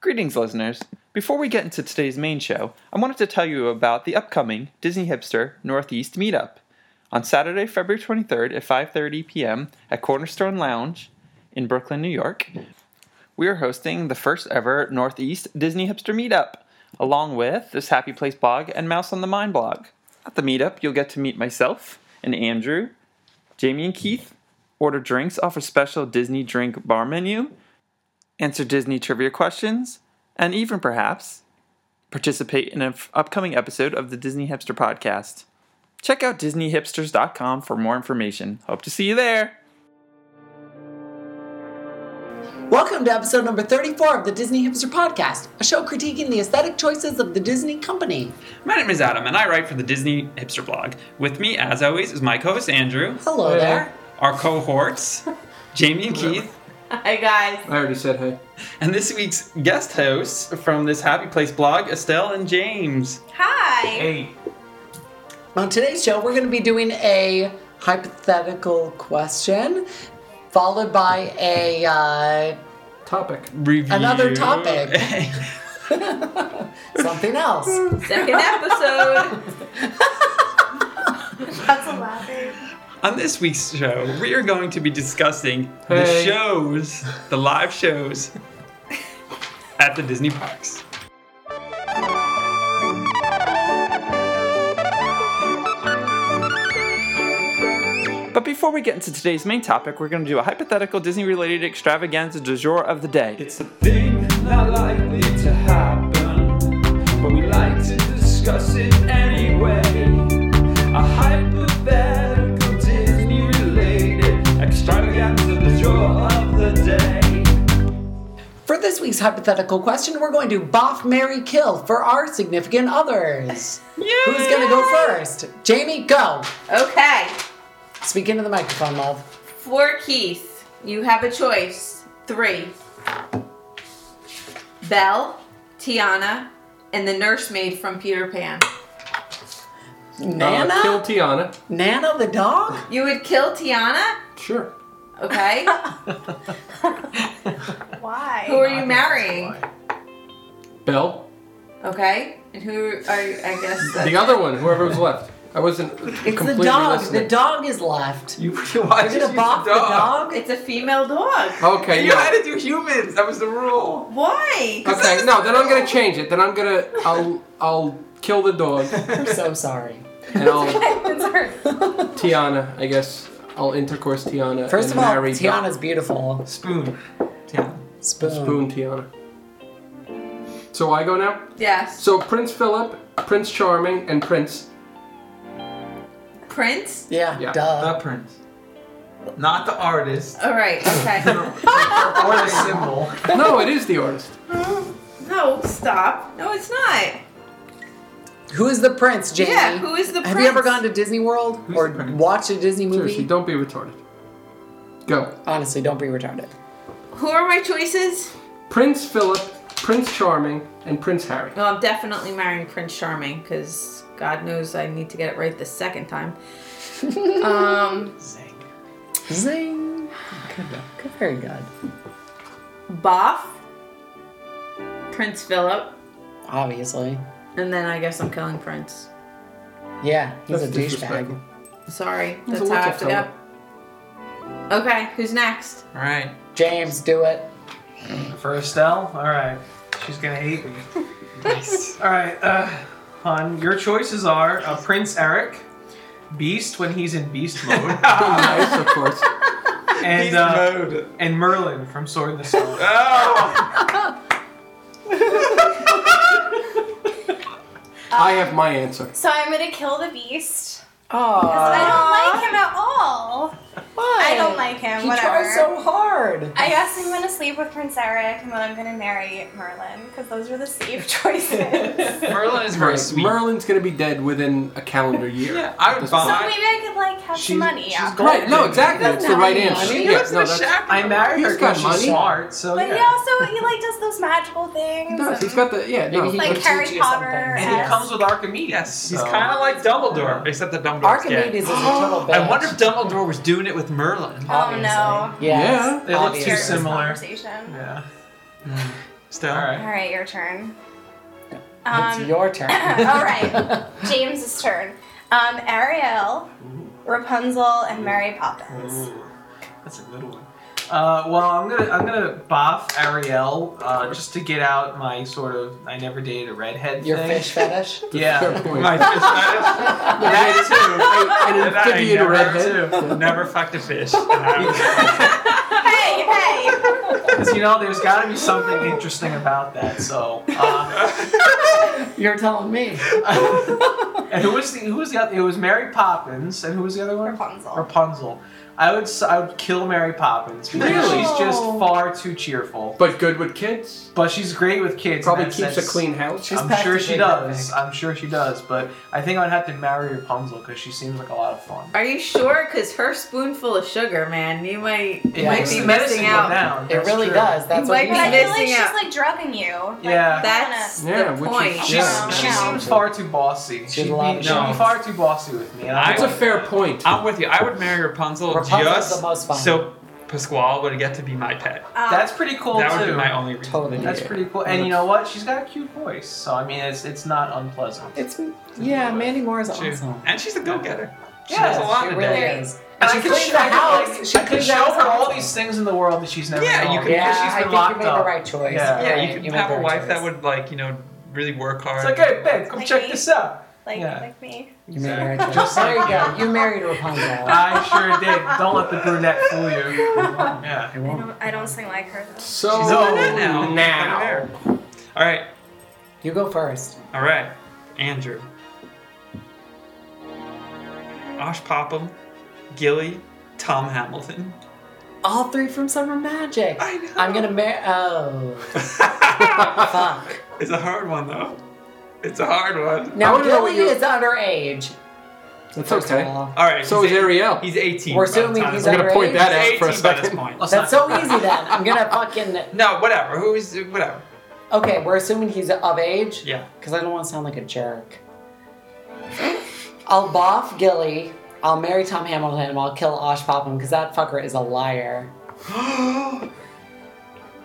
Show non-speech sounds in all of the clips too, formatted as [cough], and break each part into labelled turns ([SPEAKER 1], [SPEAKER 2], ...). [SPEAKER 1] Greetings, listeners. Before we get into today's main show, I wanted to tell you about the upcoming Disney Hipster Northeast Meetup on Saturday, February 23rd at 5:30 p.m. at Cornerstone Lounge in Brooklyn, New York. We are hosting the first ever Northeast Disney Hipster Meetup, along with this Happy Place blog and Mouse on the Mind blog. At the meetup, you'll get to meet myself and Andrew, Jamie and Keith, order drinks off a special Disney drink bar menu, answer Disney trivia questions, and even perhaps participate in an f- upcoming episode of the Disney Hipster Podcast. Check out DisneyHipsters.com for more information. Hope to see you there.
[SPEAKER 2] Welcome to episode number 34 of the Disney Hipster Podcast, a show critiquing the aesthetic choices of the Disney company.
[SPEAKER 1] My name is Adam, and I write for the Disney Hipster blog. With me, as always, is my co host Andrew,
[SPEAKER 2] Hello there.
[SPEAKER 1] our
[SPEAKER 2] [laughs]
[SPEAKER 1] cohorts, Jamie and Keith,
[SPEAKER 3] Hi guys.
[SPEAKER 4] I already said hey.
[SPEAKER 1] and this week's guest hosts from this Happy Place blog, Estelle and James.
[SPEAKER 3] Hi.
[SPEAKER 4] Hey.
[SPEAKER 2] On today's show, we're going to be doing a hypothetical question, followed by a. Uh, [laughs]
[SPEAKER 4] Topic.
[SPEAKER 1] Review.
[SPEAKER 2] Another topic.
[SPEAKER 1] [laughs]
[SPEAKER 2] Something else.
[SPEAKER 3] Second
[SPEAKER 4] [laughs]
[SPEAKER 3] episode.
[SPEAKER 1] On this week's show, we are going to be discussing the
[SPEAKER 4] Hey.
[SPEAKER 1] shows, the live shows at the Disney parks. But before we get into today's main topic, we're going to do a hypothetical Disney related extravaganza du jour of the day. It's a thing not likely to happen, but we like to discuss it anyway. A hypothetical Disney related extravaganza du jour of the day.
[SPEAKER 2] For this week's hypothetical question, we're going to boff, Mary, kill for our significant others. Who's going to go first? Jamie, go.
[SPEAKER 3] Okay.
[SPEAKER 2] Speak into the microphone, love.
[SPEAKER 3] For Keith, you have a choice. Three. Belle, Tiana, and the nursemaid from Peter Pan.
[SPEAKER 2] Nana?
[SPEAKER 4] Uh, kill Tiana.
[SPEAKER 2] Nana the dog?
[SPEAKER 3] You would kill Tiana?
[SPEAKER 4] Sure.
[SPEAKER 3] Okay.
[SPEAKER 4] [laughs]
[SPEAKER 5] Why?
[SPEAKER 3] who are you marrying?
[SPEAKER 4] Bell.
[SPEAKER 3] Okay. And who are you, I guess
[SPEAKER 4] The
[SPEAKER 3] that's
[SPEAKER 4] other one, whoever was left. I wasn't
[SPEAKER 2] Uh, It's the
[SPEAKER 4] completely
[SPEAKER 2] dog.
[SPEAKER 4] listening.
[SPEAKER 2] The dog is left. [laughs]
[SPEAKER 1] You, why
[SPEAKER 2] You're gonna bop the dog? [laughs]
[SPEAKER 3] it's a female dog.
[SPEAKER 4] Okay,
[SPEAKER 1] You had
[SPEAKER 4] yeah.
[SPEAKER 1] to do humans. That was the rule.
[SPEAKER 3] Why? [laughs]
[SPEAKER 4] [laughs] Okay, no, then I'm gonna change it. Then I'm gonna I'll I'll kill
[SPEAKER 2] [laughs]
[SPEAKER 4] the dog
[SPEAKER 2] I'm so sorry.
[SPEAKER 4] and I'll
[SPEAKER 5] It's
[SPEAKER 4] Tiana, I guess. I'll intercourse Tiana.
[SPEAKER 2] First
[SPEAKER 4] and
[SPEAKER 2] of all,
[SPEAKER 4] marry Belle.
[SPEAKER 2] Tiana's beautiful.
[SPEAKER 1] Spoon. Yeah.
[SPEAKER 2] Spoon.
[SPEAKER 4] Boom Tiana. So I go now?
[SPEAKER 3] Yes.
[SPEAKER 4] So Prince Philip, Prince Charming, and
[SPEAKER 2] [laughs]
[SPEAKER 4] Prince.
[SPEAKER 3] Prince?
[SPEAKER 2] Yeah,
[SPEAKER 4] Yeah.
[SPEAKER 2] duh.
[SPEAKER 6] The prince. Not the
[SPEAKER 7] [laughs]
[SPEAKER 6] artist
[SPEAKER 3] All right.
[SPEAKER 4] [laughs]
[SPEAKER 3] Okay.
[SPEAKER 6] or the symbol.
[SPEAKER 4] No, it is the artist.
[SPEAKER 3] no, stop. No, it's not.
[SPEAKER 2] Who is the prince, Jamie?
[SPEAKER 3] Yeah, who is the
[SPEAKER 2] Have you ever
[SPEAKER 3] prince?
[SPEAKER 2] gone to Disney World
[SPEAKER 6] Who's
[SPEAKER 2] or
[SPEAKER 6] the prince?
[SPEAKER 2] watched a Disney movie?
[SPEAKER 4] Seriously, don't be retarded. Go.
[SPEAKER 2] Honestly, don't be retarded.
[SPEAKER 3] Who are my choices?
[SPEAKER 4] Prince Philip, Prince Charming, and Prince Harry.
[SPEAKER 3] Well, I'm definitely marrying Prince Charming because God knows I need to get it right the second time. um,
[SPEAKER 2] Zing. Good, good, very good.
[SPEAKER 3] Boff, Prince Philip,
[SPEAKER 2] Obviously,
[SPEAKER 3] and then I guess I'm killing Prince.
[SPEAKER 2] yeah, he's
[SPEAKER 4] That's
[SPEAKER 2] a douchebag.
[SPEAKER 4] disrespectful.
[SPEAKER 3] Sorry,
[SPEAKER 4] He's
[SPEAKER 3] that's
[SPEAKER 4] a
[SPEAKER 3] how I
[SPEAKER 4] little
[SPEAKER 3] have to go. Okay, who's next?
[SPEAKER 6] All right.
[SPEAKER 2] James, do it.
[SPEAKER 6] For Estelle? All right. She's going to hate me. [laughs] All right. Uh, hon, your choices are uh, Prince Eric, Beast when he's in beast mode,
[SPEAKER 4] nice, of course.
[SPEAKER 6] and, uh, and Merlin from Sword in the Stone.
[SPEAKER 4] I have my answer.
[SPEAKER 5] So I'm gonna kill the beast.
[SPEAKER 2] Oh,
[SPEAKER 5] I don't like him at all. I don't like him.
[SPEAKER 2] He
[SPEAKER 5] whatever.
[SPEAKER 2] tries so hard.
[SPEAKER 5] I guess I'm gonna sleep with Prince Eric, and then I'm gonna marry Merlin because those were the safe [laughs] choices.
[SPEAKER 6] [laughs]
[SPEAKER 5] so
[SPEAKER 6] Merlin is very
[SPEAKER 4] Right,
[SPEAKER 6] sweet.
[SPEAKER 4] Merlin's gonna be dead within a calendar year.
[SPEAKER 6] Yeah, I would
[SPEAKER 4] Just-
[SPEAKER 6] buy-
[SPEAKER 5] maybe I could like have
[SPEAKER 6] She's-
[SPEAKER 5] some money.
[SPEAKER 6] she's
[SPEAKER 5] after.
[SPEAKER 6] gold.
[SPEAKER 4] Right, no, exactly. It's the right
[SPEAKER 2] Money.
[SPEAKER 4] answer.
[SPEAKER 2] He
[SPEAKER 4] Yeah,
[SPEAKER 1] lives in
[SPEAKER 4] no,
[SPEAKER 1] a
[SPEAKER 4] that's-
[SPEAKER 1] shack.
[SPEAKER 6] I married her
[SPEAKER 4] He's got
[SPEAKER 6] because she's
[SPEAKER 4] money.
[SPEAKER 6] smart, so
[SPEAKER 5] But he
[SPEAKER 6] yeah.
[SPEAKER 5] also he like does those magical things.
[SPEAKER 4] no,
[SPEAKER 5] and-
[SPEAKER 4] he's got the yeah. No,
[SPEAKER 2] Maybe he
[SPEAKER 5] like
[SPEAKER 2] would teach
[SPEAKER 5] Harry
[SPEAKER 2] you something.
[SPEAKER 5] Potter.
[SPEAKER 6] And he
[SPEAKER 5] esque.
[SPEAKER 6] comes with Archimedes. Yes,
[SPEAKER 1] He's kind of like Dumbledore, except that Dumbledore's gay.
[SPEAKER 2] Archimedes is a total [gasps] bitch.
[SPEAKER 6] I wonder if Dumbledore was doing it with Merlin.
[SPEAKER 5] Oh, no.
[SPEAKER 2] Yes,
[SPEAKER 4] Yeah.
[SPEAKER 6] They look
[SPEAKER 2] obviously.
[SPEAKER 6] too
[SPEAKER 5] Scared of this
[SPEAKER 6] similar.
[SPEAKER 5] Conversation.
[SPEAKER 6] Yeah. All
[SPEAKER 1] Still.
[SPEAKER 5] All
[SPEAKER 6] right.
[SPEAKER 5] right, your turn. Um,
[SPEAKER 2] it's
[SPEAKER 5] [laughs]
[SPEAKER 2] your turn.
[SPEAKER 5] All right, James's turn. Um, Ariel, Rapunzel, and Mary Poppins.
[SPEAKER 6] Ooh, that's a good one. Uh, well, I'm gonna I'm gonna boff Ariel uh, just to get out my sort of I never dated a redhead.
[SPEAKER 2] Your
[SPEAKER 6] thing.
[SPEAKER 2] fish fetish.
[SPEAKER 6] Yeah.
[SPEAKER 4] Fair point.
[SPEAKER 6] My fish fetish. That too.
[SPEAKER 4] An
[SPEAKER 6] That I
[SPEAKER 4] amphibian
[SPEAKER 6] never,
[SPEAKER 4] redhead.
[SPEAKER 6] too. Never fucked a [laughs] fish. And I-
[SPEAKER 5] Hey, hey!
[SPEAKER 6] 'Cause, you know, there's got to be something interesting about that. So, uh,
[SPEAKER 2] [laughs] You're telling me.
[SPEAKER 6] and who was the who was the other? It was Mary Poppins, and who was the other one?
[SPEAKER 5] Rapunzel.
[SPEAKER 6] Rapunzel. I would s- I would kill Mary Poppins because
[SPEAKER 4] Really?
[SPEAKER 6] she's just
[SPEAKER 3] No.
[SPEAKER 6] far too cheerful.
[SPEAKER 4] But good with kids.
[SPEAKER 6] But she's great with kids.
[SPEAKER 4] Probably
[SPEAKER 6] and
[SPEAKER 4] keeps a
[SPEAKER 6] that's-
[SPEAKER 4] clean house.
[SPEAKER 2] She's
[SPEAKER 6] I'm sure
[SPEAKER 2] practically
[SPEAKER 6] she does.
[SPEAKER 2] perfect.
[SPEAKER 6] I'm sure she does. But I think I'd have to marry Rapunzel because she seems like a lot of fun.
[SPEAKER 3] Are you sure? Because her spoonful of sugar, man, you might you
[SPEAKER 6] It
[SPEAKER 2] Yeah.
[SPEAKER 3] might
[SPEAKER 6] makes
[SPEAKER 3] be
[SPEAKER 6] the medicine
[SPEAKER 3] missing
[SPEAKER 6] go
[SPEAKER 3] out.
[SPEAKER 6] down.
[SPEAKER 2] It
[SPEAKER 6] that's
[SPEAKER 2] really
[SPEAKER 6] true.
[SPEAKER 2] does. That's what
[SPEAKER 3] might
[SPEAKER 2] we
[SPEAKER 5] But I
[SPEAKER 2] said.
[SPEAKER 5] feel like
[SPEAKER 3] Missing
[SPEAKER 5] she's
[SPEAKER 3] out.
[SPEAKER 5] like drugging you. Like,
[SPEAKER 6] Yeah.
[SPEAKER 3] That's
[SPEAKER 4] Yeah,
[SPEAKER 3] the
[SPEAKER 4] which
[SPEAKER 3] point. Um,
[SPEAKER 4] is-
[SPEAKER 6] She's,
[SPEAKER 5] Yeah.
[SPEAKER 6] She
[SPEAKER 5] Yeah.
[SPEAKER 6] seems far too bossy.
[SPEAKER 2] She's
[SPEAKER 6] She'd
[SPEAKER 2] a lot
[SPEAKER 6] be,
[SPEAKER 2] of
[SPEAKER 6] she'd be
[SPEAKER 2] shots.
[SPEAKER 6] far too bossy with me. and I
[SPEAKER 4] That's a
[SPEAKER 6] don't
[SPEAKER 4] fair
[SPEAKER 6] like
[SPEAKER 4] point.
[SPEAKER 7] I'm with you. I would marry Rapunzel,
[SPEAKER 2] Rapunzel's
[SPEAKER 7] just
[SPEAKER 2] the most fun.
[SPEAKER 7] so Pasquale would get to be my pet.
[SPEAKER 6] that.
[SPEAKER 5] um,
[SPEAKER 6] That's pretty cool
[SPEAKER 7] that would
[SPEAKER 6] too.
[SPEAKER 7] be my only reason.
[SPEAKER 2] Totally.
[SPEAKER 6] That's pretty cool. And you know what? She's got a cute voice. So I mean, it's it's not unpleasant.
[SPEAKER 2] It's yeah. Mandy Moore is
[SPEAKER 7] She-
[SPEAKER 2] awesome.
[SPEAKER 7] And she's a go-getter. She
[SPEAKER 6] Yeah,
[SPEAKER 7] does a lot
[SPEAKER 2] She
[SPEAKER 7] in a
[SPEAKER 2] really
[SPEAKER 7] day.
[SPEAKER 2] is.
[SPEAKER 6] And
[SPEAKER 2] She
[SPEAKER 6] I could
[SPEAKER 2] cleaned the
[SPEAKER 6] show her, like,
[SPEAKER 2] house. She
[SPEAKER 6] I could
[SPEAKER 2] cleaned the
[SPEAKER 6] show
[SPEAKER 2] house
[SPEAKER 6] her all
[SPEAKER 2] outside.
[SPEAKER 6] these things in the world that she's never
[SPEAKER 7] Yeah,
[SPEAKER 6] known.
[SPEAKER 7] you could-
[SPEAKER 2] Yeah,
[SPEAKER 7] she's been
[SPEAKER 2] I think
[SPEAKER 6] locked
[SPEAKER 2] you made the
[SPEAKER 6] up.
[SPEAKER 2] right choice.
[SPEAKER 6] Yeah.
[SPEAKER 7] Yeah,
[SPEAKER 2] Right,
[SPEAKER 7] you could
[SPEAKER 2] made
[SPEAKER 7] have
[SPEAKER 2] the
[SPEAKER 7] a
[SPEAKER 2] right
[SPEAKER 7] wife
[SPEAKER 2] choice.
[SPEAKER 7] that would like, you know, really work hard.
[SPEAKER 6] It's like, hey, babe, come
[SPEAKER 5] Like
[SPEAKER 6] check
[SPEAKER 5] me?
[SPEAKER 6] this out.
[SPEAKER 5] like,
[SPEAKER 6] Yeah.
[SPEAKER 5] like me.
[SPEAKER 2] You made the right choice.
[SPEAKER 6] Just
[SPEAKER 2] there you
[SPEAKER 6] like
[SPEAKER 2] go. You married [laughs] Rapunzel.
[SPEAKER 6] [laughs] I sure did. Don't let the brunette fool you. Yeah.
[SPEAKER 5] I don't, I don't sing like her though.
[SPEAKER 4] So
[SPEAKER 6] She's
[SPEAKER 7] Oh,
[SPEAKER 6] over
[SPEAKER 7] that now.
[SPEAKER 4] now,
[SPEAKER 7] Over there. All right,
[SPEAKER 2] You go first.
[SPEAKER 7] all right, Andrew. Osh Popham, Gilly, Tom Hamilton.
[SPEAKER 2] All three from Summer Magic.
[SPEAKER 7] I know.
[SPEAKER 2] I'm gonna marry. Oh, fuck.
[SPEAKER 7] It's a hard one though. It's a hard one.
[SPEAKER 2] Now
[SPEAKER 4] wanna know what
[SPEAKER 2] Gilly
[SPEAKER 4] you-
[SPEAKER 2] is underage.
[SPEAKER 4] That's
[SPEAKER 2] First of
[SPEAKER 4] okay.
[SPEAKER 2] all.
[SPEAKER 7] All right.
[SPEAKER 4] So
[SPEAKER 7] he's
[SPEAKER 4] is
[SPEAKER 7] eight-
[SPEAKER 4] Ariel.
[SPEAKER 7] He's 18.
[SPEAKER 2] Uh-huh. We're
[SPEAKER 7] by the
[SPEAKER 2] assuming
[SPEAKER 7] time
[SPEAKER 2] he's
[SPEAKER 7] this-
[SPEAKER 4] I'm gonna point
[SPEAKER 2] underage?
[SPEAKER 4] that
[SPEAKER 7] He's
[SPEAKER 4] out for a
[SPEAKER 7] 18 by this
[SPEAKER 4] second.
[SPEAKER 7] point.
[SPEAKER 6] Let's
[SPEAKER 2] That's
[SPEAKER 6] not-
[SPEAKER 2] so easy then.
[SPEAKER 7] [laughs]
[SPEAKER 2] I'm gonna fucking.
[SPEAKER 7] No, whatever. Who is whatever?
[SPEAKER 2] Okay, we're assuming he's of age.
[SPEAKER 7] Yeah. [gasps]
[SPEAKER 2] Because I don't want to sound like a jerk. I'll boff Gilly. I'll marry Tom Hamilton. and I'll kill Osh Popham because that fucker is a liar.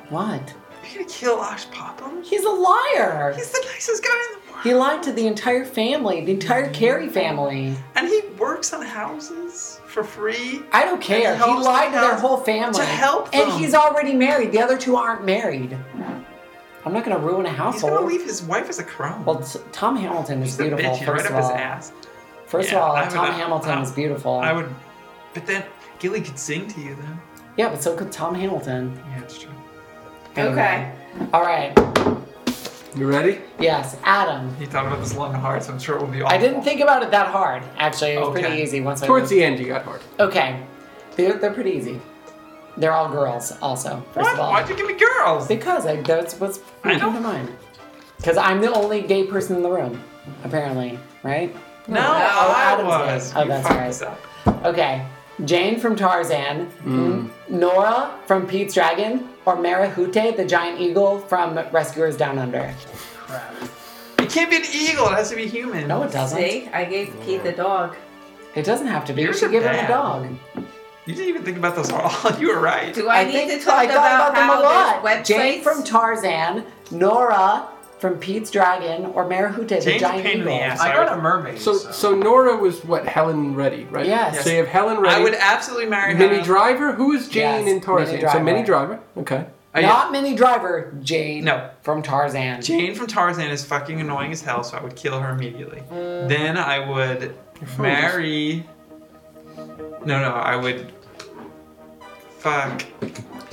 [SPEAKER 2] What?
[SPEAKER 7] You're gonna kill Osh Popham?
[SPEAKER 2] He's a liar.
[SPEAKER 7] He's the nicest guy in the world,
[SPEAKER 2] He lied to the entire family, the entire Carey family.
[SPEAKER 7] and he works on houses for free.
[SPEAKER 2] I don't care.
[SPEAKER 7] And
[SPEAKER 2] He
[SPEAKER 7] he helps
[SPEAKER 2] lied to their
[SPEAKER 7] them
[SPEAKER 2] whole family.
[SPEAKER 7] to help
[SPEAKER 2] And
[SPEAKER 7] them.
[SPEAKER 2] he's already married. The other two aren't married. I'm not going to ruin a
[SPEAKER 7] He's
[SPEAKER 2] household.
[SPEAKER 7] gonna leave his wife as a crone.
[SPEAKER 2] Well, t- Tom Hamilton is
[SPEAKER 7] He's a
[SPEAKER 2] beautiful,
[SPEAKER 7] bitch, you know,
[SPEAKER 2] first
[SPEAKER 7] right
[SPEAKER 2] of
[SPEAKER 7] up his
[SPEAKER 2] all.
[SPEAKER 7] ass.
[SPEAKER 2] First
[SPEAKER 7] Yeah,
[SPEAKER 2] of all,
[SPEAKER 7] I would
[SPEAKER 2] Tom
[SPEAKER 7] not-
[SPEAKER 2] Hamilton
[SPEAKER 7] I-
[SPEAKER 2] is beautiful.
[SPEAKER 7] I would, but then Gilly could sing to you then.
[SPEAKER 2] Yeah, but so could Tom Hamilton.
[SPEAKER 7] Yeah, it's true.
[SPEAKER 2] Anyway. All right.
[SPEAKER 4] You ready?
[SPEAKER 2] Yes, Adam.
[SPEAKER 7] He thought about this long and hard, so I'm sure it will be. Awful.
[SPEAKER 2] I didn't think about it that hard. Actually, it was pretty
[SPEAKER 7] Okay.
[SPEAKER 2] easy once
[SPEAKER 4] Towards
[SPEAKER 2] I.
[SPEAKER 4] the end, you got hard.
[SPEAKER 2] Okay, they're they're pretty easy. They're all girls, also. First
[SPEAKER 7] What?
[SPEAKER 2] of all,
[SPEAKER 7] Why'd you give me girls?
[SPEAKER 2] because I, that's what's
[SPEAKER 7] I
[SPEAKER 2] came to
[SPEAKER 7] know.
[SPEAKER 2] mind. Because I'm the only gay person in the room, apparently, right?
[SPEAKER 7] No,
[SPEAKER 2] Oh,
[SPEAKER 7] I
[SPEAKER 2] Adam's
[SPEAKER 7] was.
[SPEAKER 2] gay. Oh,
[SPEAKER 7] you
[SPEAKER 2] that's
[SPEAKER 7] fucked
[SPEAKER 2] right.
[SPEAKER 7] this up.
[SPEAKER 2] Okay, Jane from Tarzan,
[SPEAKER 7] Mm.
[SPEAKER 2] Nora from Pete's Dragon, or Marahute, the giant eagle from Rescuers Down Under.
[SPEAKER 7] It can't be an eagle. It has to be human.
[SPEAKER 2] No, it doesn't.
[SPEAKER 3] See, I gave Keith a dog.
[SPEAKER 2] It doesn't have to be. You
[SPEAKER 7] Yours
[SPEAKER 2] should
[SPEAKER 7] are
[SPEAKER 2] give him a
[SPEAKER 7] bad.
[SPEAKER 2] dog.
[SPEAKER 7] You didn't even think about those at all. You were right.
[SPEAKER 3] Do I, need
[SPEAKER 2] think
[SPEAKER 3] to talk
[SPEAKER 2] I thought about, them a
[SPEAKER 3] how
[SPEAKER 2] lot.
[SPEAKER 3] there's
[SPEAKER 2] Jane
[SPEAKER 3] websites-
[SPEAKER 2] from Tarzan, Nora from Pete's Dragon, or Marahute, the
[SPEAKER 7] Jane's a
[SPEAKER 2] giant
[SPEAKER 7] pain in
[SPEAKER 2] eagle.
[SPEAKER 7] the ass.
[SPEAKER 6] I got a mermaid.
[SPEAKER 4] So, so Nora was what Helen Reddy, right?
[SPEAKER 2] Yes. Yes.
[SPEAKER 4] So you have Helen Reddy.
[SPEAKER 7] [laughs] I would absolutely marry
[SPEAKER 4] Minnie
[SPEAKER 7] her.
[SPEAKER 4] Driver. Who is Jane
[SPEAKER 2] Yes,
[SPEAKER 4] in Tarzan?
[SPEAKER 2] Minnie
[SPEAKER 4] so Minnie
[SPEAKER 2] Driver.
[SPEAKER 4] Driver. Okay.
[SPEAKER 7] Oh, yeah.
[SPEAKER 2] Not Minnie Driver, Jane
[SPEAKER 7] No.
[SPEAKER 2] from Tarzan.
[SPEAKER 7] Jane from Tarzan is fucking annoying as hell, so I would kill her immediately. Then I would marry. No, no, I would. Fuck.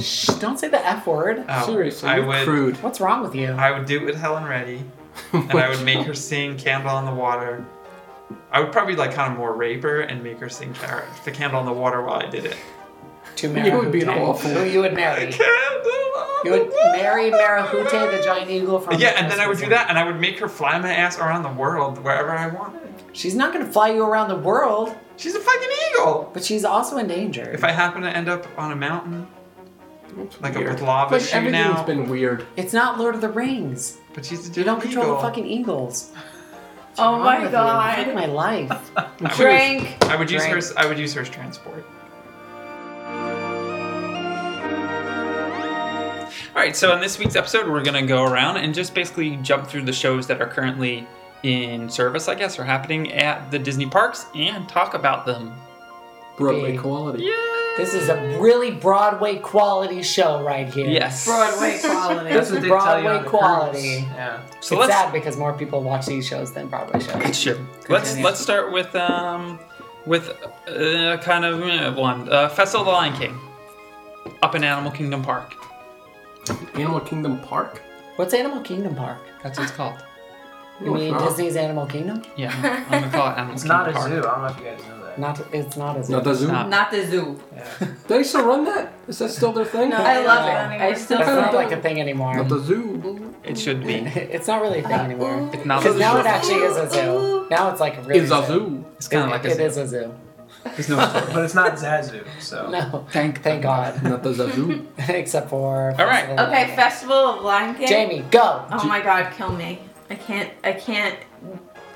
[SPEAKER 2] Shh, don't say the F word.
[SPEAKER 7] Oh,
[SPEAKER 4] Seriously,
[SPEAKER 7] I
[SPEAKER 4] you're
[SPEAKER 7] would.
[SPEAKER 4] crude.
[SPEAKER 2] What's wrong with you?
[SPEAKER 7] I would do it with Helen Reddy, [laughs] and I
[SPEAKER 4] [laughs]
[SPEAKER 7] would make her sing "Candle on the Water." I would probably like kind of more rape her and make her sing Car- "The Candle on the Water" while I did it.
[SPEAKER 2] to
[SPEAKER 4] You would be an
[SPEAKER 2] Marahute.
[SPEAKER 4] awful-
[SPEAKER 2] Who you would
[SPEAKER 7] [laughs]
[SPEAKER 2] marry.
[SPEAKER 7] Candle on
[SPEAKER 2] You
[SPEAKER 7] the
[SPEAKER 2] would
[SPEAKER 7] water.
[SPEAKER 2] marry Marahute, the giant eagle from
[SPEAKER 7] Yeah, and then I would
[SPEAKER 2] Christmas
[SPEAKER 7] do
[SPEAKER 2] Eve.
[SPEAKER 7] that, and I would make her fly my ass around the world wherever I wanted.
[SPEAKER 2] She's not going to fly you around the world,
[SPEAKER 7] She's a fucking eagle.
[SPEAKER 2] but she's also endangered.
[SPEAKER 7] If I happen to end up on a mountain, like a,
[SPEAKER 4] Weird.
[SPEAKER 7] with lava
[SPEAKER 4] Like,
[SPEAKER 7] shooting
[SPEAKER 4] everything's
[SPEAKER 7] out,
[SPEAKER 4] been weird.
[SPEAKER 2] it's not Lord of the Rings.
[SPEAKER 7] but she's a
[SPEAKER 2] You don't
[SPEAKER 7] different
[SPEAKER 2] control
[SPEAKER 7] eagle.
[SPEAKER 2] the fucking eagles.
[SPEAKER 3] Oh
[SPEAKER 2] Wrong with
[SPEAKER 3] my
[SPEAKER 2] you. Fuck
[SPEAKER 3] god.
[SPEAKER 2] my life.
[SPEAKER 7] I would-
[SPEAKER 3] Drink.
[SPEAKER 7] I would use
[SPEAKER 2] Drink.
[SPEAKER 7] her. as- I would use her as transport. All right, so on this week's episode, we're going to go around and just basically jump through the shows that are currently in service, I guess, or happening at the Disney parks and talk about them.
[SPEAKER 4] Broadway
[SPEAKER 2] Big.
[SPEAKER 4] quality.
[SPEAKER 2] This is a really Broadway quality show right here.
[SPEAKER 7] Yes.
[SPEAKER 2] [laughs]
[SPEAKER 3] Broadway quality.
[SPEAKER 6] That's what they tell you
[SPEAKER 2] Broadway
[SPEAKER 6] on the
[SPEAKER 2] quality.
[SPEAKER 6] cruise. Yeah.
[SPEAKER 7] So
[SPEAKER 2] it's
[SPEAKER 7] let's
[SPEAKER 2] sad because more people watch these shows than Broadway shows.
[SPEAKER 7] Sure. Let's let's start with um with uh, kind of uh, one uh, Festival of the Lion King up in Animal Kingdom Park.
[SPEAKER 4] Animal Kingdom Park.
[SPEAKER 2] What's Animal Kingdom Park?
[SPEAKER 7] That's what it's called.
[SPEAKER 2] You mean
[SPEAKER 4] Huh?
[SPEAKER 2] Disney's Animal Kingdom?
[SPEAKER 7] Yeah, I'm gonna call it Animal
[SPEAKER 6] It's
[SPEAKER 7] Kingdom
[SPEAKER 6] not a
[SPEAKER 7] Park.
[SPEAKER 6] zoo. I don't know if you guys know that.
[SPEAKER 2] Not. It's not as.
[SPEAKER 4] Not the zoo.
[SPEAKER 7] Not-
[SPEAKER 3] Not the zoo.
[SPEAKER 4] They still run that? Is that still their thing?
[SPEAKER 5] No.
[SPEAKER 3] I love it.
[SPEAKER 5] Yeah.
[SPEAKER 3] I still
[SPEAKER 2] That's
[SPEAKER 4] Kind of
[SPEAKER 2] not
[SPEAKER 3] love it.
[SPEAKER 2] like a thing anymore.
[SPEAKER 4] Not the zoo.
[SPEAKER 7] It should
[SPEAKER 2] [laughs]
[SPEAKER 7] be.
[SPEAKER 2] it's not really a thing anymore.
[SPEAKER 7] It's not a
[SPEAKER 2] Because
[SPEAKER 7] zoo.
[SPEAKER 2] now it actually is a zoo. Now it's like a really
[SPEAKER 4] Is a zoo.
[SPEAKER 7] It's kind of like a
[SPEAKER 2] It
[SPEAKER 7] zoo.
[SPEAKER 2] is a zoo.
[SPEAKER 7] There's
[SPEAKER 2] [laughs]
[SPEAKER 7] no story.
[SPEAKER 6] But it's not Zazu, so.
[SPEAKER 2] No. Thank thank God.
[SPEAKER 4] Not the zoo.
[SPEAKER 2] [laughs] Except for.
[SPEAKER 7] All right.
[SPEAKER 2] Festival of
[SPEAKER 3] Okay,
[SPEAKER 2] Lights.
[SPEAKER 3] Festival of Lion King.
[SPEAKER 2] Jamie, go.
[SPEAKER 3] Oh my God, kill me. I can't. I can't.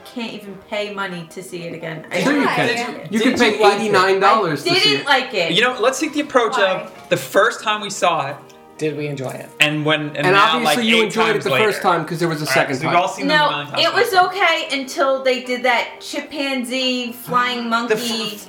[SPEAKER 3] Can't even pay money to see it again. I
[SPEAKER 4] Sure you
[SPEAKER 5] Why?
[SPEAKER 4] can. You
[SPEAKER 7] Did
[SPEAKER 4] can
[SPEAKER 7] you
[SPEAKER 4] pay
[SPEAKER 7] like it?
[SPEAKER 4] eighty nine dollars
[SPEAKER 3] I
[SPEAKER 4] to see
[SPEAKER 3] didn't
[SPEAKER 4] it.
[SPEAKER 3] like it.
[SPEAKER 7] You know, let's take the approach
[SPEAKER 5] Why?
[SPEAKER 7] of the first time we saw it,
[SPEAKER 2] Did we enjoy it?
[SPEAKER 7] and when, and,
[SPEAKER 4] And
[SPEAKER 7] now,
[SPEAKER 4] obviously
[SPEAKER 7] like,
[SPEAKER 4] you
[SPEAKER 7] eight
[SPEAKER 4] enjoyed it
[SPEAKER 7] times
[SPEAKER 4] the
[SPEAKER 7] later.
[SPEAKER 4] first time because there was a
[SPEAKER 7] All right,
[SPEAKER 4] second
[SPEAKER 7] so
[SPEAKER 4] time.
[SPEAKER 7] We've all seen them a
[SPEAKER 3] No,
[SPEAKER 7] million times.
[SPEAKER 3] it was okay until they did that chimpanzee flying monkey.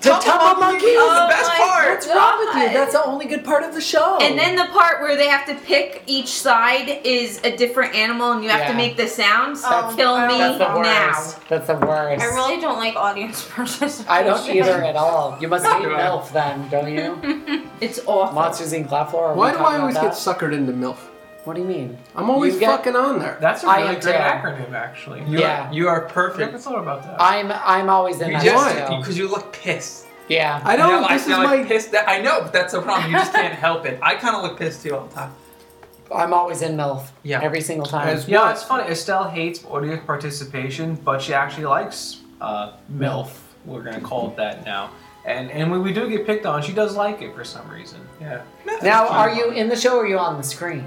[SPEAKER 2] The Tumble Monkey is
[SPEAKER 3] Oh
[SPEAKER 2] the best
[SPEAKER 3] my
[SPEAKER 2] part. What's wrong with you?
[SPEAKER 3] God.
[SPEAKER 2] That's the only good part of the show.
[SPEAKER 3] and then the part where they have to pick each side is a different animal and you have to
[SPEAKER 2] Yeah.
[SPEAKER 3] make the sounds.
[SPEAKER 5] That's-
[SPEAKER 3] kill me
[SPEAKER 2] Oh, that's the
[SPEAKER 3] now. [laughs]
[SPEAKER 2] worst. That's the worst.
[SPEAKER 5] I really don't like audience [laughs] participation.
[SPEAKER 2] I don't either at all. You
[SPEAKER 5] [laughs]
[SPEAKER 2] must hate MILF then, don't you?
[SPEAKER 3] It's awful.
[SPEAKER 2] Monsters Inc. Platform. are we
[SPEAKER 4] Why do
[SPEAKER 2] talking
[SPEAKER 4] I always
[SPEAKER 2] about
[SPEAKER 4] get
[SPEAKER 2] that?
[SPEAKER 4] suckered into MILF?
[SPEAKER 2] What do you mean?
[SPEAKER 4] I'm always
[SPEAKER 2] You get-
[SPEAKER 4] fucking on there.
[SPEAKER 6] That's a
[SPEAKER 2] I
[SPEAKER 6] really
[SPEAKER 2] am
[SPEAKER 6] great
[SPEAKER 2] too.
[SPEAKER 6] acronym, actually. You
[SPEAKER 7] You
[SPEAKER 2] Yeah.
[SPEAKER 7] are, you are
[SPEAKER 6] I never
[SPEAKER 7] perfect.
[SPEAKER 6] thought about that.
[SPEAKER 2] I'm I'm always in
[SPEAKER 7] You
[SPEAKER 2] that
[SPEAKER 7] just
[SPEAKER 2] show.
[SPEAKER 7] because you look pissed.
[SPEAKER 2] Yeah.
[SPEAKER 4] I
[SPEAKER 7] You're
[SPEAKER 4] don't.
[SPEAKER 7] like-
[SPEAKER 4] This is
[SPEAKER 7] you're like
[SPEAKER 4] my.
[SPEAKER 7] pissed. That, I know, but that's the
[SPEAKER 6] [laughs]
[SPEAKER 7] problem. You just
[SPEAKER 2] [laughs]
[SPEAKER 7] can't help it. I kind of look pissed too all the time.
[SPEAKER 2] I'm always in MILF.
[SPEAKER 7] Yeah.
[SPEAKER 2] Every single time.
[SPEAKER 4] As-
[SPEAKER 6] yeah, it's funny. Estelle hates audience participation, but she actually likes uh, MILF. We're going to call it that now. And and when we do get picked on, she does like it for some reason. Yeah.
[SPEAKER 2] now, are you in the show or are you on the screen?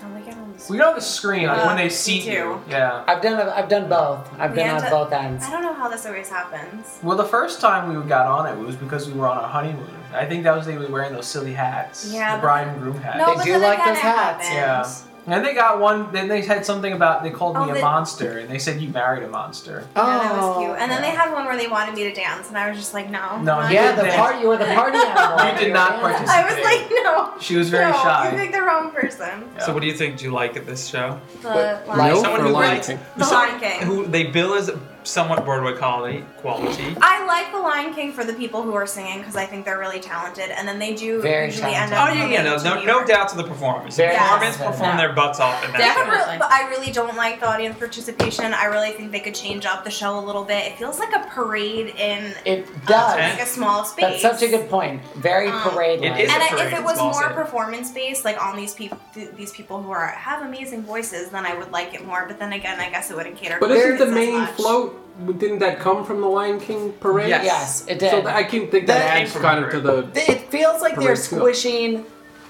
[SPEAKER 5] Don't like it on the screen.
[SPEAKER 6] We know the screen, like when
[SPEAKER 5] Uh,
[SPEAKER 6] they
[SPEAKER 5] me
[SPEAKER 6] seat you.
[SPEAKER 5] too.
[SPEAKER 6] Yeah.
[SPEAKER 2] I've done I've done both. I've been
[SPEAKER 5] Yeah,
[SPEAKER 2] on
[SPEAKER 5] d-
[SPEAKER 2] both ends.
[SPEAKER 5] I don't know how this always happens.
[SPEAKER 6] Well, the first time we got on it was because we were on our honeymoon. I think that was they were wearing those silly hats.
[SPEAKER 5] Yeah,
[SPEAKER 6] The
[SPEAKER 5] but-
[SPEAKER 6] bride and groom hats.
[SPEAKER 5] No,
[SPEAKER 2] They
[SPEAKER 5] but
[SPEAKER 2] do
[SPEAKER 5] then
[SPEAKER 2] like
[SPEAKER 5] again,
[SPEAKER 2] those
[SPEAKER 5] it
[SPEAKER 2] hats.
[SPEAKER 5] happens.
[SPEAKER 6] And they got one. Then they had something about they called
[SPEAKER 5] Oh,
[SPEAKER 6] me a
[SPEAKER 5] they-
[SPEAKER 6] monster, and they said you married a monster.
[SPEAKER 2] Oh,
[SPEAKER 5] Yeah, that was cute. And then they had one where they wanted me to dance, and I was just like, no.
[SPEAKER 6] No,
[SPEAKER 5] I'm
[SPEAKER 6] you
[SPEAKER 2] yeah,
[SPEAKER 5] not
[SPEAKER 2] the
[SPEAKER 5] [laughs]
[SPEAKER 6] did
[SPEAKER 5] doing
[SPEAKER 2] part you were the party animal.
[SPEAKER 6] You did not
[SPEAKER 2] Yeah.
[SPEAKER 5] that.
[SPEAKER 6] participate.
[SPEAKER 5] I was like, no.
[SPEAKER 6] She was very
[SPEAKER 5] no,
[SPEAKER 6] shy.
[SPEAKER 5] You picked the wrong person.
[SPEAKER 6] Yeah.
[SPEAKER 7] So, what do you think? Do you like at this show?
[SPEAKER 5] The
[SPEAKER 4] MILF
[SPEAKER 5] Lion
[SPEAKER 7] Someone
[SPEAKER 4] or
[SPEAKER 7] who
[SPEAKER 4] Lion
[SPEAKER 7] likes-
[SPEAKER 4] King?
[SPEAKER 5] The Lion King.
[SPEAKER 7] Who they bill as somewhat Broadway quality quality.
[SPEAKER 5] I like the Lion King for the people who are singing because I think they're really talented, and then they do
[SPEAKER 2] Very
[SPEAKER 5] usually end
[SPEAKER 2] talented.
[SPEAKER 5] up.
[SPEAKER 7] Oh yeah, yeah, no,
[SPEAKER 5] coming to
[SPEAKER 7] no,
[SPEAKER 5] New
[SPEAKER 7] no
[SPEAKER 5] York.
[SPEAKER 7] doubt to the performers.
[SPEAKER 2] Very
[SPEAKER 7] performers
[SPEAKER 2] talented.
[SPEAKER 7] perform their butts off, and that's
[SPEAKER 5] That
[SPEAKER 3] Definitely.
[SPEAKER 5] re- but I really don't like the audience participation. I really think they could change up the show a little bit. It feels like a parade in um,
[SPEAKER 2] It
[SPEAKER 5] like a
[SPEAKER 2] does.
[SPEAKER 5] small
[SPEAKER 2] That's
[SPEAKER 5] space.
[SPEAKER 2] such a good point. Very
[SPEAKER 5] Um,
[SPEAKER 2] parade
[SPEAKER 7] it
[SPEAKER 2] like.
[SPEAKER 7] is-
[SPEAKER 5] And
[SPEAKER 7] a
[SPEAKER 5] I,
[SPEAKER 7] parade,
[SPEAKER 5] if it
[SPEAKER 7] it's
[SPEAKER 5] was
[SPEAKER 7] well
[SPEAKER 5] more
[SPEAKER 7] said.
[SPEAKER 5] performance based, like on these people, th- these people who are have amazing voices, then I would like it more. But then again, I guess it wouldn't cater.
[SPEAKER 4] But
[SPEAKER 5] to
[SPEAKER 4] isn't the
[SPEAKER 5] kids as
[SPEAKER 4] main
[SPEAKER 5] much.
[SPEAKER 4] float? Didn't that come from the Lion King parade?
[SPEAKER 7] Yes.
[SPEAKER 2] Yes, it did.
[SPEAKER 4] So I can think
[SPEAKER 2] That
[SPEAKER 4] that
[SPEAKER 7] came
[SPEAKER 4] adds
[SPEAKER 7] from
[SPEAKER 4] kind of to
[SPEAKER 7] parade.
[SPEAKER 4] the.
[SPEAKER 2] Th- it feels like they're
[SPEAKER 4] Parade too.
[SPEAKER 2] squishing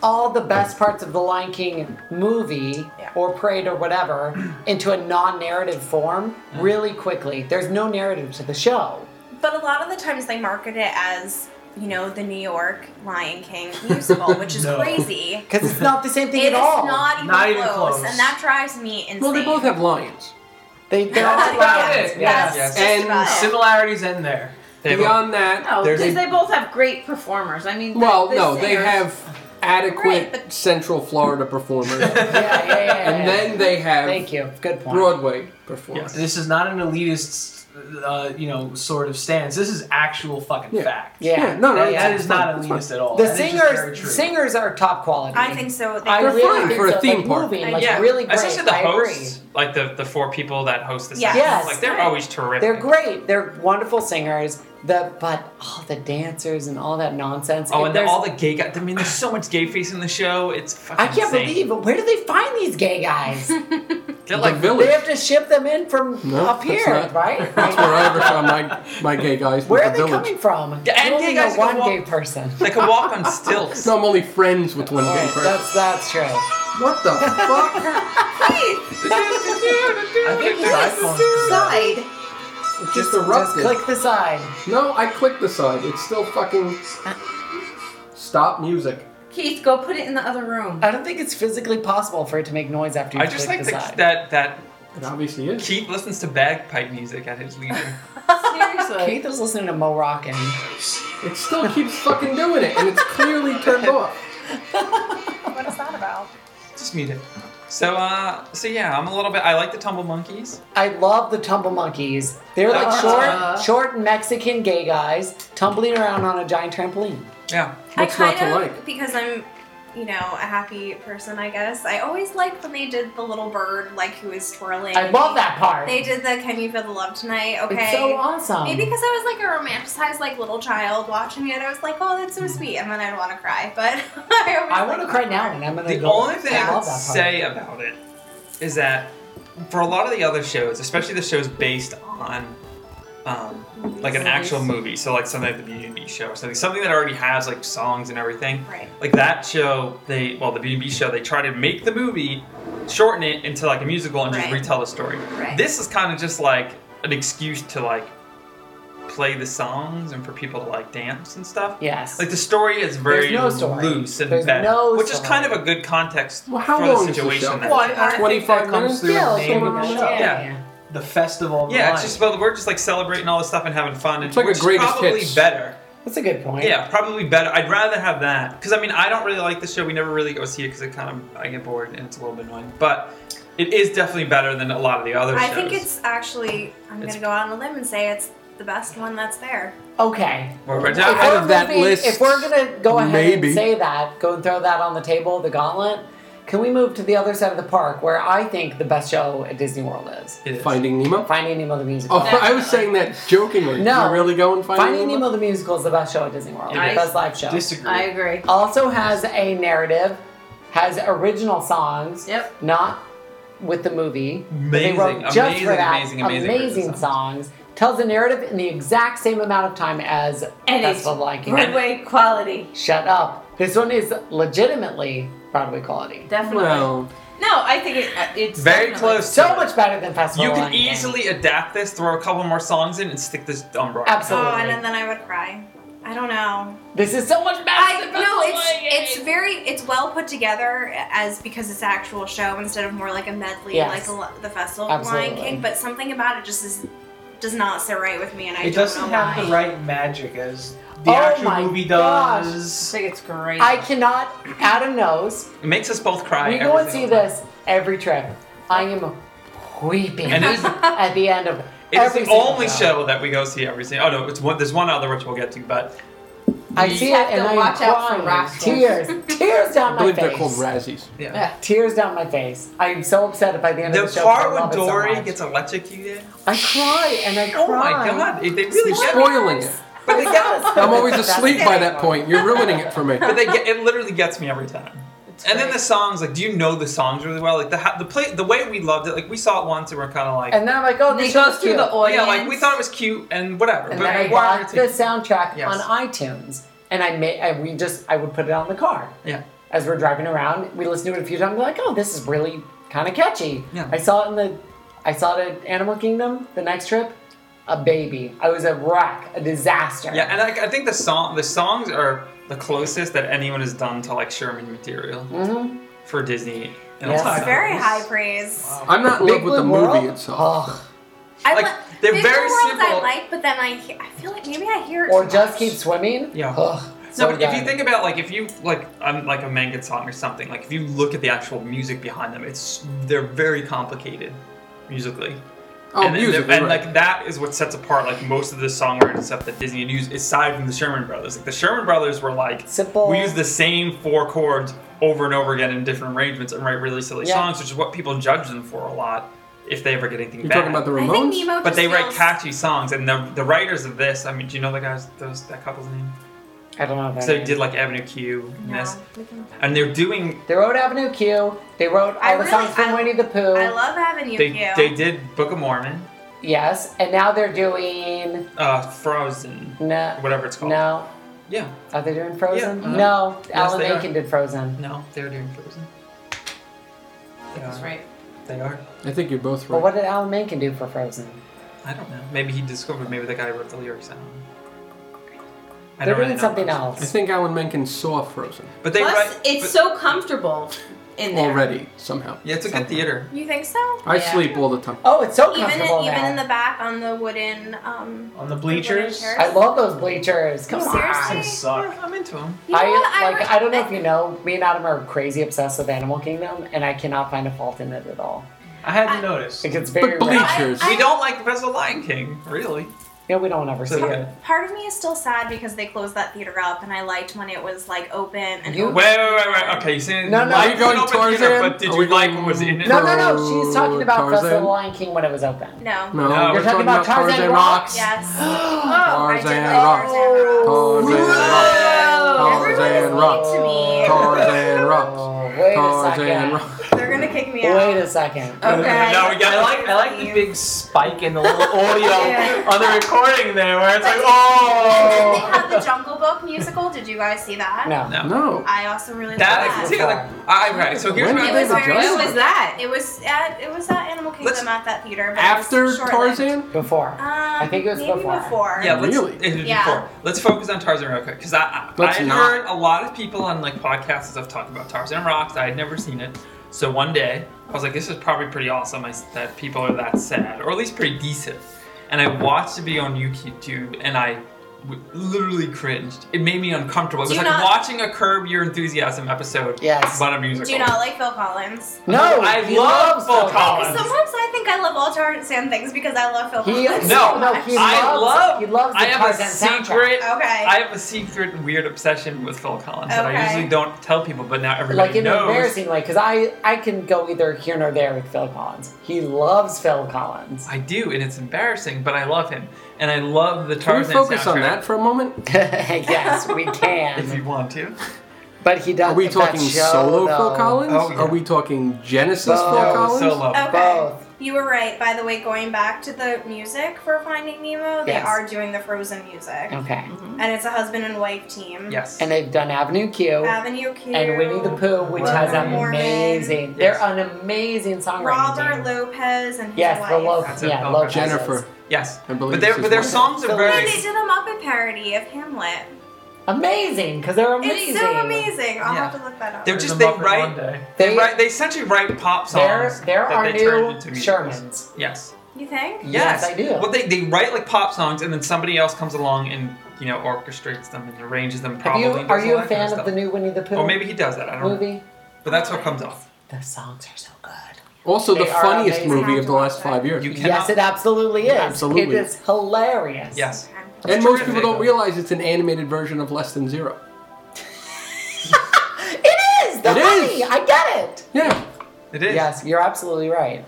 [SPEAKER 2] all the best parts of the Lion King movie
[SPEAKER 5] Yeah.
[SPEAKER 2] or parade or whatever into a non-narrative form really quickly. There's no narrative to the show.
[SPEAKER 5] But a lot of the times they market it as you know the New York Lion King musical, which is
[SPEAKER 6] No.
[SPEAKER 5] crazy.
[SPEAKER 2] Because it's not the same thing
[SPEAKER 5] It is
[SPEAKER 2] at all.
[SPEAKER 5] not even
[SPEAKER 6] Not even
[SPEAKER 5] close,
[SPEAKER 6] close.
[SPEAKER 5] and that drives me insane.
[SPEAKER 4] Well, they both
[SPEAKER 5] [laughs]
[SPEAKER 4] have lions.
[SPEAKER 2] they, they're all
[SPEAKER 6] That's about
[SPEAKER 2] lions.
[SPEAKER 6] it. Yes.
[SPEAKER 5] That's just
[SPEAKER 4] And
[SPEAKER 5] about it.
[SPEAKER 6] Similarities in there.
[SPEAKER 7] They will-
[SPEAKER 4] Beyond that,
[SPEAKER 3] No,
[SPEAKER 7] There's
[SPEAKER 3] because
[SPEAKER 7] a-
[SPEAKER 3] Oh, they both have great performers. I mean, the-
[SPEAKER 4] well,
[SPEAKER 3] the
[SPEAKER 4] no, they
[SPEAKER 3] singers-
[SPEAKER 4] have adequate
[SPEAKER 5] Right, but-
[SPEAKER 4] Central Florida performers, and
[SPEAKER 2] Yeah, yeah, yeah, yeah, yeah.
[SPEAKER 4] then they have
[SPEAKER 2] Thank you. Good point.
[SPEAKER 4] Broadway performers.
[SPEAKER 6] This is not an elitist, uh, you know, sort of stance. This is actual fucking
[SPEAKER 4] Yeah.
[SPEAKER 6] fact.
[SPEAKER 2] Yeah.
[SPEAKER 4] no, no,
[SPEAKER 6] That- that
[SPEAKER 4] it's
[SPEAKER 6] is
[SPEAKER 4] fine,
[SPEAKER 6] not
[SPEAKER 4] it's fine.
[SPEAKER 6] elitist at all.
[SPEAKER 2] The
[SPEAKER 6] That is just very
[SPEAKER 2] singers
[SPEAKER 6] true.
[SPEAKER 2] singers are top quality.
[SPEAKER 5] I think so. They-
[SPEAKER 2] I
[SPEAKER 4] They're
[SPEAKER 2] really
[SPEAKER 4] fine
[SPEAKER 2] think
[SPEAKER 4] for a
[SPEAKER 2] so.
[SPEAKER 4] theme
[SPEAKER 2] like
[SPEAKER 4] park.
[SPEAKER 2] Movie,
[SPEAKER 5] I-
[SPEAKER 2] like
[SPEAKER 5] yeah.
[SPEAKER 2] really great.
[SPEAKER 7] Especially the
[SPEAKER 2] I agree.
[SPEAKER 7] hosts, like the, the four people that host the
[SPEAKER 5] Yes.
[SPEAKER 7] sessions,
[SPEAKER 2] Yes.
[SPEAKER 7] like they're always terrific.
[SPEAKER 2] They're great. They're wonderful singers. The but all the dancers and all that nonsense.
[SPEAKER 7] Oh, and the,
[SPEAKER 2] there's-
[SPEAKER 7] all the gay guys. I mean, there's so much gay face in the show. It's fucking
[SPEAKER 2] I can't
[SPEAKER 7] insane.
[SPEAKER 2] believe it. Where do they find these gay
[SPEAKER 7] [laughs]
[SPEAKER 2] guys?
[SPEAKER 7] They're
[SPEAKER 4] The
[SPEAKER 7] like
[SPEAKER 4] village.
[SPEAKER 2] they have to ship them in from
[SPEAKER 4] No,
[SPEAKER 2] up
[SPEAKER 4] that's
[SPEAKER 2] here,
[SPEAKER 4] not-
[SPEAKER 2] right?
[SPEAKER 4] That's where I ever found my my gay guys.
[SPEAKER 2] Where are
[SPEAKER 4] was the
[SPEAKER 2] they
[SPEAKER 4] village.
[SPEAKER 2] coming from?
[SPEAKER 7] Yeah, and
[SPEAKER 2] you
[SPEAKER 7] gay
[SPEAKER 2] only
[SPEAKER 7] guys
[SPEAKER 2] know one
[SPEAKER 7] can walk-
[SPEAKER 2] gay person.
[SPEAKER 7] they could
[SPEAKER 2] [laughs]
[SPEAKER 7] walk on stilts.
[SPEAKER 4] No, I'm only friends with one gay
[SPEAKER 2] Right,
[SPEAKER 4] person.
[SPEAKER 2] Oh, that's that's true.
[SPEAKER 4] What the fuck?
[SPEAKER 6] I think his iPhone.
[SPEAKER 5] Side.
[SPEAKER 4] It just erupted.
[SPEAKER 2] click the side.
[SPEAKER 4] No, I clicked the side. It's still fucking. Stop music.
[SPEAKER 3] Keith, go put it in the
[SPEAKER 2] [laughs]
[SPEAKER 3] other room.
[SPEAKER 2] I don't think it's physically possible for it to make noise after you
[SPEAKER 7] I just
[SPEAKER 2] click
[SPEAKER 7] like
[SPEAKER 2] the
[SPEAKER 7] the,
[SPEAKER 2] side.
[SPEAKER 7] that that
[SPEAKER 4] It obviously is.
[SPEAKER 7] Keith listens to bagpipe music at his leisure.
[SPEAKER 3] Seriously.
[SPEAKER 2] Keith was listening to Mo Rockin.
[SPEAKER 4] It still keeps fucking doing it, and it's clearly
[SPEAKER 7] [laughs]
[SPEAKER 4] turned off.
[SPEAKER 5] What is that about?
[SPEAKER 7] Just mute it. So uh, so yeah, I'm a little bit. I like the tumble monkeys.
[SPEAKER 2] I love the tumble monkeys. They're like
[SPEAKER 3] Uh-huh.
[SPEAKER 2] short, short Mexican gay guys tumbling around on a giant trampoline.
[SPEAKER 7] Yeah.
[SPEAKER 4] What's
[SPEAKER 5] I
[SPEAKER 4] not
[SPEAKER 5] kind
[SPEAKER 4] to
[SPEAKER 5] of,
[SPEAKER 4] like?
[SPEAKER 5] Because I'm, you know, a happy person, I guess. I always liked when they did the little bird, like who was twirling.
[SPEAKER 2] I love that part.
[SPEAKER 5] They did the "Can You Feel the Love Tonight?" Okay.
[SPEAKER 2] It's so awesome.
[SPEAKER 5] Maybe because I was like a romanticized like little child watching it, I was like, "Oh, that's so sweet," and then I'd want to cry. [laughs] But I, always
[SPEAKER 2] Hmm. I want to
[SPEAKER 5] liked
[SPEAKER 2] cry
[SPEAKER 5] that
[SPEAKER 2] now,
[SPEAKER 5] part.
[SPEAKER 2] and I'm gonna.
[SPEAKER 7] The
[SPEAKER 2] go,
[SPEAKER 7] only thing I
[SPEAKER 2] love
[SPEAKER 7] would
[SPEAKER 2] that part.
[SPEAKER 7] say about it is that for a lot of the other shows, especially the shows based on um, like an actual movie, so like something like the Beauty and Beast show or something, something that already has like songs and everything.
[SPEAKER 5] Right.
[SPEAKER 7] Like that show, they well the Beauty and Beast show, they try to make the movie, shorten it into like a musical and just
[SPEAKER 5] Right.
[SPEAKER 7] retell the story.
[SPEAKER 5] Right.
[SPEAKER 7] This is kind of just like an excuse to like play the songs and for people to like dance and stuff.
[SPEAKER 2] Yes.
[SPEAKER 7] Like the story is very
[SPEAKER 2] There's no story.
[SPEAKER 7] loose and
[SPEAKER 2] There's
[SPEAKER 7] bad,
[SPEAKER 2] no
[SPEAKER 7] which is
[SPEAKER 2] story.
[SPEAKER 7] kind of a good context
[SPEAKER 4] Well, how
[SPEAKER 7] for
[SPEAKER 4] long is
[SPEAKER 7] the
[SPEAKER 4] the show?
[SPEAKER 7] situation. that-
[SPEAKER 2] One hour,
[SPEAKER 4] Twenty-five
[SPEAKER 6] comes
[SPEAKER 4] minutes.
[SPEAKER 6] through
[SPEAKER 2] Yeah,
[SPEAKER 6] the
[SPEAKER 2] it's
[SPEAKER 6] name
[SPEAKER 2] one
[SPEAKER 6] of the
[SPEAKER 2] hour.
[SPEAKER 6] show.
[SPEAKER 2] Yeah.
[SPEAKER 6] The festival. Of
[SPEAKER 7] yeah, it's
[SPEAKER 6] Light.
[SPEAKER 7] just well, we're just like celebrating all this stuff and having fun. And
[SPEAKER 4] It's like a
[SPEAKER 7] which is
[SPEAKER 4] greatest
[SPEAKER 7] probably
[SPEAKER 4] hits.
[SPEAKER 7] better.
[SPEAKER 2] That's a good point.
[SPEAKER 7] Yeah, probably better. I'd rather have that because I mean I don't really like the show. We never really go see it because it kind of I get bored and it's a little bit annoying. But it is definitely better than a lot of the other
[SPEAKER 5] I
[SPEAKER 7] shows.
[SPEAKER 5] think it's actually. I'm
[SPEAKER 7] It's-
[SPEAKER 5] gonna go out on a limb and say it's the best one that's there.
[SPEAKER 2] Okay.
[SPEAKER 7] Well, we're
[SPEAKER 2] If
[SPEAKER 7] done.
[SPEAKER 4] Out
[SPEAKER 2] we're
[SPEAKER 4] of that
[SPEAKER 2] moving-
[SPEAKER 4] list,
[SPEAKER 2] if we're gonna go ahead
[SPEAKER 4] maybe.
[SPEAKER 2] and say that, go and throw that on the table, the gauntlet. Can we move to the other side of the park, where I think the best show at Disney World is?
[SPEAKER 7] It is.
[SPEAKER 4] Finding Nemo.
[SPEAKER 2] Finding Nemo the musical.
[SPEAKER 4] Oh, I was saying that jokingly.
[SPEAKER 2] No.
[SPEAKER 4] You're really going Finding,
[SPEAKER 2] Finding Nemo the musical is the best show at Disney World.
[SPEAKER 3] It
[SPEAKER 2] the
[SPEAKER 3] is.
[SPEAKER 2] best live show.
[SPEAKER 6] disagree.
[SPEAKER 3] [laughs] I agree.
[SPEAKER 2] also has a narrative, has original songs.
[SPEAKER 3] Yep.
[SPEAKER 2] Not with the movie. but
[SPEAKER 7] Amazing,
[SPEAKER 2] they wrote just
[SPEAKER 7] amazing,
[SPEAKER 2] for that.
[SPEAKER 7] amazing, amazing original
[SPEAKER 2] songs. Tells a narrative in the exact same amount of time as
[SPEAKER 3] And it's
[SPEAKER 2] Festival of Liking.
[SPEAKER 3] Broadway quality.
[SPEAKER 2] Shut up. This one is legitimately Broadway quality.
[SPEAKER 3] Definitely.
[SPEAKER 4] Well,
[SPEAKER 3] No, I think it, uh, it's
[SPEAKER 7] very
[SPEAKER 3] definitely-
[SPEAKER 7] close. to
[SPEAKER 2] So
[SPEAKER 7] it.
[SPEAKER 2] much better than Festival
[SPEAKER 7] You
[SPEAKER 2] of
[SPEAKER 7] can
[SPEAKER 2] Lion King.
[SPEAKER 7] easily adapt this, throw a couple more songs in, and stick this umbrella.
[SPEAKER 2] Absolutely.
[SPEAKER 5] Oh, and then, then I would cry. I don't know.
[SPEAKER 2] This is so much better
[SPEAKER 5] I
[SPEAKER 2] than Festival
[SPEAKER 5] no,
[SPEAKER 2] of Lion King.
[SPEAKER 5] it's it's very it's well put together as because it's an actual show instead of more like a medley
[SPEAKER 2] Yes.
[SPEAKER 5] like a lo- the festival of Lion
[SPEAKER 2] Absolutely.
[SPEAKER 5] King. But something about it just is does not sit right with me, and I
[SPEAKER 6] it
[SPEAKER 5] don't
[SPEAKER 6] doesn't
[SPEAKER 5] know
[SPEAKER 6] have
[SPEAKER 5] why.
[SPEAKER 6] the right magic as the
[SPEAKER 2] Oh
[SPEAKER 6] actual
[SPEAKER 2] my
[SPEAKER 6] movie
[SPEAKER 2] gosh.
[SPEAKER 3] I
[SPEAKER 6] does.
[SPEAKER 3] think it's great.
[SPEAKER 2] I cannot, Adam knows,
[SPEAKER 7] It makes us both cry.
[SPEAKER 2] We
[SPEAKER 7] every
[SPEAKER 2] go and see
[SPEAKER 7] single time.
[SPEAKER 2] this every trip. I am weeping
[SPEAKER 7] And
[SPEAKER 2] [laughs]
[SPEAKER 7] it's-
[SPEAKER 2] at the end of
[SPEAKER 7] It's
[SPEAKER 2] every
[SPEAKER 7] the
[SPEAKER 2] single
[SPEAKER 7] only show that we go see every single. Oh no, it's one. There's one other which we'll get to, but
[SPEAKER 2] I
[SPEAKER 7] You
[SPEAKER 2] see it
[SPEAKER 3] have to
[SPEAKER 2] and I
[SPEAKER 3] watch out for
[SPEAKER 2] am crying.
[SPEAKER 3] rascals. [laughs]
[SPEAKER 2] Tears, tears
[SPEAKER 4] I
[SPEAKER 2] down my
[SPEAKER 4] believe they're called
[SPEAKER 2] face.
[SPEAKER 4] Razzies.
[SPEAKER 7] yeah.
[SPEAKER 3] Yeah.
[SPEAKER 2] Tears down my face. I am so upset by the end
[SPEAKER 7] The
[SPEAKER 2] of the show. 'cause I
[SPEAKER 7] part when
[SPEAKER 2] love it so
[SPEAKER 7] Dory
[SPEAKER 2] much.
[SPEAKER 7] gets electrocuted.
[SPEAKER 2] I cry and I cry.
[SPEAKER 7] Oh my god! They they really get me.
[SPEAKER 4] Spoiling it.
[SPEAKER 7] But they get,
[SPEAKER 4] I'm always
[SPEAKER 2] That's
[SPEAKER 4] asleep by that
[SPEAKER 2] terrible.
[SPEAKER 4] point. You're ruining
[SPEAKER 2] [laughs]
[SPEAKER 4] it for me.
[SPEAKER 7] but they get. It literally gets me every time.
[SPEAKER 3] It's
[SPEAKER 7] And then
[SPEAKER 3] great.
[SPEAKER 7] the songs, like, do you know the songs really well? Like the ha- the play, the way we loved it. Like we saw it once, and we're kind of like,
[SPEAKER 2] And then I'm like, oh,
[SPEAKER 3] And it
[SPEAKER 2] this
[SPEAKER 3] goes
[SPEAKER 2] is
[SPEAKER 3] through
[SPEAKER 2] cute.
[SPEAKER 3] the audience.
[SPEAKER 7] yeah, like we thought it was cute and whatever.
[SPEAKER 2] And
[SPEAKER 7] but
[SPEAKER 2] then I
[SPEAKER 7] like, why
[SPEAKER 2] bought
[SPEAKER 7] are
[SPEAKER 2] the
[SPEAKER 7] we taking-
[SPEAKER 2] soundtrack
[SPEAKER 7] Yes.
[SPEAKER 2] on iTunes, and I made, I, we just, I would put it on the car.
[SPEAKER 7] Yeah.
[SPEAKER 2] as we're driving around, we listened to it a few times. We're like, oh, this is really kind of catchy.
[SPEAKER 7] Yeah.
[SPEAKER 2] I saw it in the, I saw it at Animal Kingdom the next trip. A baby. I was a wreck, a disaster.
[SPEAKER 7] Yeah, and I, I think the song, the songs are the closest that anyone has done to like Sherman material for Disney. in a
[SPEAKER 2] Mm-hmm. Yes.
[SPEAKER 7] long
[SPEAKER 5] It's
[SPEAKER 7] time.
[SPEAKER 5] very high praise.
[SPEAKER 4] I'm not in love
[SPEAKER 2] Big
[SPEAKER 4] with the
[SPEAKER 2] Blue World?
[SPEAKER 4] movie itself.
[SPEAKER 2] Ugh.
[SPEAKER 5] I
[SPEAKER 7] Like,
[SPEAKER 5] li-
[SPEAKER 7] they're
[SPEAKER 5] Big Blue
[SPEAKER 7] very
[SPEAKER 5] Worlds I
[SPEAKER 7] simple.
[SPEAKER 5] like, but then I he- I feel like maybe I hear it
[SPEAKER 2] Or
[SPEAKER 5] too
[SPEAKER 2] just
[SPEAKER 5] much.
[SPEAKER 2] keep swimming.
[SPEAKER 7] Yeah.
[SPEAKER 2] Ugh, so
[SPEAKER 7] no, but if you
[SPEAKER 2] bad.
[SPEAKER 7] think about like if you like I'm like a Mangan song or something, like if you look at the actual music behind them, it's they're very complicated musically.
[SPEAKER 4] Oh,
[SPEAKER 7] and, and-
[SPEAKER 4] music.
[SPEAKER 7] and,
[SPEAKER 4] right.
[SPEAKER 7] like that is what sets apart like most of the songwriting stuff that Disney used aside from the Sherman Brothers. Like the Sherman Brothers were like
[SPEAKER 2] Simple.
[SPEAKER 7] we use the same four chords over and over again in different arrangements and write really silly
[SPEAKER 2] Yeah.
[SPEAKER 7] songs, which is what people judge them for a lot if they ever get anything
[SPEAKER 4] You're
[SPEAKER 7] bad.
[SPEAKER 4] talking about the
[SPEAKER 5] I think
[SPEAKER 4] Ramones?
[SPEAKER 5] Nemo.
[SPEAKER 7] but
[SPEAKER 5] just
[SPEAKER 7] they
[SPEAKER 5] feels,
[SPEAKER 7] write catchy songs, and the, the writers of this, I mean, do you know the guys, those that couple's name?
[SPEAKER 2] I don't know. That
[SPEAKER 7] So they did like Avenue Q and
[SPEAKER 5] No,
[SPEAKER 7] this,
[SPEAKER 5] we can-
[SPEAKER 7] and they're doing.
[SPEAKER 2] They wrote Avenue Q. They wrote all
[SPEAKER 5] I
[SPEAKER 2] the
[SPEAKER 5] really-
[SPEAKER 2] songs from
[SPEAKER 5] I-
[SPEAKER 2] Winnie the Pooh.
[SPEAKER 5] I love Avenue
[SPEAKER 7] They,
[SPEAKER 5] Q.
[SPEAKER 7] they did Book of Mormon,
[SPEAKER 2] yes, and now they're doing
[SPEAKER 7] uh, Frozen,
[SPEAKER 2] no,
[SPEAKER 7] whatever it's called.
[SPEAKER 2] no.
[SPEAKER 7] Yeah,
[SPEAKER 2] Are they doing Frozen?
[SPEAKER 7] Yeah.
[SPEAKER 2] No, Alan
[SPEAKER 7] they are.
[SPEAKER 2] Menken did Frozen.
[SPEAKER 7] no, they're doing Frozen. They
[SPEAKER 3] That's
[SPEAKER 7] are.
[SPEAKER 3] right.
[SPEAKER 7] They are.
[SPEAKER 4] I think you're both
[SPEAKER 2] But
[SPEAKER 4] right.
[SPEAKER 2] what did Alan Menken do for Frozen?
[SPEAKER 7] I don't know. Maybe he discovered. Maybe the guy who wrote the lyrics. I don't know. I
[SPEAKER 2] They're
[SPEAKER 7] don't really
[SPEAKER 2] doing
[SPEAKER 7] know.
[SPEAKER 2] something
[SPEAKER 4] I
[SPEAKER 2] else.
[SPEAKER 4] think Alan Menken saw Frozen
[SPEAKER 7] But they
[SPEAKER 3] Plus,
[SPEAKER 7] write.
[SPEAKER 3] it's
[SPEAKER 7] but-
[SPEAKER 3] so comfortable in there.
[SPEAKER 4] already somehow.
[SPEAKER 7] yeah, it's a
[SPEAKER 4] Somehow.
[SPEAKER 7] good theater.
[SPEAKER 5] You think so?
[SPEAKER 4] I
[SPEAKER 3] Yeah.
[SPEAKER 4] sleep all the time.
[SPEAKER 2] Oh, it's so
[SPEAKER 5] Even in,
[SPEAKER 2] comfortable
[SPEAKER 5] even
[SPEAKER 2] now.
[SPEAKER 5] in the back on the wooden. Um,
[SPEAKER 6] On the bleachers.
[SPEAKER 5] Bleachers.
[SPEAKER 2] I love those bleachers. Come
[SPEAKER 5] Oh, Seriously?
[SPEAKER 6] They
[SPEAKER 2] on.
[SPEAKER 6] suck.
[SPEAKER 7] Yeah, I'm into them.
[SPEAKER 5] you know
[SPEAKER 2] I
[SPEAKER 5] what?
[SPEAKER 2] like.
[SPEAKER 5] re-
[SPEAKER 2] I don't know if you know. Me and Adam are crazy obsessed with Animal Kingdom, and I cannot find a fault in it at all.
[SPEAKER 6] I hadn't noticed.
[SPEAKER 2] Like it's very.
[SPEAKER 4] But
[SPEAKER 2] rare.
[SPEAKER 4] bleachers.
[SPEAKER 5] I-
[SPEAKER 7] We don't like Res the Lion King, really.
[SPEAKER 2] Yeah, we don't ever
[SPEAKER 7] So,
[SPEAKER 2] see
[SPEAKER 7] yeah.
[SPEAKER 2] it.
[SPEAKER 5] Part of me is still sad because they closed that theater up, and I liked when it was like open and
[SPEAKER 2] You-
[SPEAKER 7] Wait, wait, wait, wait. Okay, you said
[SPEAKER 2] No, no.
[SPEAKER 7] like
[SPEAKER 2] Are you
[SPEAKER 7] it
[SPEAKER 4] going
[SPEAKER 7] open theater,
[SPEAKER 4] Tarzan?
[SPEAKER 7] But did
[SPEAKER 4] Are
[SPEAKER 7] you
[SPEAKER 4] we
[SPEAKER 7] like
[SPEAKER 4] going-
[SPEAKER 7] what was in it?
[SPEAKER 2] No, no, no. She's talking about Frozen
[SPEAKER 4] Tarzan?
[SPEAKER 2] the Lion King when it was open.
[SPEAKER 5] no.
[SPEAKER 4] No,
[SPEAKER 7] No,
[SPEAKER 4] we're,
[SPEAKER 7] we're
[SPEAKER 4] talking, about Tarzan, Rocks. Oh,
[SPEAKER 5] Yes.
[SPEAKER 4] [gasps]
[SPEAKER 5] Oh, I did
[SPEAKER 4] Tarzan
[SPEAKER 5] love
[SPEAKER 4] Rocks. Tarzan Rocks. Tarzan
[SPEAKER 5] Everyone
[SPEAKER 4] Rocks.
[SPEAKER 5] is mean to me.
[SPEAKER 4] Tarzan Rocks.
[SPEAKER 2] Oh, wait a
[SPEAKER 4] Tarzan
[SPEAKER 2] second.
[SPEAKER 4] Rocks.
[SPEAKER 5] They're gonna kick me out.
[SPEAKER 2] Wait a second.
[SPEAKER 5] Okay.
[SPEAKER 7] No, we got
[SPEAKER 6] I like I like the big spike in the little
[SPEAKER 5] [laughs]
[SPEAKER 2] [laughs]
[SPEAKER 6] audio
[SPEAKER 3] Yeah.
[SPEAKER 6] on the recording there, where it's like, oh.
[SPEAKER 5] They had the Jungle Book musical. Did you guys see that?
[SPEAKER 2] No.
[SPEAKER 7] No.
[SPEAKER 4] No.
[SPEAKER 5] I also really
[SPEAKER 7] That I
[SPEAKER 5] liked
[SPEAKER 7] can
[SPEAKER 5] that.
[SPEAKER 7] see. Like, I, okay, so here's
[SPEAKER 4] When
[SPEAKER 7] what
[SPEAKER 5] It
[SPEAKER 7] I
[SPEAKER 5] was
[SPEAKER 4] Wait,
[SPEAKER 5] very.
[SPEAKER 4] Jungle
[SPEAKER 3] What was that?
[SPEAKER 5] It was at it was at Animal Kingdom
[SPEAKER 7] Let's-
[SPEAKER 5] at that theater. But it was
[SPEAKER 4] After
[SPEAKER 5] short-lived.
[SPEAKER 4] Tarzan?
[SPEAKER 2] Before.
[SPEAKER 5] Um,
[SPEAKER 2] I think it was
[SPEAKER 5] maybe
[SPEAKER 2] before.
[SPEAKER 7] Yeah, let's,
[SPEAKER 4] Really?
[SPEAKER 7] it was
[SPEAKER 5] Yeah.
[SPEAKER 7] before. Let's focus on Tarzan real quick because I, I, I
[SPEAKER 4] Let's
[SPEAKER 7] had
[SPEAKER 4] not.
[SPEAKER 7] heard a lot of people on like podcasts and stuff talk about Tarzan Rocks. I had never seen it, so one day I was like, "This is probably pretty awesome I s that people are that sad, or at least pretty decent." And I watched the video on YouTube, and I w- literally cringed. It made me uncomfortable. It
[SPEAKER 5] Do
[SPEAKER 7] was like
[SPEAKER 5] not-
[SPEAKER 7] watching a Curb Your Enthusiasm episode,
[SPEAKER 5] Um,
[SPEAKER 2] Yes.
[SPEAKER 7] but a musical.
[SPEAKER 5] Do you not like Phil Collins?
[SPEAKER 2] No.
[SPEAKER 7] I
[SPEAKER 2] he
[SPEAKER 7] love
[SPEAKER 2] loves
[SPEAKER 7] Phil
[SPEAKER 2] Phil
[SPEAKER 7] Collins.
[SPEAKER 5] Sometimes I think I love all Tarzan things because I love Phil
[SPEAKER 2] He
[SPEAKER 5] Collins.
[SPEAKER 7] No,
[SPEAKER 2] no, he
[SPEAKER 7] I
[SPEAKER 2] loves,
[SPEAKER 7] love.
[SPEAKER 2] he loves the
[SPEAKER 7] I have
[SPEAKER 2] Tarzan
[SPEAKER 7] a
[SPEAKER 2] soundtrack.
[SPEAKER 7] secret.
[SPEAKER 5] Okay.
[SPEAKER 7] I have a secret weird obsession with Phil Collins that I
[SPEAKER 5] Okay.
[SPEAKER 7] usually don't tell people, but now everybody
[SPEAKER 2] Like in an
[SPEAKER 7] knows.
[SPEAKER 2] embarrassing way, because I I can go either here nor there with Phil Collins. He loves Phil Collins.
[SPEAKER 7] I do, and it's embarrassing, but I love him, and I love the
[SPEAKER 4] Can we
[SPEAKER 7] Tarzan
[SPEAKER 4] focus on
[SPEAKER 7] soundtrack.
[SPEAKER 4] that for a moment?
[SPEAKER 2] [laughs] yes,
[SPEAKER 7] [laughs]
[SPEAKER 2] we
[SPEAKER 7] If you
[SPEAKER 2] can.
[SPEAKER 7] want to,
[SPEAKER 2] But he does.
[SPEAKER 4] Are we
[SPEAKER 2] that
[SPEAKER 4] talking
[SPEAKER 2] show,
[SPEAKER 4] solo
[SPEAKER 2] though.
[SPEAKER 4] Phil Collins?
[SPEAKER 7] Oh, yeah.
[SPEAKER 4] Are we talking Genesis
[SPEAKER 2] No,
[SPEAKER 4] Phil
[SPEAKER 2] no,
[SPEAKER 4] Collins?
[SPEAKER 7] solo.
[SPEAKER 5] Okay.
[SPEAKER 2] Both.
[SPEAKER 5] You were right. By the way, going back to the music for Finding Nemo, they
[SPEAKER 2] Yes.
[SPEAKER 5] are doing the Frozen music,
[SPEAKER 2] Okay.
[SPEAKER 5] and it's a husband and wife team.
[SPEAKER 7] Yes.
[SPEAKER 2] And they've done Avenue Q
[SPEAKER 5] Avenue Q.
[SPEAKER 2] and Winnie the Pooh, which has
[SPEAKER 5] Wonder Woman,
[SPEAKER 2] amazing. They're an amazing songwriting.
[SPEAKER 5] Robert
[SPEAKER 2] team.
[SPEAKER 5] Lopez and his
[SPEAKER 2] Yes,
[SPEAKER 5] wife.
[SPEAKER 2] the love.
[SPEAKER 7] That's it,
[SPEAKER 2] Yeah,
[SPEAKER 7] Phil
[SPEAKER 2] love
[SPEAKER 7] Collins.
[SPEAKER 4] Jennifer.
[SPEAKER 7] yes,
[SPEAKER 4] I believe
[SPEAKER 7] but
[SPEAKER 4] Oh,
[SPEAKER 7] their
[SPEAKER 4] this is
[SPEAKER 7] but their
[SPEAKER 4] one.
[SPEAKER 7] songs are
[SPEAKER 2] Phil-
[SPEAKER 7] very.
[SPEAKER 5] And they did a Muppet parody of Hamlet.
[SPEAKER 2] Amazing, because they're amazing.
[SPEAKER 5] It's so amazing. I'll have
[SPEAKER 7] Yeah.
[SPEAKER 5] to look that up.
[SPEAKER 7] They're
[SPEAKER 6] There's
[SPEAKER 7] just
[SPEAKER 6] a
[SPEAKER 7] they
[SPEAKER 6] Muppet one
[SPEAKER 7] write,
[SPEAKER 6] day.
[SPEAKER 7] they
[SPEAKER 2] They-
[SPEAKER 7] write they essentially write pop
[SPEAKER 2] There,
[SPEAKER 7] songs.
[SPEAKER 2] there
[SPEAKER 7] that
[SPEAKER 2] are
[SPEAKER 7] they turn
[SPEAKER 2] new
[SPEAKER 7] into musicals.
[SPEAKER 2] Shermans.
[SPEAKER 7] Yes.
[SPEAKER 5] you think?
[SPEAKER 7] Yes,
[SPEAKER 2] I do.
[SPEAKER 7] Well, they, they write like pop songs, and then somebody else comes along and you know orchestrates them and arranges them.
[SPEAKER 2] Have
[SPEAKER 7] Probably
[SPEAKER 2] you,
[SPEAKER 7] does
[SPEAKER 2] are
[SPEAKER 7] all
[SPEAKER 2] you a
[SPEAKER 7] that kind
[SPEAKER 2] fan of the
[SPEAKER 7] stuff.
[SPEAKER 2] new Winnie the Pooh
[SPEAKER 7] Or maybe he does that. I don't. know.
[SPEAKER 2] movie?
[SPEAKER 7] But that's what comes off.
[SPEAKER 2] The songs are so good.
[SPEAKER 4] Also, the
[SPEAKER 2] They are
[SPEAKER 4] funniest
[SPEAKER 2] amazing.
[SPEAKER 4] movie of the last five years.
[SPEAKER 7] You-
[SPEAKER 2] Yes,
[SPEAKER 7] Cannot-
[SPEAKER 2] it absolutely is.
[SPEAKER 4] Absolutely.
[SPEAKER 2] It is hilarious.
[SPEAKER 7] Yes.
[SPEAKER 4] and most people don't
[SPEAKER 7] Terrific.
[SPEAKER 4] realize it's an animated version of Less Than Zero.
[SPEAKER 2] [laughs] It is! The
[SPEAKER 4] It
[SPEAKER 2] honey!
[SPEAKER 4] is.
[SPEAKER 2] I get it!
[SPEAKER 4] Yeah.
[SPEAKER 7] It is.
[SPEAKER 2] Yes, you're absolutely
[SPEAKER 7] [laughs]
[SPEAKER 2] right.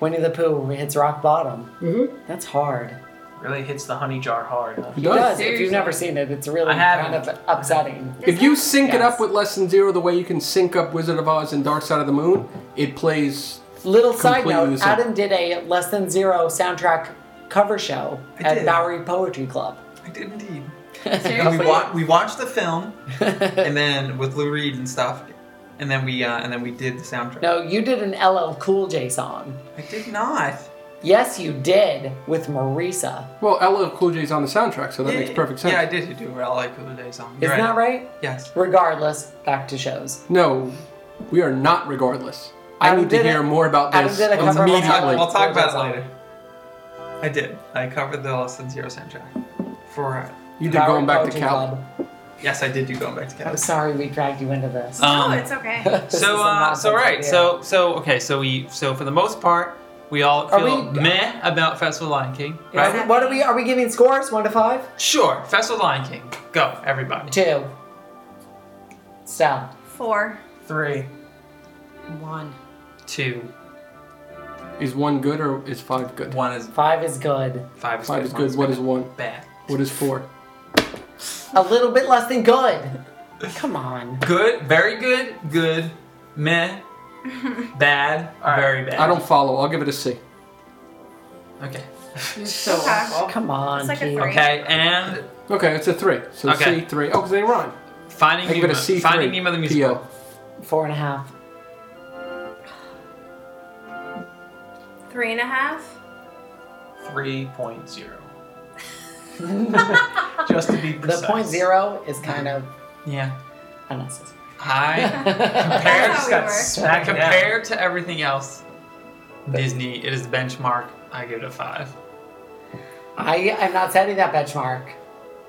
[SPEAKER 2] Winnie the Pooh hits rock bottom. Mm-hmm. That's hard.
[SPEAKER 6] Really hits the honey jar hard. Though.
[SPEAKER 4] It
[SPEAKER 2] It does.
[SPEAKER 4] does.
[SPEAKER 2] If you've never seen it, it's really
[SPEAKER 6] I haven't.
[SPEAKER 2] kind of upsetting.
[SPEAKER 4] If you sync it
[SPEAKER 2] Yes.
[SPEAKER 4] up with Less Than Zero the way you can sync up Wizard of Oz and Dark Side of the Moon, it plays.
[SPEAKER 2] Little side
[SPEAKER 4] Completely
[SPEAKER 2] note
[SPEAKER 4] the same.
[SPEAKER 2] Adam did a Less Than Zero soundtrack cover show
[SPEAKER 7] I
[SPEAKER 2] at
[SPEAKER 7] did.
[SPEAKER 2] Bowery Poetry Club.
[SPEAKER 7] I did indeed. And we
[SPEAKER 3] Seriously?
[SPEAKER 7] wa- we watched
[SPEAKER 2] [laughs]
[SPEAKER 7] the film, and then with Lou Reed and stuff, and then we uh, and then we did the soundtrack.
[SPEAKER 2] No, you did an LL Cool J song.
[SPEAKER 7] I did not.
[SPEAKER 2] Yes, you did with Marisa.
[SPEAKER 4] Well, LL Cool J's on the soundtrack, so that
[SPEAKER 7] yeah,
[SPEAKER 4] makes perfect sense.
[SPEAKER 7] Yeah, I did do a like Cool Day song.
[SPEAKER 2] Isn't that right?
[SPEAKER 7] Yes.
[SPEAKER 2] Regardless, back to shows.
[SPEAKER 4] No, we are not regardless. I
[SPEAKER 2] Adam
[SPEAKER 4] need to
[SPEAKER 2] did
[SPEAKER 4] hear
[SPEAKER 2] it.
[SPEAKER 4] more about
[SPEAKER 2] Adam
[SPEAKER 4] this
[SPEAKER 2] did a cover of Less Than
[SPEAKER 7] We'll talk,
[SPEAKER 4] immediately.
[SPEAKER 7] we'll
[SPEAKER 2] Cool
[SPEAKER 7] talk
[SPEAKER 2] Day
[SPEAKER 7] about it
[SPEAKER 2] song.
[SPEAKER 7] later. I did. I covered the Lost in Zero soundtrack for her.
[SPEAKER 4] You did
[SPEAKER 2] Bowery
[SPEAKER 4] going back to
[SPEAKER 2] Poetry
[SPEAKER 4] Cal.
[SPEAKER 2] Club.
[SPEAKER 7] Yes, I did do going back to
[SPEAKER 2] I'm
[SPEAKER 7] Cali.
[SPEAKER 2] sorry we dragged you into this.
[SPEAKER 5] No,
[SPEAKER 7] Um,
[SPEAKER 5] Oh, it's
[SPEAKER 2] [laughs]
[SPEAKER 5] okay.
[SPEAKER 2] This is a
[SPEAKER 7] [laughs] So uh, so
[SPEAKER 2] nonsense
[SPEAKER 7] right.
[SPEAKER 2] idea.
[SPEAKER 7] So so okay. So we so for the most part we all
[SPEAKER 2] Are
[SPEAKER 7] feel
[SPEAKER 2] we-
[SPEAKER 7] meh about Festival Lion King,
[SPEAKER 2] Are
[SPEAKER 7] right?
[SPEAKER 2] we- what are we? Are we giving scores? One to five?
[SPEAKER 7] Sure. Festival Lion King. Go everybody.
[SPEAKER 2] Two. So
[SPEAKER 5] Four.
[SPEAKER 6] Three.
[SPEAKER 3] One.
[SPEAKER 7] Two.
[SPEAKER 4] Is one good or is five good?
[SPEAKER 7] One is
[SPEAKER 2] five is good.
[SPEAKER 7] five is
[SPEAKER 4] Five
[SPEAKER 7] good.
[SPEAKER 4] is good. What is one?
[SPEAKER 7] bad?
[SPEAKER 4] What is four?
[SPEAKER 2] A little bit less than
[SPEAKER 3] [laughs]
[SPEAKER 2] good. Come on.
[SPEAKER 7] Good, very good, good,
[SPEAKER 5] [laughs]
[SPEAKER 7] meh, bad,
[SPEAKER 6] right.
[SPEAKER 7] very bad.
[SPEAKER 4] I don't follow. I'll give it a C.
[SPEAKER 7] Okay.
[SPEAKER 3] You're so
[SPEAKER 5] Okay.
[SPEAKER 3] awful.
[SPEAKER 2] Come on.
[SPEAKER 5] It's like a
[SPEAKER 2] Keith.
[SPEAKER 5] three.
[SPEAKER 7] Okay, and
[SPEAKER 4] Okay, it's a three. So C
[SPEAKER 7] Okay.
[SPEAKER 4] three. Oh, because they rhyme.
[SPEAKER 7] Finding
[SPEAKER 4] I give it
[SPEAKER 7] Nemo.
[SPEAKER 4] a C three.
[SPEAKER 7] Finding Nemo the musical.
[SPEAKER 4] PO.
[SPEAKER 2] Four and a half. [laughs]
[SPEAKER 5] Three and a half. [laughs]
[SPEAKER 6] Three point zero. just to be
[SPEAKER 2] The
[SPEAKER 6] precise.
[SPEAKER 2] point zero is kind of
[SPEAKER 7] Yeah.
[SPEAKER 3] [laughs]
[SPEAKER 2] unnecessary.
[SPEAKER 7] [laughs] Hi.
[SPEAKER 6] Compared, just
[SPEAKER 5] That's how we
[SPEAKER 6] got
[SPEAKER 5] work.
[SPEAKER 6] smacked down.
[SPEAKER 7] Compared to everything else, Disney, it is benchmark. I give it a five.
[SPEAKER 2] I am not setting that benchmark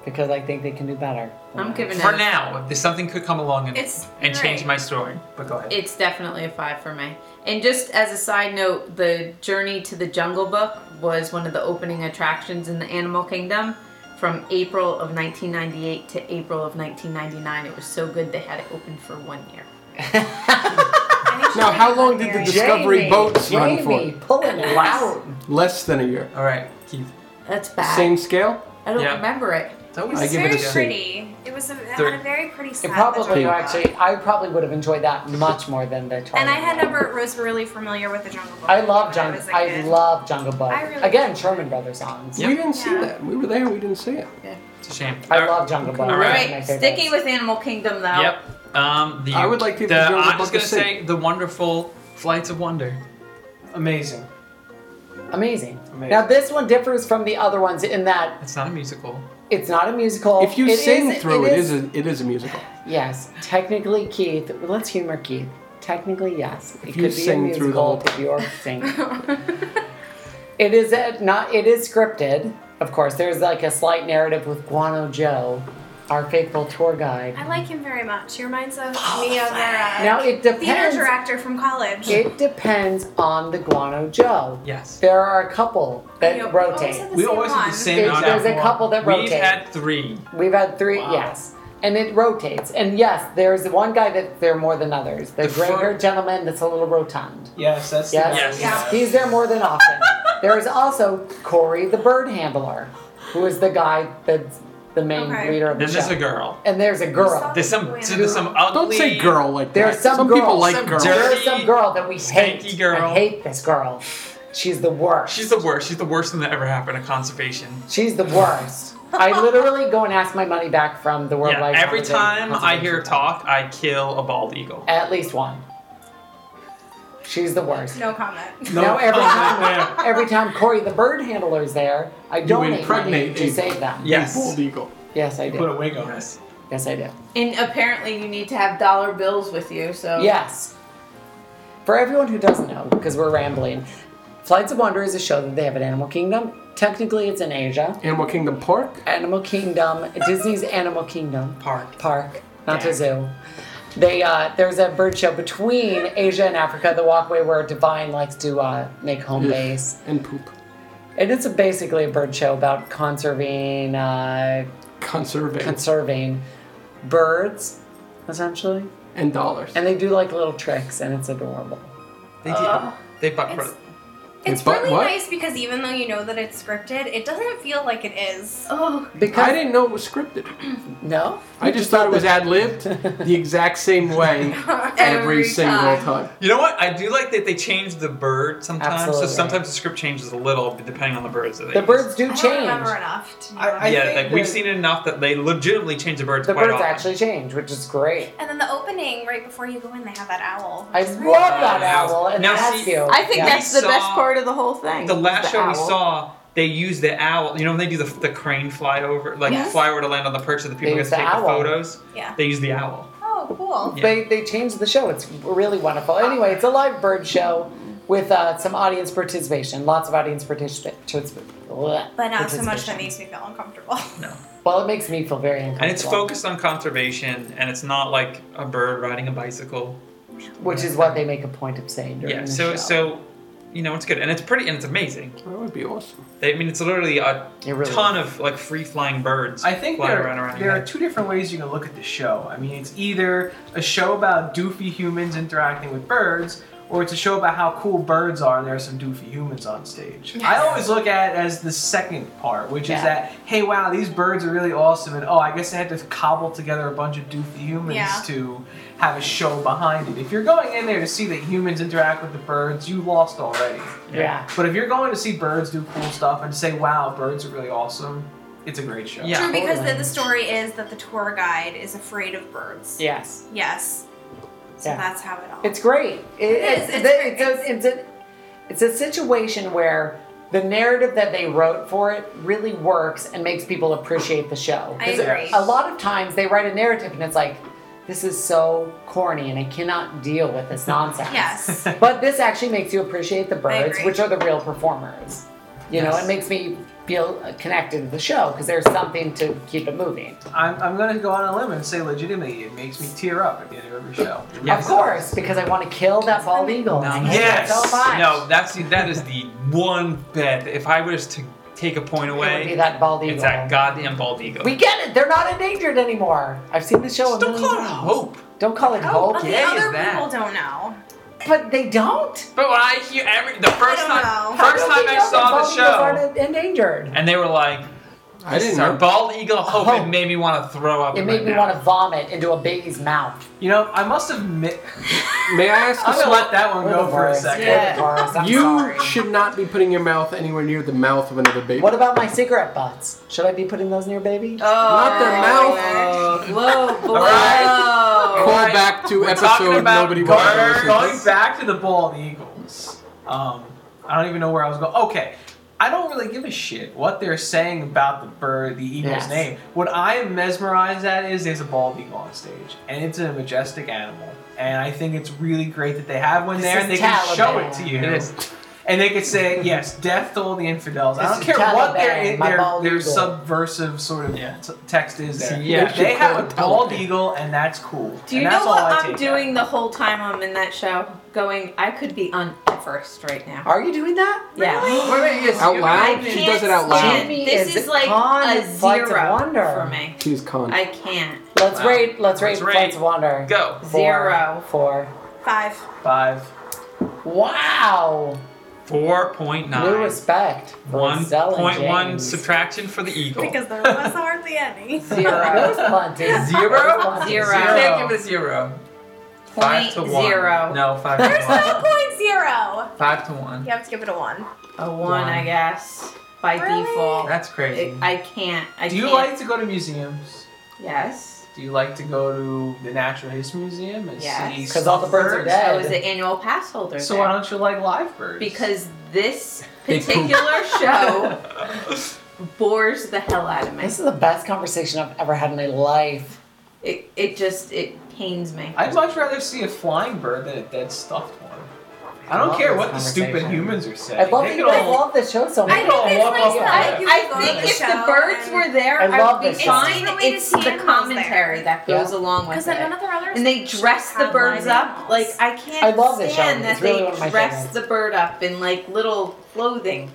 [SPEAKER 2] because I think they can do better.
[SPEAKER 3] I'm
[SPEAKER 2] [laughs]
[SPEAKER 3] giving
[SPEAKER 7] For
[SPEAKER 3] it.
[SPEAKER 7] now, if there's something could come along and,
[SPEAKER 5] It's
[SPEAKER 7] and change
[SPEAKER 5] right.
[SPEAKER 7] my story. But go ahead.
[SPEAKER 3] It's definitely a five for me. And just as a side note, the Journey to the Jungle Book was one of the opening attractions in the Animal Kingdom from April of 1998 to April of 1999. It was so good they had it open for one year.
[SPEAKER 5] I need you
[SPEAKER 4] Now,
[SPEAKER 5] to
[SPEAKER 4] how
[SPEAKER 5] get
[SPEAKER 4] long
[SPEAKER 5] out
[SPEAKER 4] did the
[SPEAKER 5] there.
[SPEAKER 4] dis- Discovery
[SPEAKER 2] Jamie,
[SPEAKER 4] boats run
[SPEAKER 2] Jamie,
[SPEAKER 4] for it.
[SPEAKER 2] pulling it out.
[SPEAKER 4] Less than a year.
[SPEAKER 7] All right, Keith.
[SPEAKER 3] That's bad.
[SPEAKER 4] Same scale?
[SPEAKER 3] I don't
[SPEAKER 7] Yeah.
[SPEAKER 3] remember it.
[SPEAKER 7] It's always
[SPEAKER 4] I
[SPEAKER 5] It's
[SPEAKER 4] give it
[SPEAKER 5] very
[SPEAKER 4] a C.
[SPEAKER 5] pretty. It was a, it had
[SPEAKER 7] Third.
[SPEAKER 5] a very pretty
[SPEAKER 2] It
[SPEAKER 5] side.
[SPEAKER 2] probably
[SPEAKER 4] Two.
[SPEAKER 2] actually, I probably would have enjoyed that much more than the.
[SPEAKER 5] And I
[SPEAKER 2] Charlie
[SPEAKER 5] had
[SPEAKER 2] Brown.
[SPEAKER 5] never was really familiar with the Jungle Book.
[SPEAKER 2] I love
[SPEAKER 5] when
[SPEAKER 2] Jungle.
[SPEAKER 5] was a
[SPEAKER 2] I
[SPEAKER 5] kid.
[SPEAKER 2] love Jungle Book.
[SPEAKER 5] I really
[SPEAKER 2] Again,
[SPEAKER 5] like
[SPEAKER 2] Sherman Brothers songs.
[SPEAKER 7] Yep.
[SPEAKER 4] We didn't see
[SPEAKER 5] Yeah.
[SPEAKER 4] that. We were there. We didn't see it.
[SPEAKER 7] it's a shame.
[SPEAKER 2] I love Jungle Book.
[SPEAKER 4] All
[SPEAKER 3] All
[SPEAKER 2] It's one of
[SPEAKER 3] right,
[SPEAKER 2] my favorites.
[SPEAKER 3] sticking with Animal Kingdom though.
[SPEAKER 7] Yep. Um, the,
[SPEAKER 4] I would like people
[SPEAKER 7] the,
[SPEAKER 4] to be able to
[SPEAKER 7] I'm
[SPEAKER 4] book
[SPEAKER 7] just
[SPEAKER 4] a
[SPEAKER 7] gonna
[SPEAKER 4] seat.
[SPEAKER 7] say the wonderful flights of wonder.
[SPEAKER 6] Amazing.
[SPEAKER 2] Amazing.
[SPEAKER 6] Amazing.
[SPEAKER 2] Now this one differs from the other ones in that
[SPEAKER 7] It's not a musical.
[SPEAKER 2] it's not a musical.
[SPEAKER 4] If you
[SPEAKER 2] It
[SPEAKER 4] sing
[SPEAKER 2] is-
[SPEAKER 4] through it, is a, it is a musical.
[SPEAKER 2] Yes, technically, Keith. Let's humor Keith. Technically, yes. It could
[SPEAKER 4] If you
[SPEAKER 2] be a
[SPEAKER 4] sing through the whole
[SPEAKER 2] musical if you're singing.
[SPEAKER 4] [laughs]
[SPEAKER 2] it is a, not. It is scripted, of course. There's like a slight narrative with Guano Joe, our faithful tour guide.
[SPEAKER 5] I like him very much. He reminds of
[SPEAKER 4] Oh,
[SPEAKER 5] me of our
[SPEAKER 2] Now
[SPEAKER 5] uh,
[SPEAKER 2] it
[SPEAKER 5] theater
[SPEAKER 2] depends.
[SPEAKER 5] director from college.
[SPEAKER 2] It depends on the Guano Joe.
[SPEAKER 7] Yes.
[SPEAKER 2] There are a couple that
[SPEAKER 5] You know,
[SPEAKER 2] rotate.
[SPEAKER 5] had the
[SPEAKER 7] We
[SPEAKER 5] same
[SPEAKER 7] always have
[SPEAKER 5] one.
[SPEAKER 7] the same
[SPEAKER 2] There-
[SPEAKER 7] amount
[SPEAKER 2] there's a couple that
[SPEAKER 7] We've
[SPEAKER 2] rotate.
[SPEAKER 7] had three.
[SPEAKER 2] We've had three,
[SPEAKER 7] Wow.
[SPEAKER 2] yes. And it rotates. And yes, there's one guy that they're more than others. The,
[SPEAKER 7] The
[SPEAKER 2] gray haired
[SPEAKER 7] front-
[SPEAKER 2] gentleman that's a little rotund.
[SPEAKER 6] Yes, that's the
[SPEAKER 2] Yes?
[SPEAKER 7] Yes.
[SPEAKER 5] Yeah.
[SPEAKER 2] He's there more than often. there is also Corey the bird handler, who is the guy that's the main
[SPEAKER 5] Okay.
[SPEAKER 2] leader of
[SPEAKER 7] Then
[SPEAKER 2] the
[SPEAKER 7] there's
[SPEAKER 2] show.
[SPEAKER 7] a girl.
[SPEAKER 2] And there's a girl.
[SPEAKER 7] There's some. So there's some ugly.
[SPEAKER 4] Don't say girl like
[SPEAKER 2] There's
[SPEAKER 4] that.
[SPEAKER 2] some,
[SPEAKER 4] people
[SPEAKER 2] girl-
[SPEAKER 4] like
[SPEAKER 2] some-
[SPEAKER 4] girls.
[SPEAKER 2] There's some girl that we
[SPEAKER 7] skanky
[SPEAKER 2] hate.
[SPEAKER 7] girl.
[SPEAKER 2] I hate this girl. She's the worst.
[SPEAKER 7] She's the worst. She's the worst thing that ever happened to conservation.
[SPEAKER 2] She's the worst. I literally go and ask my money back from the World
[SPEAKER 7] yeah.
[SPEAKER 2] Wildlife
[SPEAKER 7] Every
[SPEAKER 2] Conservation-
[SPEAKER 7] time I hear her
[SPEAKER 2] Conservation
[SPEAKER 7] talk, I kill a bald eagle.
[SPEAKER 2] At least one. She's the worst.
[SPEAKER 5] No comment.
[SPEAKER 6] No.
[SPEAKER 2] Now every
[SPEAKER 6] Yeah.
[SPEAKER 2] time, every time Corey the bird handler's there, I donate money
[SPEAKER 4] impregnate
[SPEAKER 2] to
[SPEAKER 4] people.
[SPEAKER 2] save them.
[SPEAKER 7] Yes.
[SPEAKER 4] Bald eagle.
[SPEAKER 2] Yes, I
[SPEAKER 6] Put a
[SPEAKER 2] do.
[SPEAKER 6] wig on.
[SPEAKER 7] Yes.
[SPEAKER 2] Yes, I do.
[SPEAKER 3] And apparently you need to have dollar bills with you, so
[SPEAKER 2] Yes. For everyone who doesn't know, because we're rambling, Flights of Wonder is a show that they have at Animal Kingdom. Technically, it's in Asia.
[SPEAKER 4] Animal Kingdom Park.
[SPEAKER 2] Animal Kingdom, Disney's Animal Kingdom
[SPEAKER 7] Park.
[SPEAKER 2] Park, not
[SPEAKER 7] Yeah.
[SPEAKER 2] the zoo. They uh, there's a bird show between Asia and Africa, the walkway where Divine likes to uh, make home base.
[SPEAKER 4] And poop.
[SPEAKER 2] And it's a, basically a bird show about conserving, uh,
[SPEAKER 4] Conserving.
[SPEAKER 2] conserving birds, essentially.
[SPEAKER 4] and dollars.
[SPEAKER 2] And they do like little tricks, and it's adorable.
[SPEAKER 7] They did. they butt.
[SPEAKER 5] Uh, it's-
[SPEAKER 7] bro-
[SPEAKER 5] It's
[SPEAKER 4] but
[SPEAKER 5] really
[SPEAKER 4] what?
[SPEAKER 5] nice because even though you know that it's scripted, it doesn't feel like it is. [laughs]
[SPEAKER 3] Oh,
[SPEAKER 2] Because
[SPEAKER 4] I didn't know it was scripted.
[SPEAKER 2] no, [laughs]
[SPEAKER 4] I just thought it was ad libbed the exact same way every,
[SPEAKER 3] Every
[SPEAKER 4] single
[SPEAKER 3] time.
[SPEAKER 4] time.
[SPEAKER 7] You know what? I do like that they change the bird sometimes.
[SPEAKER 2] Absolutely.
[SPEAKER 7] So sometimes the script changes a little depending on the birds. That they
[SPEAKER 2] the
[SPEAKER 7] use.
[SPEAKER 2] birds do
[SPEAKER 5] I don't
[SPEAKER 2] change.
[SPEAKER 5] remember enough to know.
[SPEAKER 6] I- I-
[SPEAKER 7] yeah,
[SPEAKER 6] think
[SPEAKER 7] like we've
[SPEAKER 6] that-
[SPEAKER 7] seen it enough that they legitimately change the birds
[SPEAKER 2] The
[SPEAKER 7] quite
[SPEAKER 2] birds
[SPEAKER 7] often.
[SPEAKER 2] actually change, which is great.
[SPEAKER 5] and then the opening, right before you go in, they have that owl.
[SPEAKER 2] I love that owl and
[SPEAKER 7] Now,
[SPEAKER 2] the
[SPEAKER 7] see,
[SPEAKER 2] Askew.
[SPEAKER 3] I think
[SPEAKER 2] Yeah.
[SPEAKER 3] that's the
[SPEAKER 7] We
[SPEAKER 3] best
[SPEAKER 7] saw-
[SPEAKER 3] part of the whole thing.
[SPEAKER 7] the last
[SPEAKER 3] is
[SPEAKER 7] show we
[SPEAKER 3] owl.
[SPEAKER 7] saw, they use the owl. You know when they do the, the crane fly over, like
[SPEAKER 5] Yes.
[SPEAKER 7] fly over to land on the perch so the people
[SPEAKER 2] They
[SPEAKER 7] get
[SPEAKER 2] use the
[SPEAKER 7] to take
[SPEAKER 2] owl.
[SPEAKER 7] the photos.
[SPEAKER 5] Yeah.
[SPEAKER 7] They use the owl.
[SPEAKER 5] Oh, cool.
[SPEAKER 7] Yeah.
[SPEAKER 2] They, they changed the show. It's really wonderful. Anyway, it's a live bird show with uh, some audience participation. Lots of audience participation.
[SPEAKER 5] But not so much that makes me feel uncomfortable. [laughs]
[SPEAKER 7] No,
[SPEAKER 2] Well, it makes me feel very uncomfortable.
[SPEAKER 7] and it's focused on conservation, and it's not like a bird riding a bicycle.
[SPEAKER 2] Which is what they make a point of saying during
[SPEAKER 7] yeah.
[SPEAKER 2] the
[SPEAKER 7] So
[SPEAKER 2] show.
[SPEAKER 7] so, you know it's good, and it's pretty, and it's amazing.
[SPEAKER 4] That would be awesome.
[SPEAKER 7] They, I mean, it's literally a
[SPEAKER 2] It really
[SPEAKER 7] ton of like free flying birds.
[SPEAKER 6] I think
[SPEAKER 7] flying
[SPEAKER 6] there,
[SPEAKER 7] around around
[SPEAKER 6] there
[SPEAKER 7] your
[SPEAKER 6] are
[SPEAKER 7] head.
[SPEAKER 6] two different ways you can look at the show. I mean, it's either a show about doofy humans interacting with birds, or it's a show about how cool birds are. and There are some doofy humans on stage. I always look at it as the second part, which
[SPEAKER 2] Yeah.
[SPEAKER 6] is that hey, wow, these birds are really awesome, and oh, I guess I had to cobble together a bunch of doofy humans
[SPEAKER 5] Yeah.
[SPEAKER 6] to have a show behind it. If you're going in there to see that humans interact with the birds, you lost already.
[SPEAKER 2] Yeah.
[SPEAKER 6] But if you're going to see birds do cool stuff and say, wow, birds are really awesome, it's a great show.
[SPEAKER 7] Yeah.
[SPEAKER 5] True, because the,
[SPEAKER 2] totally.
[SPEAKER 5] the story is that the tour guide is afraid of birds.
[SPEAKER 2] Yes.
[SPEAKER 5] Yes. So
[SPEAKER 2] Yeah.
[SPEAKER 5] that's how it all.
[SPEAKER 2] It's great. It,
[SPEAKER 5] It is.
[SPEAKER 2] It's,
[SPEAKER 5] It's
[SPEAKER 2] it's,
[SPEAKER 5] great.
[SPEAKER 2] a, it's, a, it's a situation where the narrative that they wrote for it really works and makes people appreciate the show.
[SPEAKER 5] I agree.
[SPEAKER 2] A lot of times they write a narrative and it's like, this is so corny and I cannot deal with this nonsense.
[SPEAKER 5] [laughs]
[SPEAKER 7] [laughs]
[SPEAKER 2] [laughs]
[SPEAKER 5] Yes. Oh,
[SPEAKER 2] But this actually makes you appreciate the birds,
[SPEAKER 5] agree.
[SPEAKER 2] which are the real performers. You know, it makes me feel connected to the show because there's something to keep it moving.
[SPEAKER 6] I'm, I'm going to go on a limb and say legitimately it makes me tear up at the end of every show.
[SPEAKER 2] Of course, because I want to kill that bald eagle. and I hate it
[SPEAKER 7] Yes.
[SPEAKER 2] so much.
[SPEAKER 7] No, that's the, that is the one bed. If I was to take a point
[SPEAKER 2] It would be
[SPEAKER 7] away,
[SPEAKER 2] that bald eagle.
[SPEAKER 7] it's that goddamn bald eagle.
[SPEAKER 2] We get it. They're not endangered anymore. I've seen the show.
[SPEAKER 7] Just
[SPEAKER 2] a
[SPEAKER 7] don't
[SPEAKER 2] million
[SPEAKER 7] call it
[SPEAKER 2] times.
[SPEAKER 7] hope.
[SPEAKER 2] Don't call it
[SPEAKER 5] Oh,
[SPEAKER 2] hope.
[SPEAKER 5] but the
[SPEAKER 7] gay is
[SPEAKER 5] other
[SPEAKER 7] that?
[SPEAKER 5] people don't know.
[SPEAKER 2] But they don't.
[SPEAKER 7] But when I hear every the first
[SPEAKER 5] don't
[SPEAKER 7] time,
[SPEAKER 5] know.
[SPEAKER 2] How
[SPEAKER 7] first
[SPEAKER 2] do
[SPEAKER 7] time
[SPEAKER 2] they
[SPEAKER 7] I
[SPEAKER 2] know that
[SPEAKER 7] saw the
[SPEAKER 2] bald eagles
[SPEAKER 7] show,
[SPEAKER 2] aren't endangered.
[SPEAKER 7] and they were like,
[SPEAKER 4] I didn't
[SPEAKER 7] "Our
[SPEAKER 4] know.
[SPEAKER 7] bald eagle hope,"
[SPEAKER 2] Hope.
[SPEAKER 7] it made me want to throw up.
[SPEAKER 2] It
[SPEAKER 7] in
[SPEAKER 2] made
[SPEAKER 7] my
[SPEAKER 2] me
[SPEAKER 7] mouth.
[SPEAKER 2] want to vomit into a baby's mouth.
[SPEAKER 6] You know, I must have. Mi-
[SPEAKER 4] May I ask
[SPEAKER 6] I'm
[SPEAKER 4] a
[SPEAKER 6] going to let
[SPEAKER 4] slut?
[SPEAKER 6] that one
[SPEAKER 2] We're
[SPEAKER 6] go
[SPEAKER 2] the
[SPEAKER 6] for a
[SPEAKER 2] worst.
[SPEAKER 6] second.
[SPEAKER 2] We're the
[SPEAKER 3] Yeah.
[SPEAKER 2] worst. I'm
[SPEAKER 4] You
[SPEAKER 2] sorry.
[SPEAKER 4] should not be putting your mouth anywhere near the mouth of another baby.
[SPEAKER 2] What about my cigarette butts? Should I be putting those in your baby?
[SPEAKER 3] Oh,
[SPEAKER 4] Not their mouth.
[SPEAKER 3] Whoa, boy.
[SPEAKER 4] Call
[SPEAKER 3] Whoa.
[SPEAKER 4] back to
[SPEAKER 7] talking
[SPEAKER 4] episode
[SPEAKER 7] about
[SPEAKER 4] nobody
[SPEAKER 7] Gar-
[SPEAKER 4] wants to listen
[SPEAKER 6] Going,
[SPEAKER 4] to.
[SPEAKER 6] going back to the bald eagles, um, I don't even know where I was going. Okay, I don't really give a shit what they're saying about the bird, the eagle's
[SPEAKER 2] Yes.
[SPEAKER 6] name. What I am mesmerized at is there's a bald eagle on stage, and it's a majestic animal, and I think it's really great that they have one
[SPEAKER 2] This
[SPEAKER 6] there
[SPEAKER 2] is
[SPEAKER 6] and they can show it
[SPEAKER 2] Taliban.
[SPEAKER 6] to you.
[SPEAKER 7] It is.
[SPEAKER 6] And they could say, yes, death to all the infidels. I
[SPEAKER 2] This
[SPEAKER 6] don't
[SPEAKER 2] is
[SPEAKER 6] care what their,
[SPEAKER 2] Taliban, my
[SPEAKER 6] their,
[SPEAKER 2] bald
[SPEAKER 6] their
[SPEAKER 2] eagle.
[SPEAKER 6] subversive sort of
[SPEAKER 7] Yeah.
[SPEAKER 6] t- text is there.
[SPEAKER 7] Yeah.
[SPEAKER 6] They
[SPEAKER 4] Should call
[SPEAKER 6] have a
[SPEAKER 4] it
[SPEAKER 6] bald
[SPEAKER 4] Taliban.
[SPEAKER 6] eagle, and that's cool.
[SPEAKER 3] Do you
[SPEAKER 6] And
[SPEAKER 3] know
[SPEAKER 6] that's all I
[SPEAKER 3] what I'm
[SPEAKER 6] take
[SPEAKER 3] doing the whole time I'm in that show? Going, I could be on Everest right now.
[SPEAKER 2] Are you doing that?
[SPEAKER 3] Yeah.
[SPEAKER 7] Wait, wait, yes,
[SPEAKER 4] Out
[SPEAKER 7] you-
[SPEAKER 4] loud?
[SPEAKER 3] I
[SPEAKER 4] She
[SPEAKER 3] can't
[SPEAKER 4] does it out
[SPEAKER 3] stand-
[SPEAKER 4] loud.
[SPEAKER 2] Jamie
[SPEAKER 3] This
[SPEAKER 2] is
[SPEAKER 3] is like
[SPEAKER 2] on
[SPEAKER 3] a
[SPEAKER 2] Flights of
[SPEAKER 3] zero
[SPEAKER 2] Wonder.
[SPEAKER 3] for me.
[SPEAKER 4] She's con.
[SPEAKER 3] I can't.
[SPEAKER 2] Let's
[SPEAKER 7] Wow.
[SPEAKER 2] rate. Let's rate
[SPEAKER 7] Let's rate.
[SPEAKER 2] Flights of Wonder.
[SPEAKER 7] Go.
[SPEAKER 2] Four,
[SPEAKER 3] Zero.
[SPEAKER 2] Four.
[SPEAKER 5] Five.
[SPEAKER 6] Five.
[SPEAKER 2] Wow.
[SPEAKER 7] Four point
[SPEAKER 2] New
[SPEAKER 7] nine.
[SPEAKER 2] respect. for
[SPEAKER 7] One
[SPEAKER 2] Zell and
[SPEAKER 7] point one
[SPEAKER 2] James.
[SPEAKER 7] subtraction for the eagle.
[SPEAKER 5] Because there was
[SPEAKER 7] [laughs]
[SPEAKER 5] hardly any.
[SPEAKER 2] There was
[SPEAKER 7] Zero.
[SPEAKER 2] plenty. There
[SPEAKER 7] Zero?
[SPEAKER 2] was plenty.
[SPEAKER 3] Zero.
[SPEAKER 7] You can't give it a zero. Five
[SPEAKER 3] Point
[SPEAKER 7] to one.
[SPEAKER 3] zero.
[SPEAKER 7] No,
[SPEAKER 5] [laughs]
[SPEAKER 7] five
[SPEAKER 5] There's
[SPEAKER 7] to
[SPEAKER 5] no
[SPEAKER 7] one.
[SPEAKER 5] point zero.
[SPEAKER 7] Five to one.
[SPEAKER 5] You have to give it a one.
[SPEAKER 3] A one, I guess, by
[SPEAKER 5] Really?
[SPEAKER 3] default.
[SPEAKER 7] That's crazy.
[SPEAKER 3] It- I can't. I
[SPEAKER 6] Do you
[SPEAKER 3] can't.
[SPEAKER 6] like to go to museums?
[SPEAKER 3] Yes.
[SPEAKER 6] Do you like to go to the Natural History Museum and
[SPEAKER 3] Yes.
[SPEAKER 6] see?
[SPEAKER 2] 'Cause all the birds are dead.
[SPEAKER 3] I was an annual pass holder.
[SPEAKER 6] So
[SPEAKER 3] there.
[SPEAKER 6] why don't you like live birds?
[SPEAKER 3] because this
[SPEAKER 4] They poop.
[SPEAKER 3] particular show bores the hell out of me.
[SPEAKER 2] This is the best conversation I've ever had in my life.
[SPEAKER 3] It, it just it pains me.
[SPEAKER 6] I'd much rather see a flying bird than a dead stuffed one. I
[SPEAKER 2] love
[SPEAKER 6] don't care
[SPEAKER 2] this
[SPEAKER 6] what the stupid
[SPEAKER 2] conversation.
[SPEAKER 6] humans are saying.
[SPEAKER 2] I love
[SPEAKER 6] They
[SPEAKER 2] that
[SPEAKER 6] could
[SPEAKER 2] you guys
[SPEAKER 6] all-
[SPEAKER 2] love this show so
[SPEAKER 5] I
[SPEAKER 2] much.
[SPEAKER 5] think
[SPEAKER 6] don't
[SPEAKER 5] it's
[SPEAKER 6] want
[SPEAKER 5] nice
[SPEAKER 6] one.
[SPEAKER 5] that you
[SPEAKER 3] I
[SPEAKER 5] can go to
[SPEAKER 3] think
[SPEAKER 5] the
[SPEAKER 3] if
[SPEAKER 5] show
[SPEAKER 3] the birds
[SPEAKER 5] and-
[SPEAKER 3] were there,
[SPEAKER 2] I love
[SPEAKER 3] I would
[SPEAKER 2] this
[SPEAKER 3] be
[SPEAKER 2] show. It's
[SPEAKER 3] fine.
[SPEAKER 5] the way to
[SPEAKER 3] It's
[SPEAKER 5] see
[SPEAKER 3] the
[SPEAKER 5] animals
[SPEAKER 3] commentary
[SPEAKER 5] there.
[SPEAKER 3] that goes along
[SPEAKER 5] [laughs]
[SPEAKER 3] with
[SPEAKER 5] Because then none
[SPEAKER 3] it.
[SPEAKER 5] of their others.
[SPEAKER 3] And they dress the
[SPEAKER 5] have
[SPEAKER 3] birds
[SPEAKER 5] live
[SPEAKER 3] up.
[SPEAKER 5] animals.
[SPEAKER 3] Like I can't
[SPEAKER 2] I love this show.
[SPEAKER 3] stand
[SPEAKER 2] It's
[SPEAKER 3] that
[SPEAKER 2] really
[SPEAKER 3] they
[SPEAKER 2] one of my
[SPEAKER 3] dress
[SPEAKER 2] favorites.
[SPEAKER 3] the bird up in like little clothing.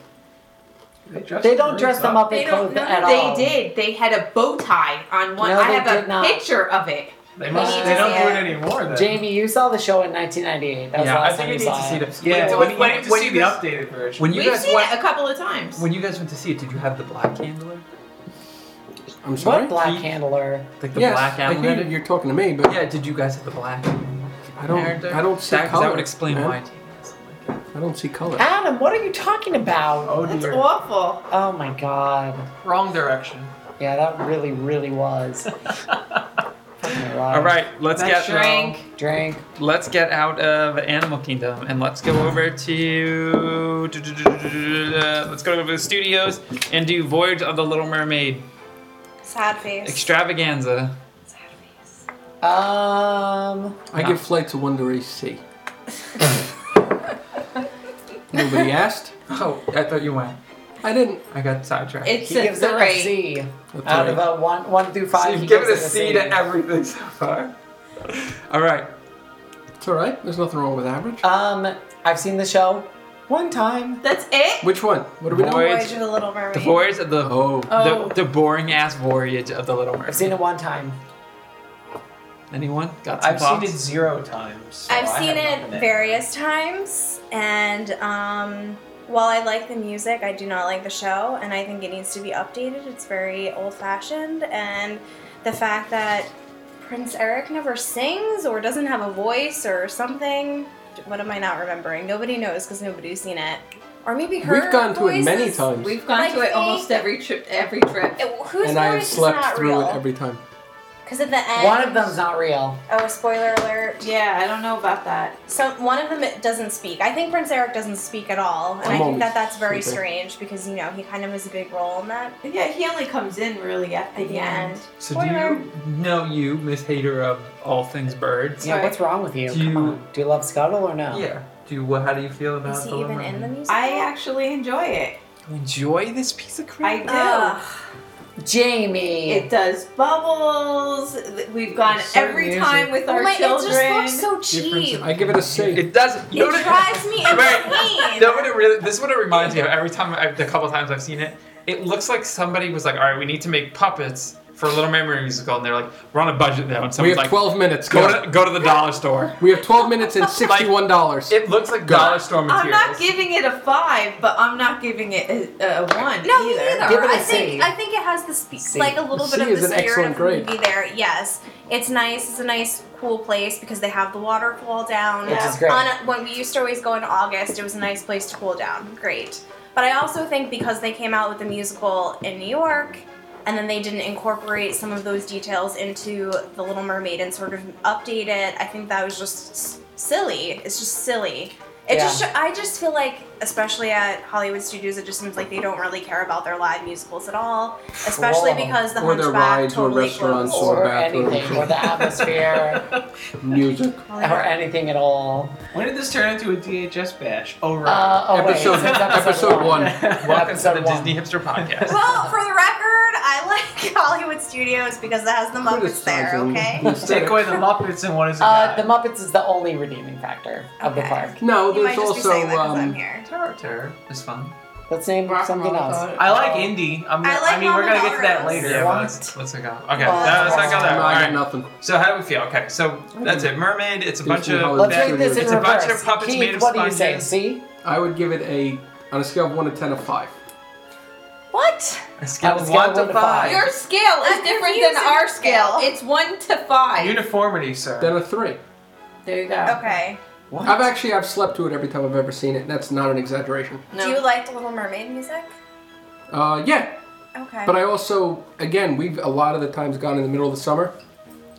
[SPEAKER 6] They, dress
[SPEAKER 2] They
[SPEAKER 6] the
[SPEAKER 2] don't
[SPEAKER 6] birds
[SPEAKER 2] dress them up
[SPEAKER 5] They
[SPEAKER 2] in
[SPEAKER 5] don't-
[SPEAKER 2] clothes
[SPEAKER 5] no,
[SPEAKER 2] at
[SPEAKER 3] they
[SPEAKER 2] all.
[SPEAKER 3] did. They had a bow tie on one.
[SPEAKER 2] No,
[SPEAKER 3] I
[SPEAKER 2] they
[SPEAKER 3] have
[SPEAKER 2] did
[SPEAKER 3] a
[SPEAKER 2] not.
[SPEAKER 3] picture of it.
[SPEAKER 6] They must.
[SPEAKER 5] need
[SPEAKER 6] They
[SPEAKER 5] to
[SPEAKER 6] don't
[SPEAKER 5] see
[SPEAKER 6] do it
[SPEAKER 5] it.
[SPEAKER 6] anymore. Then.
[SPEAKER 2] Jamie, you saw the show in 1998. That was the
[SPEAKER 7] yeah, I
[SPEAKER 2] last
[SPEAKER 7] think
[SPEAKER 2] time
[SPEAKER 7] you need
[SPEAKER 2] you
[SPEAKER 7] to
[SPEAKER 2] saw
[SPEAKER 7] see
[SPEAKER 2] it.
[SPEAKER 7] the.
[SPEAKER 6] Yeah.
[SPEAKER 7] When,
[SPEAKER 6] you
[SPEAKER 7] when,
[SPEAKER 6] need to
[SPEAKER 7] when
[SPEAKER 6] see
[SPEAKER 7] you
[SPEAKER 6] the
[SPEAKER 7] guys,
[SPEAKER 6] updated version.
[SPEAKER 7] when you
[SPEAKER 3] We've
[SPEAKER 7] guys
[SPEAKER 3] seen
[SPEAKER 7] went,
[SPEAKER 3] it a couple of times.
[SPEAKER 7] when you guys went to see it, did you have the black candler?
[SPEAKER 4] I'm sorry.
[SPEAKER 2] What black
[SPEAKER 7] He-
[SPEAKER 2] handler?
[SPEAKER 7] Like the
[SPEAKER 4] yes,
[SPEAKER 7] black
[SPEAKER 4] I
[SPEAKER 7] animal?
[SPEAKER 4] hear
[SPEAKER 7] headed?
[SPEAKER 4] you're talking to me, but
[SPEAKER 7] Yeah. Did you guys have the black?
[SPEAKER 4] I don't.
[SPEAKER 7] character?
[SPEAKER 4] I don't see
[SPEAKER 7] that, 'cause
[SPEAKER 4] color.
[SPEAKER 7] That would explain
[SPEAKER 4] man.
[SPEAKER 7] why. I didn't ask like that.
[SPEAKER 4] I don't see color.
[SPEAKER 2] Adam, what are you talking about?
[SPEAKER 6] oh
[SPEAKER 3] That's
[SPEAKER 6] dear.
[SPEAKER 3] awful.
[SPEAKER 2] Oh my god.
[SPEAKER 6] Wrong direction.
[SPEAKER 2] Yeah, that really, really was.
[SPEAKER 7] [laughs]
[SPEAKER 2] Fucking love.
[SPEAKER 7] All right, let's
[SPEAKER 6] That
[SPEAKER 7] get
[SPEAKER 6] show-
[SPEAKER 3] Drink.
[SPEAKER 2] Drink.
[SPEAKER 7] let's get out of Animal Kingdom and let's go over to let's go over to the studios and do Voyage of the Little Mermaid
[SPEAKER 5] Sad face.
[SPEAKER 7] extravaganza.
[SPEAKER 5] Sad face.
[SPEAKER 2] Um.
[SPEAKER 4] I give flight to Wonder a C. [laughs] Nobody asked.
[SPEAKER 7] Oh, I thought you went.
[SPEAKER 4] I didn't.
[SPEAKER 7] I got sidetracked.
[SPEAKER 3] It's
[SPEAKER 2] He
[SPEAKER 3] a
[SPEAKER 2] gives it a
[SPEAKER 3] three.
[SPEAKER 2] C.
[SPEAKER 4] A
[SPEAKER 2] Out
[SPEAKER 4] three.
[SPEAKER 2] of a one, one through five.
[SPEAKER 7] So
[SPEAKER 2] he
[SPEAKER 7] you've given a
[SPEAKER 2] gives it
[SPEAKER 7] C to everything so far. All right.
[SPEAKER 4] It's all right. There's nothing wrong with average.
[SPEAKER 2] Um, I've seen the show one time.
[SPEAKER 3] That's it.
[SPEAKER 4] Which one? What are we doing?
[SPEAKER 7] Voyage-
[SPEAKER 5] Voyage of the Little Mermaid.
[SPEAKER 7] The voyage of the
[SPEAKER 4] Oh.
[SPEAKER 3] Oh.
[SPEAKER 7] the, the boring ass voyage of the Little
[SPEAKER 2] I've
[SPEAKER 7] Mermaid.
[SPEAKER 2] seen it one time.
[SPEAKER 7] Anyone got some
[SPEAKER 6] I've
[SPEAKER 7] thoughts?
[SPEAKER 6] seen it zero times. so
[SPEAKER 5] I've
[SPEAKER 6] I have
[SPEAKER 5] seen
[SPEAKER 6] nothing
[SPEAKER 5] it
[SPEAKER 6] to add.
[SPEAKER 5] various times, and um, while I like the music, I do not like the show, and I think it needs to be updated. It's very old fashioned, and the fact that Prince Eric never sings or doesn't have a voice or something. What am I not remembering? Nobody knows because nobody's seen it. Or maybe her.
[SPEAKER 4] We've gone to it
[SPEAKER 5] voice
[SPEAKER 4] many
[SPEAKER 5] is-
[SPEAKER 4] times,
[SPEAKER 3] We've gone
[SPEAKER 5] Like
[SPEAKER 3] to it
[SPEAKER 5] me.
[SPEAKER 3] almost every trip. Every trip.
[SPEAKER 5] It- whose
[SPEAKER 4] and I have
[SPEAKER 5] voice is
[SPEAKER 4] slept
[SPEAKER 5] not
[SPEAKER 4] through
[SPEAKER 5] real?
[SPEAKER 4] it every time.
[SPEAKER 5] Because at the end,
[SPEAKER 2] One of them's not real.
[SPEAKER 5] Oh, spoiler alert!
[SPEAKER 3] Yeah, I don't know about that.
[SPEAKER 5] So one of them doesn't speak. I think Prince Eric doesn't speak at all, and I
[SPEAKER 4] I'm
[SPEAKER 5] think
[SPEAKER 4] always
[SPEAKER 5] that that's very
[SPEAKER 4] sleeping.
[SPEAKER 5] strange because you know he kind of has a big role in that
[SPEAKER 3] But yeah, he only comes in really at the
[SPEAKER 5] at the end.
[SPEAKER 3] end.
[SPEAKER 8] So do you know you, Miss Hater of all things birds?
[SPEAKER 2] Yeah,
[SPEAKER 3] Sorry.
[SPEAKER 2] what's wrong with you?
[SPEAKER 8] Do
[SPEAKER 2] Come
[SPEAKER 8] you-
[SPEAKER 2] on. Do you love Scuttle or no?
[SPEAKER 8] Yeah. Do you, what, how do you feel about
[SPEAKER 5] Is he
[SPEAKER 8] the
[SPEAKER 5] even
[SPEAKER 8] Lemur?
[SPEAKER 5] in the music?
[SPEAKER 3] I actually enjoy it.
[SPEAKER 8] You enjoy this piece of
[SPEAKER 3] I
[SPEAKER 8] crap?
[SPEAKER 3] do.
[SPEAKER 5] Ugh.
[SPEAKER 2] Jamie.
[SPEAKER 3] It does bubbles. We've gone
[SPEAKER 4] Certain
[SPEAKER 3] every
[SPEAKER 4] music.
[SPEAKER 3] time with our
[SPEAKER 5] oh my! It
[SPEAKER 3] children.
[SPEAKER 5] just looks so cheap.
[SPEAKER 4] I give it a C.
[SPEAKER 7] It doesn't.
[SPEAKER 5] It drives me
[SPEAKER 7] Wait, [laughs]
[SPEAKER 5] insane.
[SPEAKER 7] that would it really. This is what it reminds me of. Every time, I, the couple times I've seen it, it looks like somebody was like, "All right, we need to make puppets for a Little Mermaid musical," and they're like, "We're on a budget now." And
[SPEAKER 4] We
[SPEAKER 7] someone's
[SPEAKER 4] have
[SPEAKER 7] like,
[SPEAKER 4] 12 minutes. Go.
[SPEAKER 7] "Go to go to the dollar store."
[SPEAKER 4] We have 12 minutes
[SPEAKER 5] [laughs]
[SPEAKER 4] and $61.
[SPEAKER 7] It looks like dollar store materials.
[SPEAKER 3] I'm not giving it a five, but I'm not giving it a, a one
[SPEAKER 5] No, me
[SPEAKER 3] either.
[SPEAKER 5] neither.
[SPEAKER 2] Give it a
[SPEAKER 5] I think
[SPEAKER 2] C.
[SPEAKER 5] I think it has the spe-
[SPEAKER 2] C.
[SPEAKER 5] like a little
[SPEAKER 4] C
[SPEAKER 5] bit of
[SPEAKER 4] is
[SPEAKER 5] the
[SPEAKER 4] an
[SPEAKER 5] spirit
[SPEAKER 4] excellent
[SPEAKER 5] of the
[SPEAKER 4] grade.
[SPEAKER 5] movie there. Yes, it's nice. It's a nice, cool place because they have the waterfall down.
[SPEAKER 2] Which is great.
[SPEAKER 5] On a, when we used to always go in August, it was a nice place to cool down. Great, but I also think because they came out with the musical in New York. And then they didn't incorporate some of those details into The Little Mermaid and sort of update it. I think that was just s- silly. It's just silly. It
[SPEAKER 2] Yeah.
[SPEAKER 5] just, I just feel like, especially at Hollywood studios, it just seems like they don't really care about their live musicals at all. Especially
[SPEAKER 2] Wrong.
[SPEAKER 5] because the
[SPEAKER 4] Or their
[SPEAKER 5] Hunchback
[SPEAKER 4] rides or
[SPEAKER 5] totally
[SPEAKER 4] restaurants
[SPEAKER 5] closed.
[SPEAKER 4] or
[SPEAKER 2] or
[SPEAKER 4] bathroom.
[SPEAKER 2] anything, or the atmosphere,
[SPEAKER 4] Music.
[SPEAKER 5] Oh, yeah.
[SPEAKER 2] or anything at all.
[SPEAKER 6] When did this turn into a DHS bash? Oh, right.
[SPEAKER 2] Uh, oh, wait,
[SPEAKER 4] Episode-
[SPEAKER 2] it's episode,
[SPEAKER 4] episode one.
[SPEAKER 5] [laughs]
[SPEAKER 7] [laughs] Welcome to
[SPEAKER 2] episode
[SPEAKER 7] the
[SPEAKER 2] one.
[SPEAKER 7] Disney
[SPEAKER 2] [laughs]
[SPEAKER 7] Hipster Podcast.
[SPEAKER 5] Well, for the record, I like [laughs] Hollywood Studios because it has the Muppets there.
[SPEAKER 4] Criticizing. [laughs]
[SPEAKER 5] Okay.
[SPEAKER 6] Take away the Muppets and what is it?
[SPEAKER 2] Uh,
[SPEAKER 6] got?
[SPEAKER 2] the Muppets is the only redeeming factor of the
[SPEAKER 5] Okay.
[SPEAKER 2] park.
[SPEAKER 4] No,
[SPEAKER 5] You might
[SPEAKER 4] there's
[SPEAKER 5] just be
[SPEAKER 4] also
[SPEAKER 5] saying that because I'm
[SPEAKER 4] um,
[SPEAKER 5] here.
[SPEAKER 7] Terror, terror is fun.
[SPEAKER 2] Let's name something else.
[SPEAKER 6] I like indie. I'm gonna,
[SPEAKER 5] I
[SPEAKER 6] I,
[SPEAKER 5] like
[SPEAKER 6] mean, we're
[SPEAKER 5] Mama
[SPEAKER 6] gonna get to that
[SPEAKER 5] Melrose.
[SPEAKER 6] later.
[SPEAKER 7] Yeah,
[SPEAKER 2] What?
[SPEAKER 7] but let's, let's go. Okay,
[SPEAKER 5] Well,
[SPEAKER 7] no, let's not go
[SPEAKER 2] that's-
[SPEAKER 7] there.
[SPEAKER 4] no,
[SPEAKER 7] All
[SPEAKER 4] I got
[SPEAKER 7] right.
[SPEAKER 4] nothing.
[SPEAKER 7] So how do we feel? Okay, so that's it. Mermaid. It's a
[SPEAKER 4] Disney
[SPEAKER 7] bunch of.
[SPEAKER 4] Hollywood
[SPEAKER 2] Let's
[SPEAKER 4] That-
[SPEAKER 2] read this in
[SPEAKER 4] it's
[SPEAKER 7] a bunch
[SPEAKER 2] reverse.
[SPEAKER 7] of puppets
[SPEAKER 2] Keith,
[SPEAKER 7] made of
[SPEAKER 2] what do you say?
[SPEAKER 7] sponges.
[SPEAKER 2] See,
[SPEAKER 4] I would give it a on a scale of one to ten, a five.
[SPEAKER 5] What?
[SPEAKER 7] A scale
[SPEAKER 2] On a
[SPEAKER 7] of
[SPEAKER 2] scale
[SPEAKER 7] one
[SPEAKER 2] of
[SPEAKER 7] to
[SPEAKER 2] one to
[SPEAKER 7] five.
[SPEAKER 2] five.
[SPEAKER 3] Your scale is
[SPEAKER 5] That's
[SPEAKER 3] different than
[SPEAKER 5] confusing
[SPEAKER 3] our
[SPEAKER 5] as
[SPEAKER 3] scale.
[SPEAKER 5] hell.
[SPEAKER 3] It's one to five.
[SPEAKER 6] Uniformity, sir.
[SPEAKER 4] Then a three.
[SPEAKER 3] there you go.
[SPEAKER 5] Okay.
[SPEAKER 4] I've actually I've slept to it every time I've ever seen it. and That's not an exaggeration.
[SPEAKER 3] No.
[SPEAKER 5] Do you like the Little Mermaid music?
[SPEAKER 4] Uh, yeah,
[SPEAKER 5] Okay.
[SPEAKER 4] but I also again we've a lot of the times gone in the middle of the summer.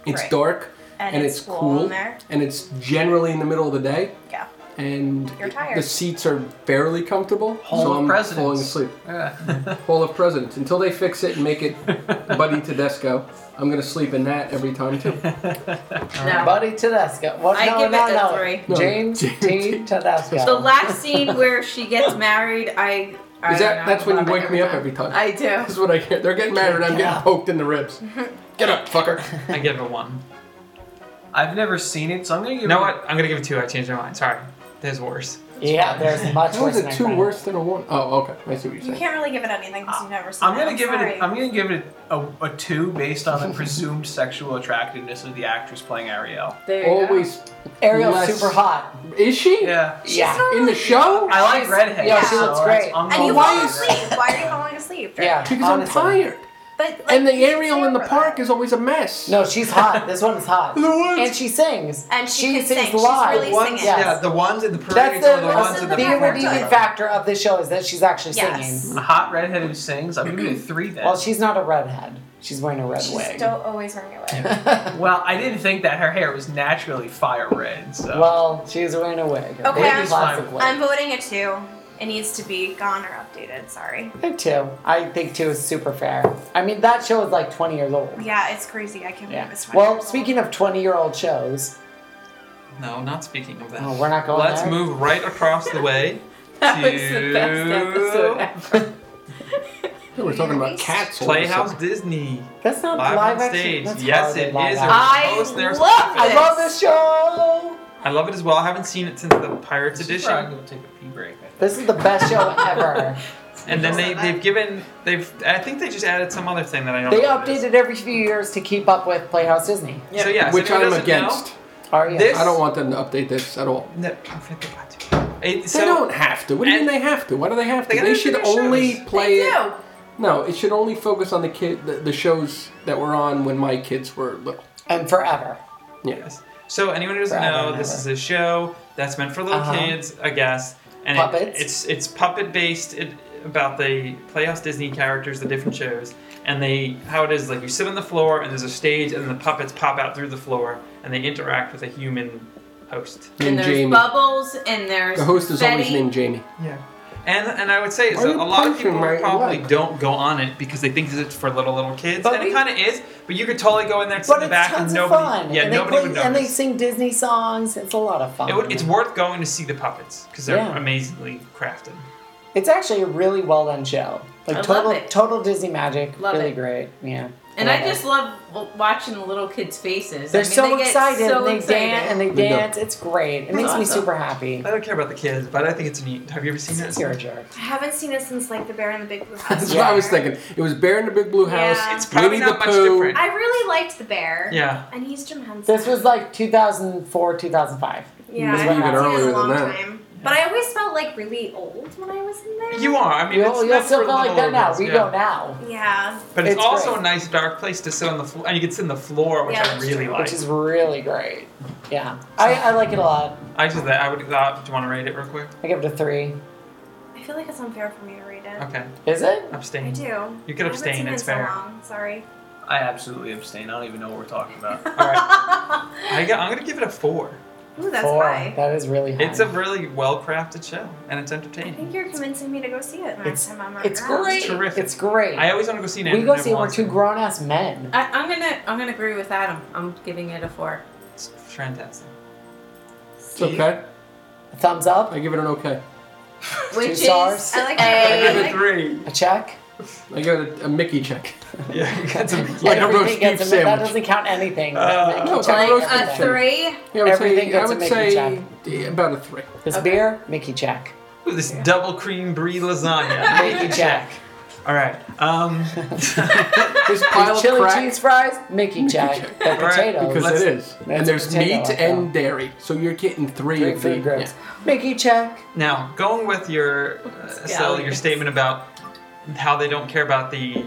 [SPEAKER 4] It's
[SPEAKER 5] Right.
[SPEAKER 4] dark
[SPEAKER 5] and,
[SPEAKER 4] and
[SPEAKER 5] it's,
[SPEAKER 4] it's
[SPEAKER 5] cool,
[SPEAKER 4] cool.
[SPEAKER 5] in there.
[SPEAKER 4] and it's generally in the middle of the day.
[SPEAKER 5] Yeah.
[SPEAKER 4] And
[SPEAKER 5] You're tired.
[SPEAKER 4] the seats are fairly comfortable,
[SPEAKER 6] Hall
[SPEAKER 4] so
[SPEAKER 6] of
[SPEAKER 4] I'm
[SPEAKER 6] Presidents.
[SPEAKER 4] falling asleep.
[SPEAKER 6] Yeah.
[SPEAKER 4] Hall of Presidents. Until they fix it and make it Buddy Tedesco, I'm gonna sleep in that every time
[SPEAKER 5] [laughs]
[SPEAKER 4] too.
[SPEAKER 3] No.
[SPEAKER 2] Buddy Tedesco. What?
[SPEAKER 3] I
[SPEAKER 2] no,
[SPEAKER 3] give
[SPEAKER 2] no,
[SPEAKER 3] it a
[SPEAKER 2] no.
[SPEAKER 3] three.
[SPEAKER 4] No,
[SPEAKER 2] James
[SPEAKER 4] James
[SPEAKER 2] T. Tedesco.
[SPEAKER 3] The last scene where she
[SPEAKER 4] [laughs]
[SPEAKER 3] gets married, I. I
[SPEAKER 4] Is
[SPEAKER 3] don't
[SPEAKER 4] that
[SPEAKER 3] know,
[SPEAKER 4] that's when you
[SPEAKER 3] love it
[SPEAKER 4] wake me up
[SPEAKER 3] time.
[SPEAKER 4] every time?
[SPEAKER 3] I do.
[SPEAKER 4] [laughs] That's what I get. They're getting married. I'm
[SPEAKER 2] Yeah.
[SPEAKER 4] getting poked in the
[SPEAKER 5] [laughs]
[SPEAKER 4] ribs. Get up, fucker.
[SPEAKER 7] I give it a one.
[SPEAKER 6] I've never seen it, so I'm gonna give
[SPEAKER 7] You know
[SPEAKER 6] it.
[SPEAKER 7] what? I'm gonna give it two. I changed my mind. Sorry. There's worse.
[SPEAKER 2] yeah, there's much
[SPEAKER 4] How
[SPEAKER 2] worse.
[SPEAKER 4] is
[SPEAKER 2] than
[SPEAKER 4] it
[SPEAKER 2] I
[SPEAKER 4] two
[SPEAKER 2] thought.
[SPEAKER 4] worse than a one? Oh, okay. I see what you're
[SPEAKER 5] You
[SPEAKER 4] saying.
[SPEAKER 5] can't really give it anything because you've never seen
[SPEAKER 6] I'm
[SPEAKER 5] it.
[SPEAKER 6] gonna give it.
[SPEAKER 5] sorry.
[SPEAKER 6] A, I'm gonna give it a, a two based on the presumed [laughs] sexual attractiveness of the actress playing Ariel.
[SPEAKER 3] There you
[SPEAKER 4] Always
[SPEAKER 2] Ariel's
[SPEAKER 4] Less-
[SPEAKER 2] super hot.
[SPEAKER 4] is she?
[SPEAKER 6] Yeah,
[SPEAKER 5] She's
[SPEAKER 2] yeah.
[SPEAKER 5] not
[SPEAKER 4] In the
[SPEAKER 5] really-
[SPEAKER 4] show?
[SPEAKER 6] I like
[SPEAKER 2] She's-
[SPEAKER 6] redheads.
[SPEAKER 2] yeah,
[SPEAKER 5] she
[SPEAKER 6] so
[SPEAKER 2] looks
[SPEAKER 6] that's
[SPEAKER 2] great.
[SPEAKER 6] on
[SPEAKER 5] And you
[SPEAKER 6] the
[SPEAKER 5] fall
[SPEAKER 6] list. [laughs]
[SPEAKER 5] asleep. Why are you falling asleep? during
[SPEAKER 2] Yeah.
[SPEAKER 5] it?
[SPEAKER 4] Because I'm
[SPEAKER 2] honestly.
[SPEAKER 4] tired.
[SPEAKER 5] But like,
[SPEAKER 4] And the
[SPEAKER 5] you should
[SPEAKER 4] Ariel in
[SPEAKER 5] stay
[SPEAKER 4] the
[SPEAKER 5] over
[SPEAKER 4] park
[SPEAKER 5] that.
[SPEAKER 4] is always a mess.
[SPEAKER 2] No, she's hot. This one is hot.
[SPEAKER 4] The ones-
[SPEAKER 2] And she sings.
[SPEAKER 5] And she can
[SPEAKER 2] sings
[SPEAKER 5] sing. She's
[SPEAKER 2] live.
[SPEAKER 5] really
[SPEAKER 2] One-
[SPEAKER 5] singing.
[SPEAKER 2] yes.
[SPEAKER 7] Yeah, the ones in the parades
[SPEAKER 2] That's the,
[SPEAKER 7] are the
[SPEAKER 2] that's
[SPEAKER 7] ones
[SPEAKER 5] the-
[SPEAKER 7] in
[SPEAKER 2] the,
[SPEAKER 7] the
[SPEAKER 5] the
[SPEAKER 7] parades.
[SPEAKER 2] redeeming factor of this show is that she's actually
[SPEAKER 5] Yes.
[SPEAKER 2] singing.
[SPEAKER 6] A hot redhead who sings. I'm gonna give it a three then.
[SPEAKER 2] Well, she's not a redhead. She's wearing a red
[SPEAKER 5] She's
[SPEAKER 2] wig.
[SPEAKER 5] don't always wearing a
[SPEAKER 4] [laughs]
[SPEAKER 5] wig.
[SPEAKER 6] Well, I didn't think that her hair was naturally fire red. So
[SPEAKER 2] [laughs] well, she's wearing a wig. A
[SPEAKER 5] Okay,
[SPEAKER 2] big
[SPEAKER 5] I'm-
[SPEAKER 2] classic wig.
[SPEAKER 5] I'm voting a two. It needs to be gone or updated. Sorry.
[SPEAKER 2] I think two. I think two is super fair. I mean, that show is like 20 years old.
[SPEAKER 5] Yeah, it's crazy. I can't believe
[SPEAKER 2] Yeah.
[SPEAKER 5] it's 20
[SPEAKER 2] Well,
[SPEAKER 5] years old.
[SPEAKER 2] speaking of 20 year old shows,
[SPEAKER 7] No, not speaking of that.
[SPEAKER 2] Oh, we're not going
[SPEAKER 7] Let's
[SPEAKER 2] there?
[SPEAKER 7] move right across
[SPEAKER 4] [laughs]
[SPEAKER 7] the way.
[SPEAKER 3] That was the best episode
[SPEAKER 2] [laughs]
[SPEAKER 3] ever.
[SPEAKER 4] We're talking about cats. all of a
[SPEAKER 7] Playhouse
[SPEAKER 4] sudden.
[SPEAKER 7] Disney.
[SPEAKER 2] that's not
[SPEAKER 7] Live, on
[SPEAKER 2] action.
[SPEAKER 7] stage.
[SPEAKER 2] That's
[SPEAKER 7] yes,
[SPEAKER 2] hardly
[SPEAKER 7] it is.
[SPEAKER 2] live
[SPEAKER 7] It was
[SPEAKER 2] action.
[SPEAKER 3] I
[SPEAKER 7] posed there as a
[SPEAKER 3] love
[SPEAKER 7] puppet.
[SPEAKER 2] I love this show.
[SPEAKER 7] I love it as well. I haven't seen it since the Pirates
[SPEAKER 6] She's
[SPEAKER 7] edition.
[SPEAKER 6] probably gonna take a pee break. I think.
[SPEAKER 2] This is the best
[SPEAKER 7] [laughs]
[SPEAKER 2] show ever.
[SPEAKER 7] And then they, they've given they've I think they just added some other thing that I don't
[SPEAKER 2] they
[SPEAKER 7] know. what it is.
[SPEAKER 2] update it every few years to keep up with Playhouse Disney.
[SPEAKER 7] So yeah, so
[SPEAKER 4] Which
[SPEAKER 7] if anyone
[SPEAKER 4] I'm
[SPEAKER 7] doesn't know-
[SPEAKER 4] against.
[SPEAKER 2] Are you?
[SPEAKER 7] This-
[SPEAKER 4] I don't want them to update this at all.
[SPEAKER 7] No, I forgot to. It,
[SPEAKER 4] They
[SPEAKER 7] so,
[SPEAKER 4] don't have to. What do you mean
[SPEAKER 7] and-
[SPEAKER 4] they have to? Why do they have to?
[SPEAKER 7] They
[SPEAKER 4] They,
[SPEAKER 7] gotta do
[SPEAKER 4] should
[SPEAKER 7] their
[SPEAKER 4] only
[SPEAKER 7] shows.
[SPEAKER 4] play
[SPEAKER 3] They
[SPEAKER 4] it.
[SPEAKER 3] do.
[SPEAKER 4] No, it should only focus on the kid, the, the shows that were on when my kids were little.
[SPEAKER 2] And forever.
[SPEAKER 7] Yes. So anyone who doesn't
[SPEAKER 2] Forever
[SPEAKER 7] know,
[SPEAKER 2] and
[SPEAKER 7] this
[SPEAKER 2] ever.
[SPEAKER 7] is a show that's meant for little
[SPEAKER 2] Uh-huh.
[SPEAKER 7] kids, I guess. And it-
[SPEAKER 2] Puppets?
[SPEAKER 7] it's it's puppet based. It, about the Playhouse Disney characters, the different shows, and they how it is like you sit on the floor and there's a stage and the puppets pop out through the floor and they interact with a human host.
[SPEAKER 4] Named
[SPEAKER 3] And there's
[SPEAKER 4] Jamie.
[SPEAKER 3] bubbles, and there's
[SPEAKER 4] The host is always
[SPEAKER 3] confetti.
[SPEAKER 4] named Jamie.
[SPEAKER 7] Yeah. And, and I would say is
[SPEAKER 4] Why
[SPEAKER 7] that
[SPEAKER 4] are you
[SPEAKER 7] a lot of
[SPEAKER 4] punching
[SPEAKER 7] people
[SPEAKER 4] my
[SPEAKER 7] probably
[SPEAKER 4] leg?
[SPEAKER 7] don't go on it because they think that it's for little little kids,
[SPEAKER 2] But
[SPEAKER 7] and
[SPEAKER 2] we-
[SPEAKER 7] it kind of is. But you could totally go in there and sit
[SPEAKER 2] But
[SPEAKER 7] in the
[SPEAKER 2] it's
[SPEAKER 7] back
[SPEAKER 2] tons
[SPEAKER 7] and
[SPEAKER 2] of
[SPEAKER 7] nobody,
[SPEAKER 2] fun.
[SPEAKER 7] yeah,
[SPEAKER 2] and
[SPEAKER 7] nobody
[SPEAKER 2] they
[SPEAKER 7] would
[SPEAKER 2] play, and they
[SPEAKER 7] notice.
[SPEAKER 2] sing Disney songs. It's a lot of fun.
[SPEAKER 7] It would- it's worth going to see the puppets because they're
[SPEAKER 2] Yeah.
[SPEAKER 7] amazingly crafted.
[SPEAKER 2] It's actually a really well done show. Like
[SPEAKER 3] I love
[SPEAKER 2] total
[SPEAKER 3] it.
[SPEAKER 2] total Disney magic.
[SPEAKER 3] Love
[SPEAKER 2] really
[SPEAKER 3] it.
[SPEAKER 2] great. Yeah.
[SPEAKER 3] And I
[SPEAKER 2] love it.
[SPEAKER 3] just love w- watching the little kids' faces.
[SPEAKER 2] they're
[SPEAKER 3] I mean,
[SPEAKER 2] so
[SPEAKER 3] they get
[SPEAKER 2] excited
[SPEAKER 3] so
[SPEAKER 2] and they
[SPEAKER 3] excited.
[SPEAKER 2] dance and they
[SPEAKER 4] They do.
[SPEAKER 2] dance. It's great. It makes me
[SPEAKER 3] awesome.
[SPEAKER 2] super happy.
[SPEAKER 7] I don't care about the kids, but I think it's neat. Have you ever seen that?
[SPEAKER 2] You're a jerk.
[SPEAKER 5] I haven't seen it since like The Bear and the Big Blue House.
[SPEAKER 4] That's what I was thinking. It was Bear in the Big Blue House.
[SPEAKER 5] Yeah.
[SPEAKER 7] It's probably
[SPEAKER 4] Winnie
[SPEAKER 7] not
[SPEAKER 4] the
[SPEAKER 7] much
[SPEAKER 4] Pooh.
[SPEAKER 7] different.
[SPEAKER 5] I really liked The Bear.
[SPEAKER 7] Yeah.
[SPEAKER 5] And he's Jim Henson.
[SPEAKER 2] This was like 2004, 2005.
[SPEAKER 5] yeah,
[SPEAKER 2] was
[SPEAKER 5] I
[SPEAKER 2] even
[SPEAKER 5] haven't seen it in
[SPEAKER 4] earlier
[SPEAKER 5] a long
[SPEAKER 4] than that.
[SPEAKER 5] time. But I always felt like really old when I was in there.
[SPEAKER 7] You are. I mean,
[SPEAKER 2] You'll,
[SPEAKER 7] it's,
[SPEAKER 2] you'll
[SPEAKER 7] that's
[SPEAKER 2] still
[SPEAKER 7] for
[SPEAKER 2] feel like that
[SPEAKER 7] little
[SPEAKER 2] now.
[SPEAKER 7] ones,
[SPEAKER 2] We
[SPEAKER 7] yeah.
[SPEAKER 2] go now,
[SPEAKER 5] Yeah.
[SPEAKER 7] But it's,
[SPEAKER 2] It's
[SPEAKER 7] also
[SPEAKER 2] great.
[SPEAKER 7] a nice dark place to sit on the floor, and you can sit in the floor, which
[SPEAKER 5] Yeah,
[SPEAKER 7] I
[SPEAKER 5] that's
[SPEAKER 7] really
[SPEAKER 5] true.
[SPEAKER 7] like.
[SPEAKER 2] which is really great. Yeah. I, I like it a lot.
[SPEAKER 7] I just that I would. Uh, do you want to rate it real quick?
[SPEAKER 2] I give it a three.
[SPEAKER 5] I feel like it's unfair for me to read it.
[SPEAKER 7] Okay,
[SPEAKER 2] Is it?
[SPEAKER 5] I
[SPEAKER 7] abstain.
[SPEAKER 5] do.
[SPEAKER 7] You could
[SPEAKER 5] I haven't
[SPEAKER 7] abstain,
[SPEAKER 5] seen it in
[SPEAKER 7] it's
[SPEAKER 5] so
[SPEAKER 7] fair.
[SPEAKER 5] long, Sorry.
[SPEAKER 6] I absolutely abstain. I don't even know what we're talking
[SPEAKER 7] [laughs]
[SPEAKER 6] about.
[SPEAKER 7] All right, I got, I'm gonna give it a four.
[SPEAKER 5] [laughs] Ooh, that's
[SPEAKER 2] Four.
[SPEAKER 5] high.
[SPEAKER 2] That is really high.
[SPEAKER 7] It's a really well crafted show, and it's
[SPEAKER 5] I
[SPEAKER 7] entertaining.
[SPEAKER 5] think you're convincing me to go see it next
[SPEAKER 2] It's-
[SPEAKER 5] time I'm around.
[SPEAKER 2] It's great.
[SPEAKER 7] terrific.
[SPEAKER 2] It's great.
[SPEAKER 7] I always want to go see an
[SPEAKER 2] we
[SPEAKER 7] anime.
[SPEAKER 2] go see it.
[SPEAKER 7] one.
[SPEAKER 2] We're two grown ass men.
[SPEAKER 3] I, I'm gonna I'm gonna agree with Adam. I'm giving it a four.
[SPEAKER 7] It's fantastic.
[SPEAKER 4] It's okay.
[SPEAKER 2] Thumbs up.
[SPEAKER 4] I give it an okay.
[SPEAKER 3] Which
[SPEAKER 2] Two
[SPEAKER 3] is
[SPEAKER 2] stars.
[SPEAKER 5] I like
[SPEAKER 7] I give it
[SPEAKER 5] that.
[SPEAKER 7] three.
[SPEAKER 2] A check.
[SPEAKER 4] I give it a, a Mickey check.
[SPEAKER 7] Yeah, that's a
[SPEAKER 4] [laughs] Like a
[SPEAKER 2] Everything
[SPEAKER 4] roast
[SPEAKER 2] gets
[SPEAKER 4] beef
[SPEAKER 2] a- That
[SPEAKER 4] sandwich.
[SPEAKER 2] doesn't count anything.
[SPEAKER 7] Uh,
[SPEAKER 2] Mickey
[SPEAKER 4] no, it's
[SPEAKER 2] check.
[SPEAKER 4] like a roast
[SPEAKER 3] A
[SPEAKER 4] beef sandwich.
[SPEAKER 7] [laughs]
[SPEAKER 3] three.
[SPEAKER 4] Yeah, I would
[SPEAKER 2] Everything
[SPEAKER 4] say, I
[SPEAKER 2] gets a
[SPEAKER 4] would
[SPEAKER 2] Mickey
[SPEAKER 4] say
[SPEAKER 2] check.
[SPEAKER 4] yeah, about a three.
[SPEAKER 2] This beer, Mickey check.
[SPEAKER 7] Ooh, this double cream brie
[SPEAKER 2] [laughs]
[SPEAKER 7] lasagna.
[SPEAKER 2] Mickey check.
[SPEAKER 7] All right. Um,
[SPEAKER 4] [laughs] This pile
[SPEAKER 2] These
[SPEAKER 4] of
[SPEAKER 2] chili
[SPEAKER 4] crack.
[SPEAKER 2] cheese fries, Mickey check. The
[SPEAKER 7] Right,
[SPEAKER 2] potatoes.
[SPEAKER 4] Because
[SPEAKER 7] Let's-
[SPEAKER 4] it is.
[SPEAKER 2] That's
[SPEAKER 4] And there's
[SPEAKER 2] potato
[SPEAKER 4] meat
[SPEAKER 2] out there.
[SPEAKER 4] and dairy. So you're getting three
[SPEAKER 2] Great
[SPEAKER 4] of the.
[SPEAKER 2] food groups.
[SPEAKER 4] yeah.
[SPEAKER 2] Mickey check.
[SPEAKER 7] now, going with your uh,
[SPEAKER 3] Yeah,
[SPEAKER 7] Sel,
[SPEAKER 3] okay.
[SPEAKER 7] your statement about how they don't care about the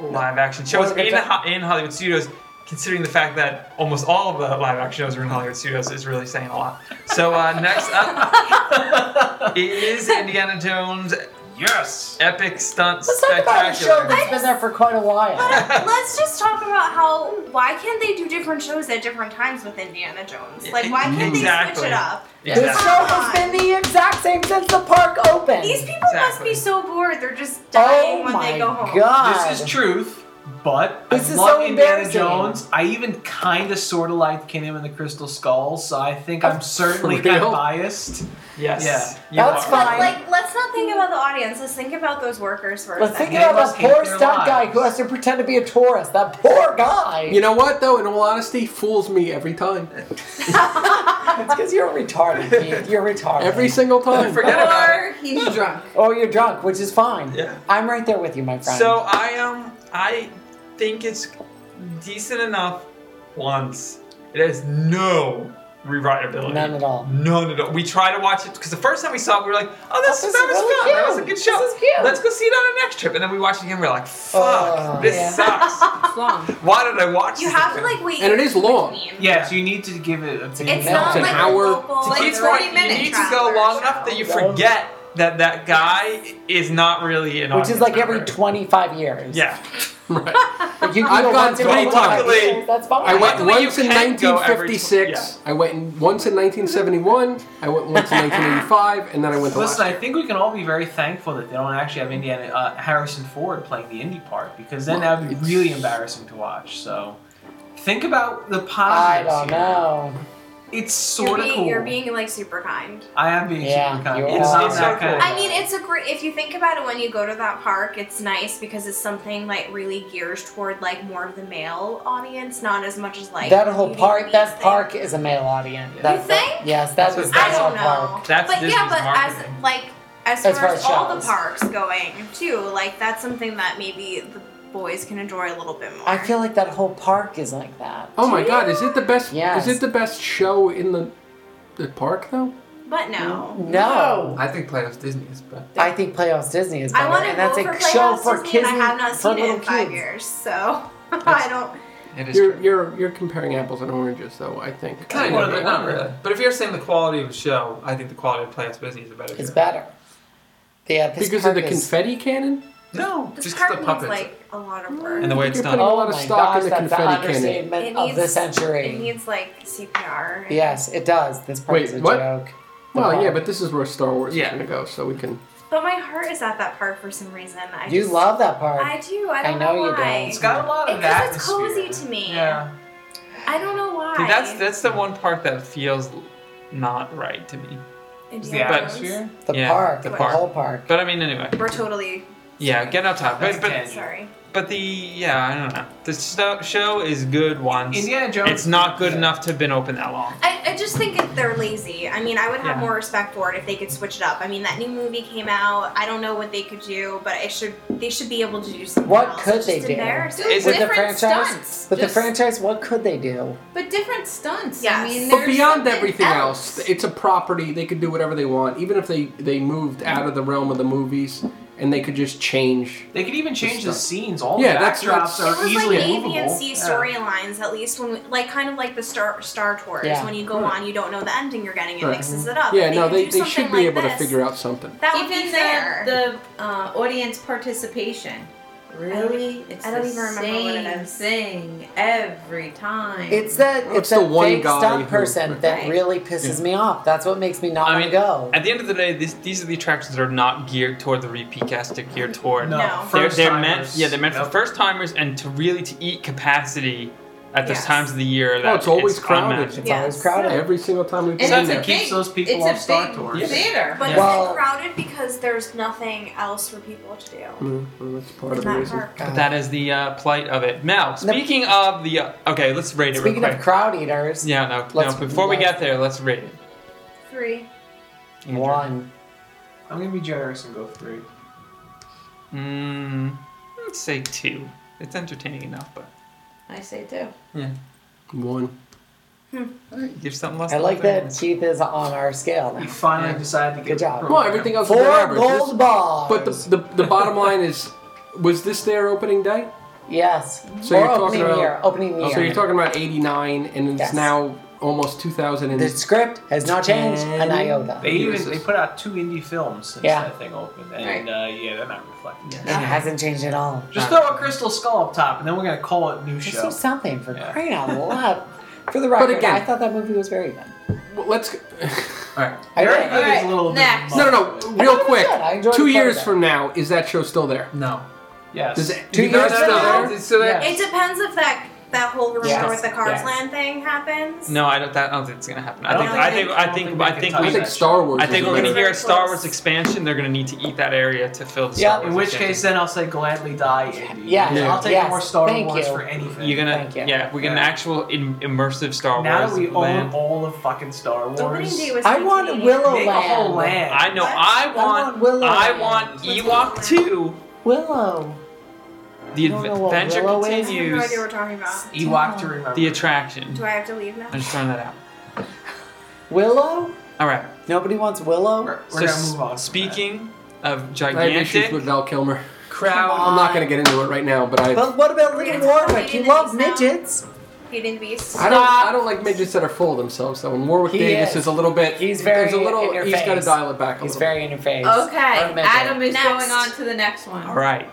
[SPEAKER 7] live action shows
[SPEAKER 2] Well,
[SPEAKER 7] in,
[SPEAKER 2] it's-
[SPEAKER 7] Ho- in Hollywood studios, considering the fact that almost all of the live action shows are in Hollywood studios, is really saying a lot. So
[SPEAKER 2] [laughs]
[SPEAKER 7] uh, next up is Indiana Jones. Yes. Epic stunt
[SPEAKER 2] Let's talk about a show
[SPEAKER 7] spectacular.
[SPEAKER 2] that's been there for quite a while.
[SPEAKER 5] But Let's just talk about how why can't they do different shows at different times with Indiana Jones? Like why can't they
[SPEAKER 7] Exactly.
[SPEAKER 5] switch it up?
[SPEAKER 2] This show has been the exact same since the park opened.
[SPEAKER 5] These people must
[SPEAKER 7] Exactly.
[SPEAKER 5] be so bored. They're just dying
[SPEAKER 2] oh
[SPEAKER 5] when
[SPEAKER 2] my
[SPEAKER 5] they go home.
[SPEAKER 2] god.
[SPEAKER 6] this is truth, but
[SPEAKER 2] This
[SPEAKER 6] I
[SPEAKER 2] is
[SPEAKER 6] love
[SPEAKER 2] so
[SPEAKER 6] Indiana
[SPEAKER 2] embarrassing.
[SPEAKER 6] Jones. I even kind of sort of liked Kingdom and the Crystal Skull, so I
[SPEAKER 2] [laughs]
[SPEAKER 6] think I'm certainly
[SPEAKER 4] For
[SPEAKER 6] kind
[SPEAKER 4] real?
[SPEAKER 6] of biased.
[SPEAKER 7] Yes. you
[SPEAKER 2] That's
[SPEAKER 7] are.
[SPEAKER 2] fine.
[SPEAKER 5] But like, let's not think about the audience. Let's think about those workers for a
[SPEAKER 2] Let's think
[SPEAKER 5] second.
[SPEAKER 6] They
[SPEAKER 2] about
[SPEAKER 6] must
[SPEAKER 2] that
[SPEAKER 6] hate
[SPEAKER 2] poor
[SPEAKER 6] their
[SPEAKER 2] stunt guy
[SPEAKER 6] lives.
[SPEAKER 2] who has to pretend to be a tourist. That poor guy.
[SPEAKER 4] You know what, though? In all honesty, fools me every time.
[SPEAKER 2] it's because you're retarded. Keith. You're retarded.
[SPEAKER 4] Every single time.
[SPEAKER 7] Forget about it.
[SPEAKER 3] Or he's drunk.
[SPEAKER 2] or you're drunk, which is fine.
[SPEAKER 7] Yeah.
[SPEAKER 2] I'm right there with you, my friend.
[SPEAKER 7] So I um I think it's decent enough once. It has no rewritability.
[SPEAKER 2] None at all.
[SPEAKER 7] None at all. We try to watch it because the first time we saw it, we were like, "Oh, this,
[SPEAKER 2] Oh, this
[SPEAKER 7] that
[SPEAKER 2] is
[SPEAKER 7] was
[SPEAKER 2] really
[SPEAKER 7] fun. That was a
[SPEAKER 2] cute.
[SPEAKER 7] good show.
[SPEAKER 2] This is cute."
[SPEAKER 7] Let's go see it on a next trip." And then we watched it again. We are like, "Fuck,
[SPEAKER 2] Oh.
[SPEAKER 7] this
[SPEAKER 3] Yeah.
[SPEAKER 7] sucks.
[SPEAKER 2] [laughs]
[SPEAKER 3] It's long.
[SPEAKER 7] Why did I watch?"
[SPEAKER 5] You
[SPEAKER 7] this
[SPEAKER 5] have to
[SPEAKER 7] again?"
[SPEAKER 5] like wait.
[SPEAKER 4] And it is
[SPEAKER 5] in
[SPEAKER 4] long.
[SPEAKER 5] between.
[SPEAKER 6] Yeah, so you need to give it a big
[SPEAKER 5] It's
[SPEAKER 2] No.
[SPEAKER 5] not
[SPEAKER 4] It's an
[SPEAKER 5] like a
[SPEAKER 4] hour.
[SPEAKER 5] local, like,
[SPEAKER 7] To keep going,
[SPEAKER 5] 30
[SPEAKER 7] you
[SPEAKER 5] minute
[SPEAKER 7] need to go
[SPEAKER 5] traveler
[SPEAKER 7] long
[SPEAKER 5] show.
[SPEAKER 7] enough that you
[SPEAKER 2] That was-
[SPEAKER 7] forget that that guy is not really an
[SPEAKER 2] which is
[SPEAKER 7] audience
[SPEAKER 2] like every
[SPEAKER 7] member.
[SPEAKER 2] 25 years.
[SPEAKER 7] yeah.
[SPEAKER 4] [laughs] Right.
[SPEAKER 2] Like, you can
[SPEAKER 4] I've
[SPEAKER 2] go
[SPEAKER 4] gone
[SPEAKER 2] once in
[SPEAKER 4] three
[SPEAKER 2] 25
[SPEAKER 7] times.
[SPEAKER 2] years, That's fine.
[SPEAKER 4] I went
[SPEAKER 7] Luckily,
[SPEAKER 4] once
[SPEAKER 7] you
[SPEAKER 4] in
[SPEAKER 7] can go every
[SPEAKER 4] 1956. I went in- once in 1971. I went once in 1985, and then I went the last.
[SPEAKER 6] Listen, I think we can all be very thankful that they don't actually have Indiana uh, Harrison Ford playing the indie part because then that would be
[SPEAKER 4] It's-
[SPEAKER 6] really embarrassing to watch. So think about the
[SPEAKER 2] I
[SPEAKER 6] positives.
[SPEAKER 2] don't
[SPEAKER 6] here.
[SPEAKER 2] know.
[SPEAKER 6] It's
[SPEAKER 5] You're
[SPEAKER 6] sort of
[SPEAKER 5] being,
[SPEAKER 6] cool.
[SPEAKER 5] you're being like super kind.
[SPEAKER 6] I am being
[SPEAKER 2] Yeah,
[SPEAKER 6] super kind.
[SPEAKER 2] you
[SPEAKER 6] It's
[SPEAKER 2] are.
[SPEAKER 6] not
[SPEAKER 7] It's so
[SPEAKER 6] that kind of-
[SPEAKER 7] cool.
[SPEAKER 5] I mean, it's a great. If you think about it, when you go to that park, it's nice because it's something like really gears toward like more of the male audience, not as much as like
[SPEAKER 2] That whole
[SPEAKER 5] beauty
[SPEAKER 2] park,
[SPEAKER 5] and
[SPEAKER 2] that
[SPEAKER 5] Beast
[SPEAKER 2] park is a male audience. That's the-
[SPEAKER 5] think?
[SPEAKER 2] yes, that
[SPEAKER 7] That's
[SPEAKER 2] was
[SPEAKER 7] what-
[SPEAKER 5] thing. I
[SPEAKER 2] that
[SPEAKER 5] don't
[SPEAKER 2] whole
[SPEAKER 5] know.
[SPEAKER 2] park.
[SPEAKER 7] That's
[SPEAKER 5] but yeah,
[SPEAKER 7] Disney's
[SPEAKER 5] but
[SPEAKER 7] marketing.
[SPEAKER 5] as like as,
[SPEAKER 2] As
[SPEAKER 5] far
[SPEAKER 2] far
[SPEAKER 5] as
[SPEAKER 2] as
[SPEAKER 5] all the
[SPEAKER 2] shows.
[SPEAKER 5] parks going too, like that's something that maybe the boys can enjoy a little bit more.
[SPEAKER 2] I feel like that whole park is like that.
[SPEAKER 4] oh my God! Is it the best?
[SPEAKER 2] Yes.
[SPEAKER 4] Is it the best show in the the park though?
[SPEAKER 5] but no.
[SPEAKER 2] No.
[SPEAKER 8] I think Plato's Disney is, but
[SPEAKER 2] I think Playhouse Disney is better.
[SPEAKER 5] I want to
[SPEAKER 2] and that's
[SPEAKER 5] go
[SPEAKER 2] a
[SPEAKER 5] for
[SPEAKER 2] show
[SPEAKER 5] Playhouse
[SPEAKER 2] for
[SPEAKER 5] Disney,
[SPEAKER 2] kids.
[SPEAKER 5] and I have not
[SPEAKER 2] for
[SPEAKER 5] seen it
[SPEAKER 2] little
[SPEAKER 5] in five
[SPEAKER 2] kids.
[SPEAKER 5] years, so [laughs] I don't.
[SPEAKER 8] it is.
[SPEAKER 4] You're
[SPEAKER 8] true.
[SPEAKER 4] you're you're comparing apples and oranges though. I think.
[SPEAKER 7] Kind
[SPEAKER 6] Well,
[SPEAKER 7] of, but
[SPEAKER 6] they
[SPEAKER 7] not
[SPEAKER 6] were.
[SPEAKER 7] really. But if you're saying the quality of the show, I think the quality of Playhouse Disney is a better.
[SPEAKER 2] It's
[SPEAKER 7] show.
[SPEAKER 2] better. Yeah, this
[SPEAKER 4] Because of the
[SPEAKER 2] park is-
[SPEAKER 4] confetti cannon?
[SPEAKER 7] No,
[SPEAKER 5] This
[SPEAKER 7] just
[SPEAKER 5] part
[SPEAKER 7] the
[SPEAKER 5] needs,
[SPEAKER 7] puppets
[SPEAKER 5] like a lot of work.
[SPEAKER 7] and the way it's
[SPEAKER 4] You're
[SPEAKER 7] done.
[SPEAKER 4] putting a
[SPEAKER 2] Oh
[SPEAKER 4] lot of
[SPEAKER 2] my
[SPEAKER 4] stock
[SPEAKER 2] gosh,
[SPEAKER 4] in the
[SPEAKER 2] that's the
[SPEAKER 4] confetti cannon.
[SPEAKER 2] understatement of the century.
[SPEAKER 5] It needs like CPR.
[SPEAKER 2] yes, it does. This part
[SPEAKER 4] Wait,
[SPEAKER 2] is a
[SPEAKER 4] what?
[SPEAKER 2] joke. The
[SPEAKER 4] Well, yeah,
[SPEAKER 2] park.
[SPEAKER 4] but this is where Star Wars
[SPEAKER 7] Yeah.
[SPEAKER 4] is going to go, so we can.
[SPEAKER 5] But my heart is at that park for some reason. I
[SPEAKER 2] you
[SPEAKER 5] just,
[SPEAKER 2] love that part.
[SPEAKER 5] I do. I
[SPEAKER 2] I
[SPEAKER 5] don't
[SPEAKER 2] know you
[SPEAKER 5] why.
[SPEAKER 6] It's got a lot of
[SPEAKER 5] Because it's
[SPEAKER 6] atmosphere.
[SPEAKER 5] cozy to me.
[SPEAKER 6] Yeah.
[SPEAKER 5] I don't know why.
[SPEAKER 7] See, that's that's the one part that feels not right to me.
[SPEAKER 6] Is the
[SPEAKER 5] Indiana
[SPEAKER 7] But-
[SPEAKER 5] Jones.
[SPEAKER 6] atmosphere?
[SPEAKER 2] the
[SPEAKER 7] yeah,
[SPEAKER 2] park,
[SPEAKER 7] the
[SPEAKER 2] the,
[SPEAKER 7] park.
[SPEAKER 2] whole park.
[SPEAKER 7] But I mean, anyway,
[SPEAKER 5] We're totally
[SPEAKER 7] yeah, get out top. But
[SPEAKER 6] That's
[SPEAKER 7] but,
[SPEAKER 6] ten.
[SPEAKER 5] sorry.
[SPEAKER 7] but the yeah, I don't know. The sto- show is good once.
[SPEAKER 6] Indiana Jones.
[SPEAKER 7] It's not good enough to have been open that long.
[SPEAKER 5] I, I just think if they're lazy. I mean, I would have
[SPEAKER 7] Yeah.
[SPEAKER 5] more respect for it if they could switch it up. I mean, that new movie came out. I don't know what they could do, but it should. They should be able to do something
[SPEAKER 2] What
[SPEAKER 5] else.
[SPEAKER 2] could
[SPEAKER 5] It's
[SPEAKER 2] they
[SPEAKER 5] just
[SPEAKER 2] do?
[SPEAKER 3] Dude,
[SPEAKER 5] embarrassing.
[SPEAKER 7] Is it-
[SPEAKER 2] With the
[SPEAKER 3] different
[SPEAKER 2] franchise,
[SPEAKER 3] stunts.
[SPEAKER 2] with
[SPEAKER 3] Just-
[SPEAKER 2] the franchise, what could they do?
[SPEAKER 3] But different stunts.
[SPEAKER 5] Yes.
[SPEAKER 3] I mean,
[SPEAKER 4] But
[SPEAKER 5] But
[SPEAKER 3] there's
[SPEAKER 4] beyond
[SPEAKER 3] something
[SPEAKER 4] everything else, it's a property. They could do whatever they want, even if they they moved out of the realm of the movies, and they could just change.
[SPEAKER 6] They could even change the
[SPEAKER 4] Just
[SPEAKER 6] scenes. All
[SPEAKER 4] Yeah,
[SPEAKER 6] the
[SPEAKER 4] that's-
[SPEAKER 6] backdrops
[SPEAKER 4] that's-
[SPEAKER 5] It
[SPEAKER 6] are
[SPEAKER 5] was
[SPEAKER 6] easily
[SPEAKER 5] like A,
[SPEAKER 6] movable.
[SPEAKER 5] B, and C
[SPEAKER 6] Yeah.
[SPEAKER 5] storylines, at least when, we, like, kind of like the Star Star Tours.
[SPEAKER 2] Yeah.
[SPEAKER 5] When you go
[SPEAKER 4] Right.
[SPEAKER 5] on, you don't know the ending you're getting. It
[SPEAKER 4] Right.
[SPEAKER 5] mixes it up.
[SPEAKER 4] Yeah,
[SPEAKER 5] If
[SPEAKER 4] no,
[SPEAKER 5] Oh, could
[SPEAKER 4] they,
[SPEAKER 5] do
[SPEAKER 4] they
[SPEAKER 5] something
[SPEAKER 4] should be
[SPEAKER 5] like
[SPEAKER 4] able to
[SPEAKER 5] this,
[SPEAKER 4] figure out something.
[SPEAKER 5] That would
[SPEAKER 3] Even
[SPEAKER 5] be fair.
[SPEAKER 3] the, the uh, audience participation. Really, it's
[SPEAKER 5] I don't
[SPEAKER 3] the
[SPEAKER 5] even remember what
[SPEAKER 3] same
[SPEAKER 5] it is.
[SPEAKER 3] thing every time.
[SPEAKER 2] It's that
[SPEAKER 4] Well,
[SPEAKER 2] it's
[SPEAKER 4] it's the
[SPEAKER 2] that
[SPEAKER 4] one
[SPEAKER 2] fake
[SPEAKER 4] guy
[SPEAKER 2] stunt
[SPEAKER 4] who-
[SPEAKER 2] person that
[SPEAKER 3] Right.
[SPEAKER 2] really pisses me off. That's what makes me not
[SPEAKER 7] I
[SPEAKER 2] want
[SPEAKER 7] mean,
[SPEAKER 2] to go.
[SPEAKER 7] At the end of the day, this, these are the attractions that are not geared toward the repeat cast. They're geared toward
[SPEAKER 6] No.
[SPEAKER 5] No.
[SPEAKER 7] they're,
[SPEAKER 6] 1st
[SPEAKER 7] they're meant yeah they're meant for first timers and to really to eat capacity at those
[SPEAKER 5] Yes.
[SPEAKER 7] times of the year. That
[SPEAKER 4] Oh, it's always crowded.
[SPEAKER 7] unmatched.
[SPEAKER 2] it's
[SPEAKER 5] Yes.
[SPEAKER 2] always crowded.
[SPEAKER 4] Every single time
[SPEAKER 3] And
[SPEAKER 4] we've been
[SPEAKER 3] it's
[SPEAKER 4] there.
[SPEAKER 3] a
[SPEAKER 6] It keeps
[SPEAKER 3] big,
[SPEAKER 6] those people
[SPEAKER 3] it's
[SPEAKER 6] off
[SPEAKER 3] a
[SPEAKER 6] Star
[SPEAKER 3] big
[SPEAKER 6] Tours.
[SPEAKER 7] Yeah.
[SPEAKER 3] theater.
[SPEAKER 5] But
[SPEAKER 2] Well-
[SPEAKER 5] it's crowded because there's nothing else for people to do
[SPEAKER 4] Mm, well, that's part
[SPEAKER 5] in
[SPEAKER 4] of the
[SPEAKER 5] that
[SPEAKER 4] reason.
[SPEAKER 5] park.
[SPEAKER 2] God.
[SPEAKER 7] But that is the uh, plight of it. Now, speaking of the uh, okay, let's rate it
[SPEAKER 2] Speaking
[SPEAKER 7] real
[SPEAKER 2] of
[SPEAKER 7] quick.
[SPEAKER 2] crowd eaters,
[SPEAKER 7] yeah, no,
[SPEAKER 2] Let's-
[SPEAKER 7] no. Before we
[SPEAKER 2] let's-
[SPEAKER 7] get there, let's rate it.
[SPEAKER 5] Three.
[SPEAKER 7] Andrew.
[SPEAKER 2] one.
[SPEAKER 6] I'm gonna be generous and go three.
[SPEAKER 7] Mm, let's say two. It's entertaining enough, but
[SPEAKER 3] I say too.
[SPEAKER 7] yeah,
[SPEAKER 4] One.
[SPEAKER 7] give something less.
[SPEAKER 2] I
[SPEAKER 7] than
[SPEAKER 2] like
[SPEAKER 7] there.
[SPEAKER 2] that Keith is on our scale
[SPEAKER 6] We
[SPEAKER 2] now.
[SPEAKER 6] finally
[SPEAKER 7] Yeah.
[SPEAKER 6] decided to
[SPEAKER 2] Good
[SPEAKER 6] get
[SPEAKER 2] job.
[SPEAKER 6] a
[SPEAKER 4] Well, everything else is
[SPEAKER 2] Four
[SPEAKER 4] average. This-
[SPEAKER 2] gold bars.
[SPEAKER 4] But the, the
[SPEAKER 2] [laughs]
[SPEAKER 4] the bottom line is, was this their opening day?
[SPEAKER 2] yes,
[SPEAKER 4] So
[SPEAKER 2] or
[SPEAKER 4] you're talking
[SPEAKER 2] opening
[SPEAKER 4] about-
[SPEAKER 2] year, opening year.
[SPEAKER 4] So you're talking about '89, and it's
[SPEAKER 2] Yes.
[SPEAKER 4] now almost 2000. And
[SPEAKER 2] the script has not changed an
[SPEAKER 4] And-
[SPEAKER 2] iota.
[SPEAKER 6] They even
[SPEAKER 4] Jesus.
[SPEAKER 6] they put out two indie films since
[SPEAKER 2] Yeah.
[SPEAKER 6] that thing opened, and uh, yeah, they're not reflected.
[SPEAKER 2] It hasn't changed at all.
[SPEAKER 6] Just throw a crystal skull up top, and then we're gonna call it new
[SPEAKER 2] Just do
[SPEAKER 6] show.
[SPEAKER 2] something for
[SPEAKER 6] Yeah.
[SPEAKER 2] crying
[SPEAKER 4] [laughs]
[SPEAKER 2] out loud. For the record,
[SPEAKER 4] again-
[SPEAKER 2] I thought that movie was very good.
[SPEAKER 4] well, let's. All right.
[SPEAKER 2] I
[SPEAKER 6] Very
[SPEAKER 2] did.
[SPEAKER 6] good is a
[SPEAKER 3] Alright,
[SPEAKER 6] little bit
[SPEAKER 3] next.
[SPEAKER 6] much.
[SPEAKER 4] [laughs] No, no, no. Real
[SPEAKER 2] thought it was
[SPEAKER 4] quick.
[SPEAKER 2] good. I enjoyed
[SPEAKER 4] Two
[SPEAKER 2] the
[SPEAKER 4] years
[SPEAKER 2] photo.
[SPEAKER 4] from now, is that show still there?
[SPEAKER 8] No.
[SPEAKER 6] Yes.
[SPEAKER 4] Does it-
[SPEAKER 2] Two
[SPEAKER 4] you guys
[SPEAKER 2] years from
[SPEAKER 4] know?
[SPEAKER 2] now?
[SPEAKER 8] So that,
[SPEAKER 5] It depends if that that whole remember
[SPEAKER 2] Yes.
[SPEAKER 5] with the Cars
[SPEAKER 2] Yes.
[SPEAKER 5] Land thing happens.
[SPEAKER 7] No, I don't. That, I don't think it's gonna happen.
[SPEAKER 6] I
[SPEAKER 7] I
[SPEAKER 6] don't
[SPEAKER 7] think. I think.
[SPEAKER 6] think- I
[SPEAKER 7] I
[SPEAKER 6] don't
[SPEAKER 7] think.
[SPEAKER 6] think
[SPEAKER 7] I
[SPEAKER 6] they
[SPEAKER 7] think.
[SPEAKER 6] can
[SPEAKER 4] I
[SPEAKER 7] we-
[SPEAKER 6] touch
[SPEAKER 4] think Star Wars.
[SPEAKER 7] I think
[SPEAKER 4] is
[SPEAKER 7] we're gonna
[SPEAKER 4] better.
[SPEAKER 7] hear a Star
[SPEAKER 5] Close.
[SPEAKER 7] Wars expansion. They're gonna need to eat that area to fill the
[SPEAKER 2] Yeah.
[SPEAKER 7] Star Wars
[SPEAKER 6] In which
[SPEAKER 7] expansion.
[SPEAKER 6] case, then I'll say gladly die, Andy.
[SPEAKER 2] Yeah,
[SPEAKER 4] Yeah.
[SPEAKER 6] I'll take
[SPEAKER 2] yes,
[SPEAKER 6] more Star
[SPEAKER 2] thank
[SPEAKER 6] Wars
[SPEAKER 2] you.
[SPEAKER 6] for anything.
[SPEAKER 7] You're gonna,
[SPEAKER 2] Thank you.
[SPEAKER 7] yeah, we get an
[SPEAKER 6] Yeah.
[SPEAKER 7] actual im- immersive Star
[SPEAKER 6] now
[SPEAKER 7] Wars.
[SPEAKER 6] that we own
[SPEAKER 7] land.
[SPEAKER 6] all of fucking Star Wars,
[SPEAKER 5] The winning day was
[SPEAKER 2] I want
[SPEAKER 5] 1988.
[SPEAKER 2] Willow
[SPEAKER 6] make a whole land.
[SPEAKER 7] I know.
[SPEAKER 5] What?
[SPEAKER 7] I
[SPEAKER 2] I want
[SPEAKER 7] want.
[SPEAKER 2] Willow
[SPEAKER 7] I
[SPEAKER 2] Land.
[SPEAKER 7] want
[SPEAKER 5] Let's
[SPEAKER 7] Ewok
[SPEAKER 5] go to
[SPEAKER 7] Two.
[SPEAKER 2] Willow.
[SPEAKER 7] The
[SPEAKER 2] I don't know what
[SPEAKER 7] adventure
[SPEAKER 2] Willow is.
[SPEAKER 5] I have no
[SPEAKER 7] continues.
[SPEAKER 5] idea what we're talking about.
[SPEAKER 6] Ewok to remember.
[SPEAKER 7] The attraction.
[SPEAKER 5] Do I have to leave now?
[SPEAKER 7] I'm just throwing that out.
[SPEAKER 2] Willow?
[SPEAKER 7] All right.
[SPEAKER 2] Nobody wants Willow?
[SPEAKER 6] We're, we're
[SPEAKER 7] so
[SPEAKER 6] gonna move on. from
[SPEAKER 7] Speaking of
[SPEAKER 4] I have issues
[SPEAKER 7] gigantic,
[SPEAKER 4] with Val Kilmer.
[SPEAKER 2] Come
[SPEAKER 4] Crowd. I'm not gonna get into it right now, but I.
[SPEAKER 2] But what about Lee
[SPEAKER 5] It's
[SPEAKER 2] Warwick? He
[SPEAKER 5] complicated
[SPEAKER 2] loves
[SPEAKER 5] now.
[SPEAKER 2] midgets.
[SPEAKER 5] Beauty and the Beast.
[SPEAKER 4] I don't. I don't like midgets that are full of themselves. Though, and Warwick
[SPEAKER 2] He
[SPEAKER 4] Davis
[SPEAKER 2] is.
[SPEAKER 4] is. a little bit.
[SPEAKER 2] He's very
[SPEAKER 4] There's a little.
[SPEAKER 2] in your
[SPEAKER 4] he's got to
[SPEAKER 2] face.
[SPEAKER 4] dial it back a
[SPEAKER 2] He's
[SPEAKER 4] little.
[SPEAKER 2] very in your face.
[SPEAKER 3] Okay,
[SPEAKER 2] Or midget.
[SPEAKER 3] Adam is
[SPEAKER 5] Next.
[SPEAKER 3] going on to the next one.
[SPEAKER 7] all right.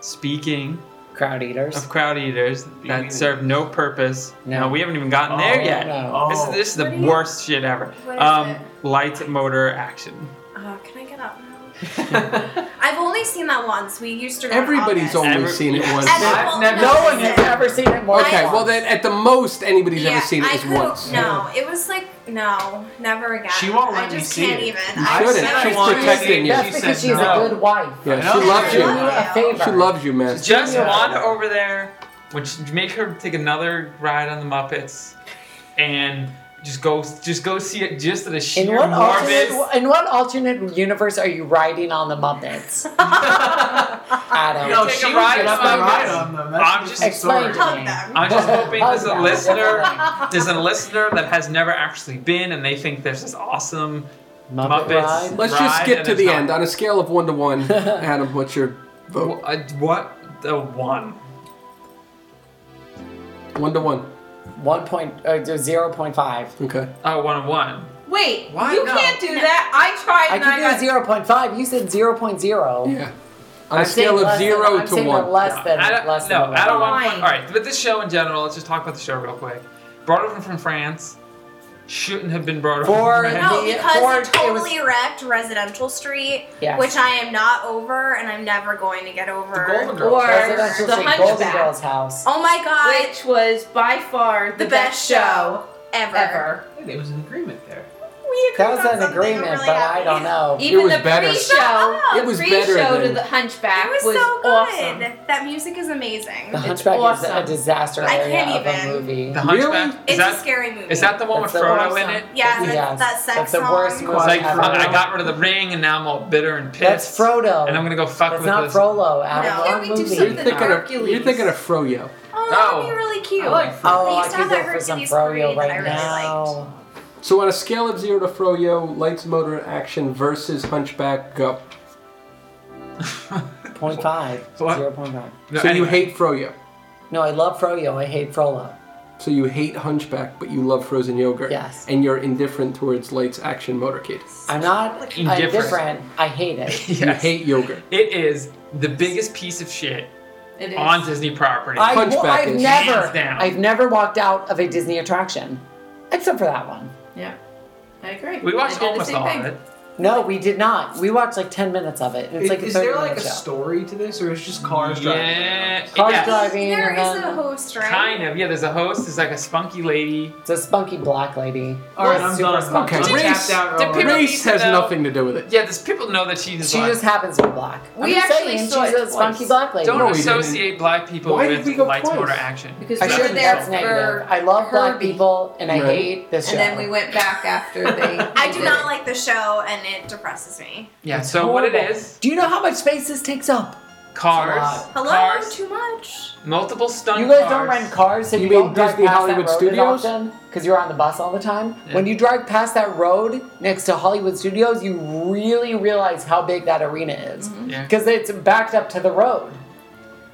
[SPEAKER 7] Speaking
[SPEAKER 2] Crowd eaters.
[SPEAKER 7] of crowd eaters that serve no purpose.
[SPEAKER 2] No.
[SPEAKER 7] No, we haven't even
[SPEAKER 6] Oh,
[SPEAKER 7] gotten there
[SPEAKER 6] that.
[SPEAKER 7] yet.
[SPEAKER 2] No.
[SPEAKER 6] Oh,
[SPEAKER 7] This
[SPEAKER 6] [laughs]
[SPEAKER 7] is this is the [laughs]
[SPEAKER 5] What do you-
[SPEAKER 7] worst shit ever.
[SPEAKER 5] What is
[SPEAKER 7] Um,
[SPEAKER 5] it?
[SPEAKER 7] light motor action.
[SPEAKER 5] Uh, can I get up now? I've only seen that once. We used to. Go in
[SPEAKER 4] Everybody's
[SPEAKER 5] August.
[SPEAKER 4] only
[SPEAKER 7] Every-
[SPEAKER 4] seen it once.
[SPEAKER 5] Every-
[SPEAKER 6] I've
[SPEAKER 5] well,
[SPEAKER 6] never-
[SPEAKER 2] no one has
[SPEAKER 5] listen.
[SPEAKER 2] ever seen it more
[SPEAKER 4] Okay,
[SPEAKER 2] than
[SPEAKER 4] well
[SPEAKER 2] once.
[SPEAKER 4] then, at the most anybody's
[SPEAKER 5] Yeah,
[SPEAKER 4] ever seen it
[SPEAKER 5] I
[SPEAKER 4] is
[SPEAKER 5] couldn't-
[SPEAKER 4] once.
[SPEAKER 5] No, it was like no, never again.
[SPEAKER 6] She won't let
[SPEAKER 5] I
[SPEAKER 6] me
[SPEAKER 5] just
[SPEAKER 6] see
[SPEAKER 5] can't
[SPEAKER 6] it.
[SPEAKER 5] even.
[SPEAKER 4] You
[SPEAKER 5] I
[SPEAKER 4] shouldn't.
[SPEAKER 5] said I
[SPEAKER 4] She's
[SPEAKER 5] wanted to
[SPEAKER 4] protecting
[SPEAKER 5] see it.
[SPEAKER 4] you.
[SPEAKER 2] That's
[SPEAKER 6] She
[SPEAKER 2] because
[SPEAKER 6] said
[SPEAKER 2] she's
[SPEAKER 7] no.
[SPEAKER 2] a good wife.
[SPEAKER 4] Yeah,
[SPEAKER 6] I
[SPEAKER 4] she
[SPEAKER 6] know.
[SPEAKER 4] loves
[SPEAKER 2] Do you
[SPEAKER 4] you.
[SPEAKER 2] a favor.
[SPEAKER 4] She loves you, man.
[SPEAKER 7] Just
[SPEAKER 2] Yeah.
[SPEAKER 7] one over there, which make her take another ride on the Muppets, and just go, just go see it. Just at a sheer
[SPEAKER 2] In what,
[SPEAKER 7] morbid.
[SPEAKER 2] alternate, in what alternate universe are you riding on the Muppets? Adam.
[SPEAKER 6] No,
[SPEAKER 7] Take
[SPEAKER 6] she
[SPEAKER 7] a
[SPEAKER 6] was
[SPEAKER 7] ride
[SPEAKER 6] gonna
[SPEAKER 7] on them.
[SPEAKER 6] ride on them. That's
[SPEAKER 7] I'm
[SPEAKER 6] the
[SPEAKER 7] just-
[SPEAKER 6] story.
[SPEAKER 2] Explain
[SPEAKER 5] Hug them.
[SPEAKER 7] I'm just hoping there's a
[SPEAKER 2] Hug them.
[SPEAKER 7] listener, there's a listener that has never actually been, and they think there's this awesome
[SPEAKER 2] Muppet
[SPEAKER 7] Muppets.
[SPEAKER 2] ride?
[SPEAKER 4] Let's
[SPEAKER 7] Ride
[SPEAKER 4] just skip
[SPEAKER 7] and
[SPEAKER 4] to
[SPEAKER 7] it's
[SPEAKER 4] the
[SPEAKER 7] not-
[SPEAKER 4] end. On a scale of one to
[SPEAKER 7] [laughs]
[SPEAKER 4] one, Adam, what's your vote?
[SPEAKER 7] Wh- uh, what the one.
[SPEAKER 4] One to one.
[SPEAKER 2] One point, uh, zero point five.
[SPEAKER 4] Okay.
[SPEAKER 7] Oh, one on one.
[SPEAKER 3] Wait,
[SPEAKER 7] Why
[SPEAKER 3] you
[SPEAKER 7] no?
[SPEAKER 3] can't do that. I tried
[SPEAKER 2] I
[SPEAKER 3] and I
[SPEAKER 2] can
[SPEAKER 3] got
[SPEAKER 2] do 0.5. You said
[SPEAKER 7] Oh.
[SPEAKER 2] 0.0.
[SPEAKER 4] Yeah. On
[SPEAKER 2] I'm saying
[SPEAKER 4] a scale of
[SPEAKER 2] less than-
[SPEAKER 4] zero
[SPEAKER 2] I'm
[SPEAKER 4] to
[SPEAKER 2] saying
[SPEAKER 4] one.
[SPEAKER 2] they're Less than,
[SPEAKER 7] I don't,
[SPEAKER 2] less
[SPEAKER 7] no,
[SPEAKER 2] than
[SPEAKER 7] I don't want.
[SPEAKER 3] Wine.
[SPEAKER 7] All right, but this show in general. Let's just talk about the show real quick. Brought over from France. Shouldn't have been brought over
[SPEAKER 2] For
[SPEAKER 5] [laughs]
[SPEAKER 7] from France.
[SPEAKER 5] No,
[SPEAKER 2] The
[SPEAKER 5] because
[SPEAKER 2] board-
[SPEAKER 5] he
[SPEAKER 2] it was-
[SPEAKER 5] totally wrecked Residential Street,
[SPEAKER 2] Yes.
[SPEAKER 5] which I am not over and I'm never going to get over.
[SPEAKER 6] The Golden Girls.
[SPEAKER 3] Or
[SPEAKER 2] Residential
[SPEAKER 3] the
[SPEAKER 2] Street, Golden
[SPEAKER 3] Hunchback.
[SPEAKER 2] Girls house.
[SPEAKER 5] Oh my god,
[SPEAKER 3] which was by far
[SPEAKER 5] the, best, show ever.
[SPEAKER 3] ever.
[SPEAKER 6] There was an agreement there.
[SPEAKER 5] We
[SPEAKER 2] That was
[SPEAKER 5] agreed on
[SPEAKER 2] an
[SPEAKER 5] something,
[SPEAKER 2] agreement,
[SPEAKER 5] I'm really
[SPEAKER 2] but
[SPEAKER 5] happy.
[SPEAKER 2] I don't
[SPEAKER 5] [laughs]
[SPEAKER 2] know.
[SPEAKER 3] Even
[SPEAKER 4] was
[SPEAKER 3] the
[SPEAKER 4] better.
[SPEAKER 3] pre-show,
[SPEAKER 5] Shut up.
[SPEAKER 4] It was
[SPEAKER 3] the
[SPEAKER 4] better
[SPEAKER 3] pre-show to
[SPEAKER 4] than-
[SPEAKER 3] the Hunchback
[SPEAKER 5] It was,
[SPEAKER 3] was
[SPEAKER 5] so good.
[SPEAKER 3] awesome.
[SPEAKER 5] That music is amazing.
[SPEAKER 2] The Hunchback is a
[SPEAKER 3] awesome.
[SPEAKER 2] disaster
[SPEAKER 5] I
[SPEAKER 2] area
[SPEAKER 5] can't
[SPEAKER 2] of a
[SPEAKER 5] even.
[SPEAKER 2] movie.
[SPEAKER 7] The Hunchback.
[SPEAKER 5] it's
[SPEAKER 7] Is that,
[SPEAKER 5] a scary movie.
[SPEAKER 7] is that the one
[SPEAKER 2] That's
[SPEAKER 7] with
[SPEAKER 2] the
[SPEAKER 7] Frodo
[SPEAKER 2] worst
[SPEAKER 7] in it?
[SPEAKER 2] song.
[SPEAKER 5] yeah, that,
[SPEAKER 2] Yes,
[SPEAKER 5] that sex
[SPEAKER 2] that's the
[SPEAKER 5] song.
[SPEAKER 2] worst movie
[SPEAKER 7] It's like
[SPEAKER 2] ever.
[SPEAKER 7] I got rid of the ring and now I'm all bitter and pissed.
[SPEAKER 2] That's Frodo.
[SPEAKER 7] And I'm gonna go fuck
[SPEAKER 2] That's
[SPEAKER 7] with
[SPEAKER 2] not
[SPEAKER 7] this.
[SPEAKER 2] Frollo. Out
[SPEAKER 5] No.
[SPEAKER 2] of
[SPEAKER 5] Can
[SPEAKER 2] our
[SPEAKER 5] we do
[SPEAKER 2] movie.
[SPEAKER 4] You're
[SPEAKER 3] something
[SPEAKER 4] thinking, of,
[SPEAKER 3] Hercules.
[SPEAKER 4] you're thinking of Froyo.
[SPEAKER 5] Oh, that'd be
[SPEAKER 7] Oh.
[SPEAKER 5] really cute.
[SPEAKER 7] I like Froyo.
[SPEAKER 2] Oh,
[SPEAKER 5] They
[SPEAKER 2] I
[SPEAKER 5] used to
[SPEAKER 2] could
[SPEAKER 5] have
[SPEAKER 2] go
[SPEAKER 5] that
[SPEAKER 2] for some
[SPEAKER 5] Hercules
[SPEAKER 2] Froyo
[SPEAKER 5] parade that I
[SPEAKER 2] right
[SPEAKER 5] really
[SPEAKER 2] now.
[SPEAKER 4] So on a scale of zero to Froyo, Lights Motor in Action versus Hunchback Go.
[SPEAKER 7] [laughs]
[SPEAKER 2] Point five.
[SPEAKER 7] What?
[SPEAKER 2] Zero point five.
[SPEAKER 7] No,
[SPEAKER 4] so you
[SPEAKER 7] anyway.
[SPEAKER 4] hate Froyo.
[SPEAKER 2] No, I love Froyo. I hate Frollo.
[SPEAKER 4] So you hate Hunchback, but you love frozen yogurt.
[SPEAKER 2] Yes.
[SPEAKER 4] And you're indifferent towards Lights Action Motorcade.
[SPEAKER 2] I'm not
[SPEAKER 7] Indifferent.
[SPEAKER 2] indifferent. I hate it.
[SPEAKER 4] You
[SPEAKER 7] Yes.
[SPEAKER 4] hate yogurt.
[SPEAKER 7] It is the biggest piece of shit
[SPEAKER 3] It is.
[SPEAKER 7] on Disney property.
[SPEAKER 2] I,
[SPEAKER 4] Hunchback
[SPEAKER 2] have
[SPEAKER 4] is-
[SPEAKER 2] never,
[SPEAKER 7] Hands down.
[SPEAKER 2] I've never walked out of a Disney attraction, except for that one.
[SPEAKER 3] yeah, I agree.
[SPEAKER 7] we
[SPEAKER 3] I
[SPEAKER 7] watched
[SPEAKER 3] did the
[SPEAKER 7] almost
[SPEAKER 3] same
[SPEAKER 7] all
[SPEAKER 3] thing.
[SPEAKER 7] of it.
[SPEAKER 2] No, we did not. We watched like ten minutes of it. and It's
[SPEAKER 6] Is,
[SPEAKER 2] like a
[SPEAKER 6] is
[SPEAKER 2] 30
[SPEAKER 6] there like a
[SPEAKER 2] minute show.
[SPEAKER 6] story to this, or is it just cars
[SPEAKER 7] yeah.
[SPEAKER 6] driving?
[SPEAKER 2] Cars
[SPEAKER 7] yeah.
[SPEAKER 2] drive-
[SPEAKER 5] like.
[SPEAKER 2] Driving
[SPEAKER 5] There is
[SPEAKER 2] around.
[SPEAKER 5] a host, right?
[SPEAKER 7] Kind of. Yeah, there's a host. There's like a spunky lady.
[SPEAKER 2] It's a spunky black lady.
[SPEAKER 6] All right, I'm
[SPEAKER 2] Super
[SPEAKER 6] done.
[SPEAKER 2] spunky.
[SPEAKER 4] Okay,
[SPEAKER 6] I'm
[SPEAKER 4] race-
[SPEAKER 6] tapped out.
[SPEAKER 7] the
[SPEAKER 6] Rowan.
[SPEAKER 7] people-
[SPEAKER 4] Race
[SPEAKER 7] need to
[SPEAKER 4] has
[SPEAKER 7] know-
[SPEAKER 4] nothing to do with it.
[SPEAKER 7] Yeah, there's people know that she's
[SPEAKER 2] She
[SPEAKER 7] like,
[SPEAKER 2] just happens to be black. I'm
[SPEAKER 3] We
[SPEAKER 2] just
[SPEAKER 3] actually
[SPEAKER 2] saying,
[SPEAKER 3] saw
[SPEAKER 2] she's
[SPEAKER 3] it
[SPEAKER 2] a spunky
[SPEAKER 3] twice.
[SPEAKER 2] black lady.
[SPEAKER 7] don't
[SPEAKER 4] No, we
[SPEAKER 7] associate black people
[SPEAKER 4] Why did
[SPEAKER 7] with
[SPEAKER 4] we go
[SPEAKER 7] lights,
[SPEAKER 4] twice?
[SPEAKER 7] motor, action.
[SPEAKER 3] Because
[SPEAKER 2] I
[SPEAKER 3] we
[SPEAKER 2] shouldn't.
[SPEAKER 3] were there
[SPEAKER 2] That's
[SPEAKER 3] for
[SPEAKER 2] negative. I love black
[SPEAKER 3] Herbie,
[SPEAKER 2] people, and I
[SPEAKER 4] Right.
[SPEAKER 2] hate this show.
[SPEAKER 3] and then we went back after they.
[SPEAKER 5] I do not like the show, and it depresses me.
[SPEAKER 7] Yeah. So what it
[SPEAKER 2] Horrible.
[SPEAKER 7] is?
[SPEAKER 2] Do you know how much space this takes up?
[SPEAKER 7] Cars.
[SPEAKER 2] It's
[SPEAKER 5] Hello,
[SPEAKER 7] Cars.
[SPEAKER 5] too much.
[SPEAKER 7] Multiple stunt
[SPEAKER 2] You guys
[SPEAKER 7] cars.
[SPEAKER 2] don't rent cars, so
[SPEAKER 4] You
[SPEAKER 2] you,
[SPEAKER 4] mean
[SPEAKER 2] don't drive
[SPEAKER 4] Disney
[SPEAKER 2] past
[SPEAKER 4] Hollywood
[SPEAKER 2] that
[SPEAKER 4] Studios?
[SPEAKER 2] road because you're on the bus all the time. When you drive past that road next to Hollywood Studios, you really realize how big that arena is
[SPEAKER 6] Mm-hmm.
[SPEAKER 7] Yeah.
[SPEAKER 2] because it's backed up to the road,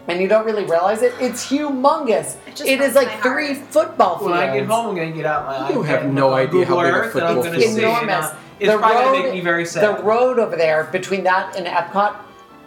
[SPEAKER 2] and you don't really realize it. It's humongous.
[SPEAKER 5] It
[SPEAKER 2] It,
[SPEAKER 5] just
[SPEAKER 2] it
[SPEAKER 5] hurts
[SPEAKER 2] is
[SPEAKER 5] my
[SPEAKER 2] like
[SPEAKER 5] heart.
[SPEAKER 2] three football
[SPEAKER 6] When
[SPEAKER 2] fields.
[SPEAKER 6] I get home, I'm gonna get out my.
[SPEAKER 4] You
[SPEAKER 6] iPad
[SPEAKER 4] have
[SPEAKER 6] and
[SPEAKER 4] no
[SPEAKER 6] look up
[SPEAKER 4] idea how
[SPEAKER 6] Google
[SPEAKER 4] big a
[SPEAKER 6] Earth, and
[SPEAKER 4] football
[SPEAKER 6] I'm gonna
[SPEAKER 4] field
[SPEAKER 2] It's
[SPEAKER 4] is.
[SPEAKER 6] see, you
[SPEAKER 2] enormous.
[SPEAKER 6] know, It's
[SPEAKER 2] the
[SPEAKER 6] probably
[SPEAKER 2] road,
[SPEAKER 6] gonna make me very sad.
[SPEAKER 2] The road over there between that and Epcot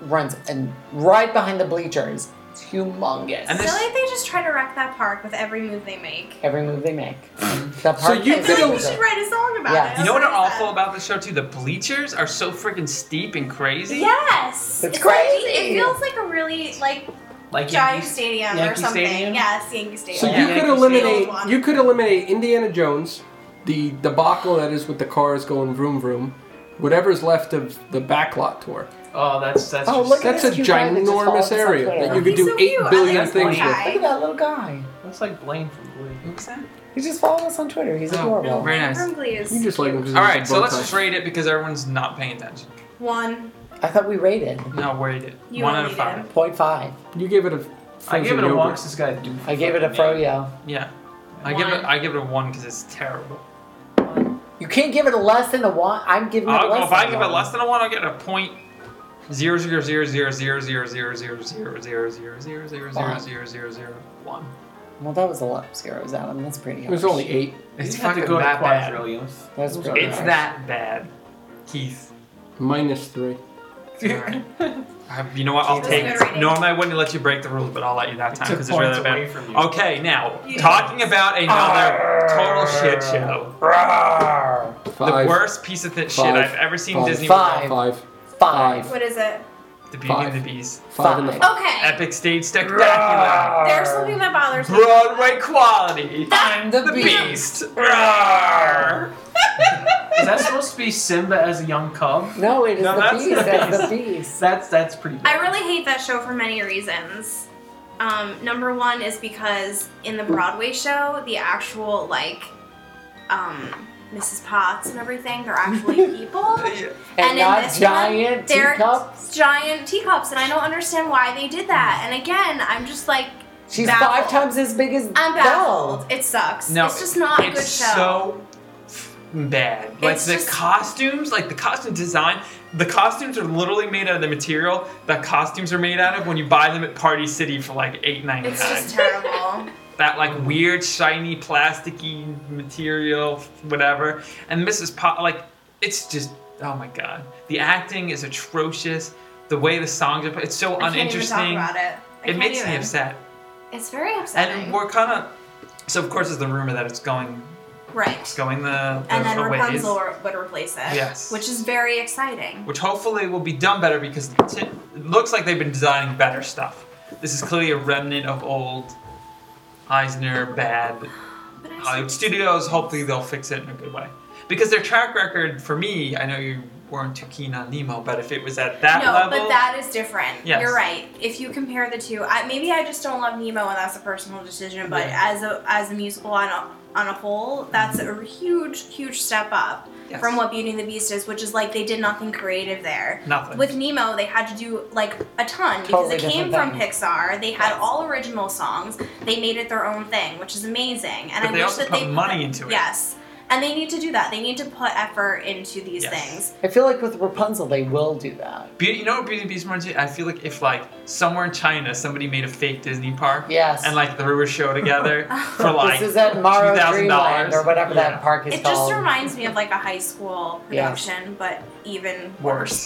[SPEAKER 2] runs and right behind the bleachers. It's humongous.
[SPEAKER 7] And
[SPEAKER 5] I
[SPEAKER 7] this-
[SPEAKER 5] feel like they just try to wreck that park with every move they make.
[SPEAKER 2] Every move they [clears throat] make. The
[SPEAKER 4] So
[SPEAKER 2] park
[SPEAKER 4] you
[SPEAKER 2] is
[SPEAKER 5] I feel like we
[SPEAKER 2] amazing.
[SPEAKER 5] should write a song about
[SPEAKER 2] Yes.
[SPEAKER 5] it.
[SPEAKER 7] You know what are
[SPEAKER 5] That's
[SPEAKER 7] awful about the show too? The bleachers are so freaking steep and crazy. Oh,
[SPEAKER 5] Yes,
[SPEAKER 2] It's
[SPEAKER 5] like-
[SPEAKER 2] crazy.
[SPEAKER 5] it feels like a really like
[SPEAKER 6] Like
[SPEAKER 5] Giant
[SPEAKER 6] Yankees-
[SPEAKER 5] Stadium or
[SPEAKER 6] Yankee
[SPEAKER 5] something.
[SPEAKER 6] Stadium?
[SPEAKER 5] Yes, Yankee Stadium.
[SPEAKER 4] So
[SPEAKER 7] Yeah.
[SPEAKER 4] you
[SPEAKER 7] Yeah.
[SPEAKER 4] could eliminate you could eliminate Indiana Jones, the debacle that is with the cars going vroom vroom, whatever's left of the backlot tour.
[SPEAKER 6] Oh, that's that's.
[SPEAKER 2] Oh,
[SPEAKER 6] just,
[SPEAKER 2] look at
[SPEAKER 4] That's a
[SPEAKER 2] this cute guy that just
[SPEAKER 4] ginormous
[SPEAKER 2] follows us on
[SPEAKER 4] area
[SPEAKER 2] Twitter.
[SPEAKER 4] that you could
[SPEAKER 5] He's
[SPEAKER 4] do
[SPEAKER 5] so
[SPEAKER 4] eight
[SPEAKER 5] cute. I
[SPEAKER 4] billion
[SPEAKER 5] like
[SPEAKER 4] things
[SPEAKER 5] that
[SPEAKER 4] with.
[SPEAKER 5] guy.
[SPEAKER 2] Look at that little guy.
[SPEAKER 6] That's like Blaine from Glee.
[SPEAKER 7] What's that?
[SPEAKER 2] He just followed us on Twitter. He's
[SPEAKER 7] Oh,
[SPEAKER 2] adorable.
[SPEAKER 7] Very nice.
[SPEAKER 4] You just like them because
[SPEAKER 7] All right, so let's just rate it because everyone's not paying attention.
[SPEAKER 5] one.
[SPEAKER 2] I thought we rated
[SPEAKER 7] No, rate it.
[SPEAKER 5] You
[SPEAKER 7] One out
[SPEAKER 5] only
[SPEAKER 7] of five.
[SPEAKER 2] point five.
[SPEAKER 4] You gave it a.
[SPEAKER 6] I
[SPEAKER 4] frozen
[SPEAKER 6] give it a
[SPEAKER 4] yogurt.
[SPEAKER 6] one. 'cause This guy do.
[SPEAKER 2] I gave it a froyo.
[SPEAKER 7] Yeah, I give it.
[SPEAKER 3] One.
[SPEAKER 7] I give it a one because it's terrible.
[SPEAKER 2] You can't give it a less than a one. I'm giving it
[SPEAKER 7] I'll,
[SPEAKER 2] less.
[SPEAKER 7] go- if
[SPEAKER 2] than
[SPEAKER 7] I
[SPEAKER 2] a
[SPEAKER 7] give it
[SPEAKER 2] one.
[SPEAKER 7] less than a one, I'll get a point. Zero zero zero zero zero zero zero zero zero zero zero zero zero zero zero zero zero one.
[SPEAKER 2] Well, that was a lot of zeros, Adam. That's pretty.
[SPEAKER 4] It was
[SPEAKER 2] harsh.
[SPEAKER 4] only eight.
[SPEAKER 7] It's
[SPEAKER 6] you have to
[SPEAKER 7] fucking
[SPEAKER 6] go to
[SPEAKER 7] that bad.
[SPEAKER 6] quadrillions.
[SPEAKER 2] That's pretty.
[SPEAKER 7] It's
[SPEAKER 2] harsh.
[SPEAKER 7] that bad, Keith.
[SPEAKER 4] Minus three.
[SPEAKER 7] All right. [laughs] I have- You know what? I'll
[SPEAKER 5] That's
[SPEAKER 7] take
[SPEAKER 5] a
[SPEAKER 7] it.
[SPEAKER 5] good rating.
[SPEAKER 7] Normally I wouldn't let you break the rules, but I'll let you that time
[SPEAKER 6] took
[SPEAKER 7] because it's really
[SPEAKER 6] points
[SPEAKER 7] that bad.
[SPEAKER 6] away from you.
[SPEAKER 7] Okay, now talking about another total shit show.
[SPEAKER 4] Five.
[SPEAKER 7] the worst piece of th- shit
[SPEAKER 4] Five.
[SPEAKER 7] I've ever seen
[SPEAKER 4] Five.
[SPEAKER 7] Disney
[SPEAKER 2] Five.
[SPEAKER 4] Five.
[SPEAKER 2] Five.
[SPEAKER 5] What is it?
[SPEAKER 7] with the Beauty
[SPEAKER 4] Five.
[SPEAKER 7] and the Beast.
[SPEAKER 4] Five and the
[SPEAKER 2] Five.
[SPEAKER 4] five.
[SPEAKER 5] Okay.
[SPEAKER 7] Epic stage spectacular.
[SPEAKER 5] There's something that bothers me.
[SPEAKER 7] Broadway quality.
[SPEAKER 2] I'm the
[SPEAKER 7] The
[SPEAKER 2] beast.
[SPEAKER 7] Beast. Roar.
[SPEAKER 6] [laughs] Is that supposed to be Simba as a young cub?
[SPEAKER 2] No, it is
[SPEAKER 7] No,
[SPEAKER 2] the
[SPEAKER 7] that's
[SPEAKER 2] beast.
[SPEAKER 7] the
[SPEAKER 2] That's the beast.
[SPEAKER 6] That's that's pretty. Bad.
[SPEAKER 5] I really hate that show for many reasons. Um, number one is because in the Broadway show, the actual like um, Mrs. Potts and everything, they're actually
[SPEAKER 4] [laughs]
[SPEAKER 5] people.
[SPEAKER 2] And,
[SPEAKER 5] in
[SPEAKER 2] not
[SPEAKER 5] this one,
[SPEAKER 2] giant
[SPEAKER 5] they're
[SPEAKER 2] teacup.
[SPEAKER 5] Giant teacups, and I don't understand why they did that. And again, I'm just like,
[SPEAKER 2] She's
[SPEAKER 5] baffled.
[SPEAKER 2] five times as big as
[SPEAKER 5] I'm
[SPEAKER 2] Belle.
[SPEAKER 5] baffled. It sucks.
[SPEAKER 7] No,
[SPEAKER 5] it's just not a
[SPEAKER 7] it's
[SPEAKER 5] good show.
[SPEAKER 7] so f- bad. Like
[SPEAKER 5] It's
[SPEAKER 7] the
[SPEAKER 5] just-
[SPEAKER 7] costumes, like the costume design. The costumes are literally made out of the material that costumes are made out of when you buy them at Party City for like eight ninety
[SPEAKER 5] it's just
[SPEAKER 7] [laughs] nine.
[SPEAKER 5] terrible.
[SPEAKER 7] that like weird shiny plasticky material, whatever. And Mrs. Pot, like it's just oh my god, the acting is atrocious. The way the songs are, put- it's so
[SPEAKER 5] I can't even
[SPEAKER 7] uninteresting.
[SPEAKER 5] talk about it. I
[SPEAKER 7] It
[SPEAKER 5] can't
[SPEAKER 7] makes me
[SPEAKER 5] even.
[SPEAKER 7] upset.
[SPEAKER 5] It's very upsetting.
[SPEAKER 7] And we're kind of so of course there's the rumor that it's going it's
[SPEAKER 5] right.
[SPEAKER 7] going the, the
[SPEAKER 5] And then
[SPEAKER 7] the ways,
[SPEAKER 5] Rapunzel would replace it.
[SPEAKER 7] Yes.
[SPEAKER 5] Which is very exciting.
[SPEAKER 7] which hopefully will be done better because t- it looks like they've been designing better stuff. This is clearly a remnant of old Eisner bad
[SPEAKER 5] But I
[SPEAKER 7] Hollywood studios. Hopefully they'll fix it in a good way because their track record for me, I know you weren't too keen on Nemo, but if it was at that
[SPEAKER 5] no,
[SPEAKER 7] level,
[SPEAKER 5] but that is different.
[SPEAKER 7] Yes.
[SPEAKER 5] You're right. If you compare the two, I, maybe I just don't love Nemo, and that's a personal decision. But
[SPEAKER 7] Yeah.
[SPEAKER 5] as a as a musical on a, on a whole, that's a huge huge step up
[SPEAKER 7] Yes.
[SPEAKER 5] from what Beauty and the Beast is, which is like they did nothing creative there.
[SPEAKER 7] nothing.
[SPEAKER 5] With Nemo, they had to do like a ton because
[SPEAKER 2] Totally
[SPEAKER 5] it came
[SPEAKER 2] different
[SPEAKER 5] from
[SPEAKER 2] thing.
[SPEAKER 5] Pixar. They had all original songs. They made it their own thing, which is amazing. And
[SPEAKER 7] But
[SPEAKER 5] I
[SPEAKER 7] they
[SPEAKER 5] wish
[SPEAKER 7] also
[SPEAKER 5] that
[SPEAKER 7] put
[SPEAKER 5] they
[SPEAKER 7] money into it.
[SPEAKER 5] Yes, and they need to do that. They need to put effort into these
[SPEAKER 7] Yes.
[SPEAKER 5] things.
[SPEAKER 2] I feel like with Rapunzel, they will do that.
[SPEAKER 7] Beauty, you know what Beauty and the Beast reminds me? I feel like if like somewhere in China somebody made a fake Disney park
[SPEAKER 2] Yes.
[SPEAKER 7] and like threw a show
[SPEAKER 5] [laughs]
[SPEAKER 7] together for like
[SPEAKER 2] this is at Morrow
[SPEAKER 7] $2,000
[SPEAKER 2] Dreamland or whatever
[SPEAKER 7] Yeah.
[SPEAKER 2] that park is
[SPEAKER 5] It
[SPEAKER 2] called.
[SPEAKER 5] just reminds me of like a high school
[SPEAKER 2] Yes.
[SPEAKER 5] production, but even
[SPEAKER 7] Worse.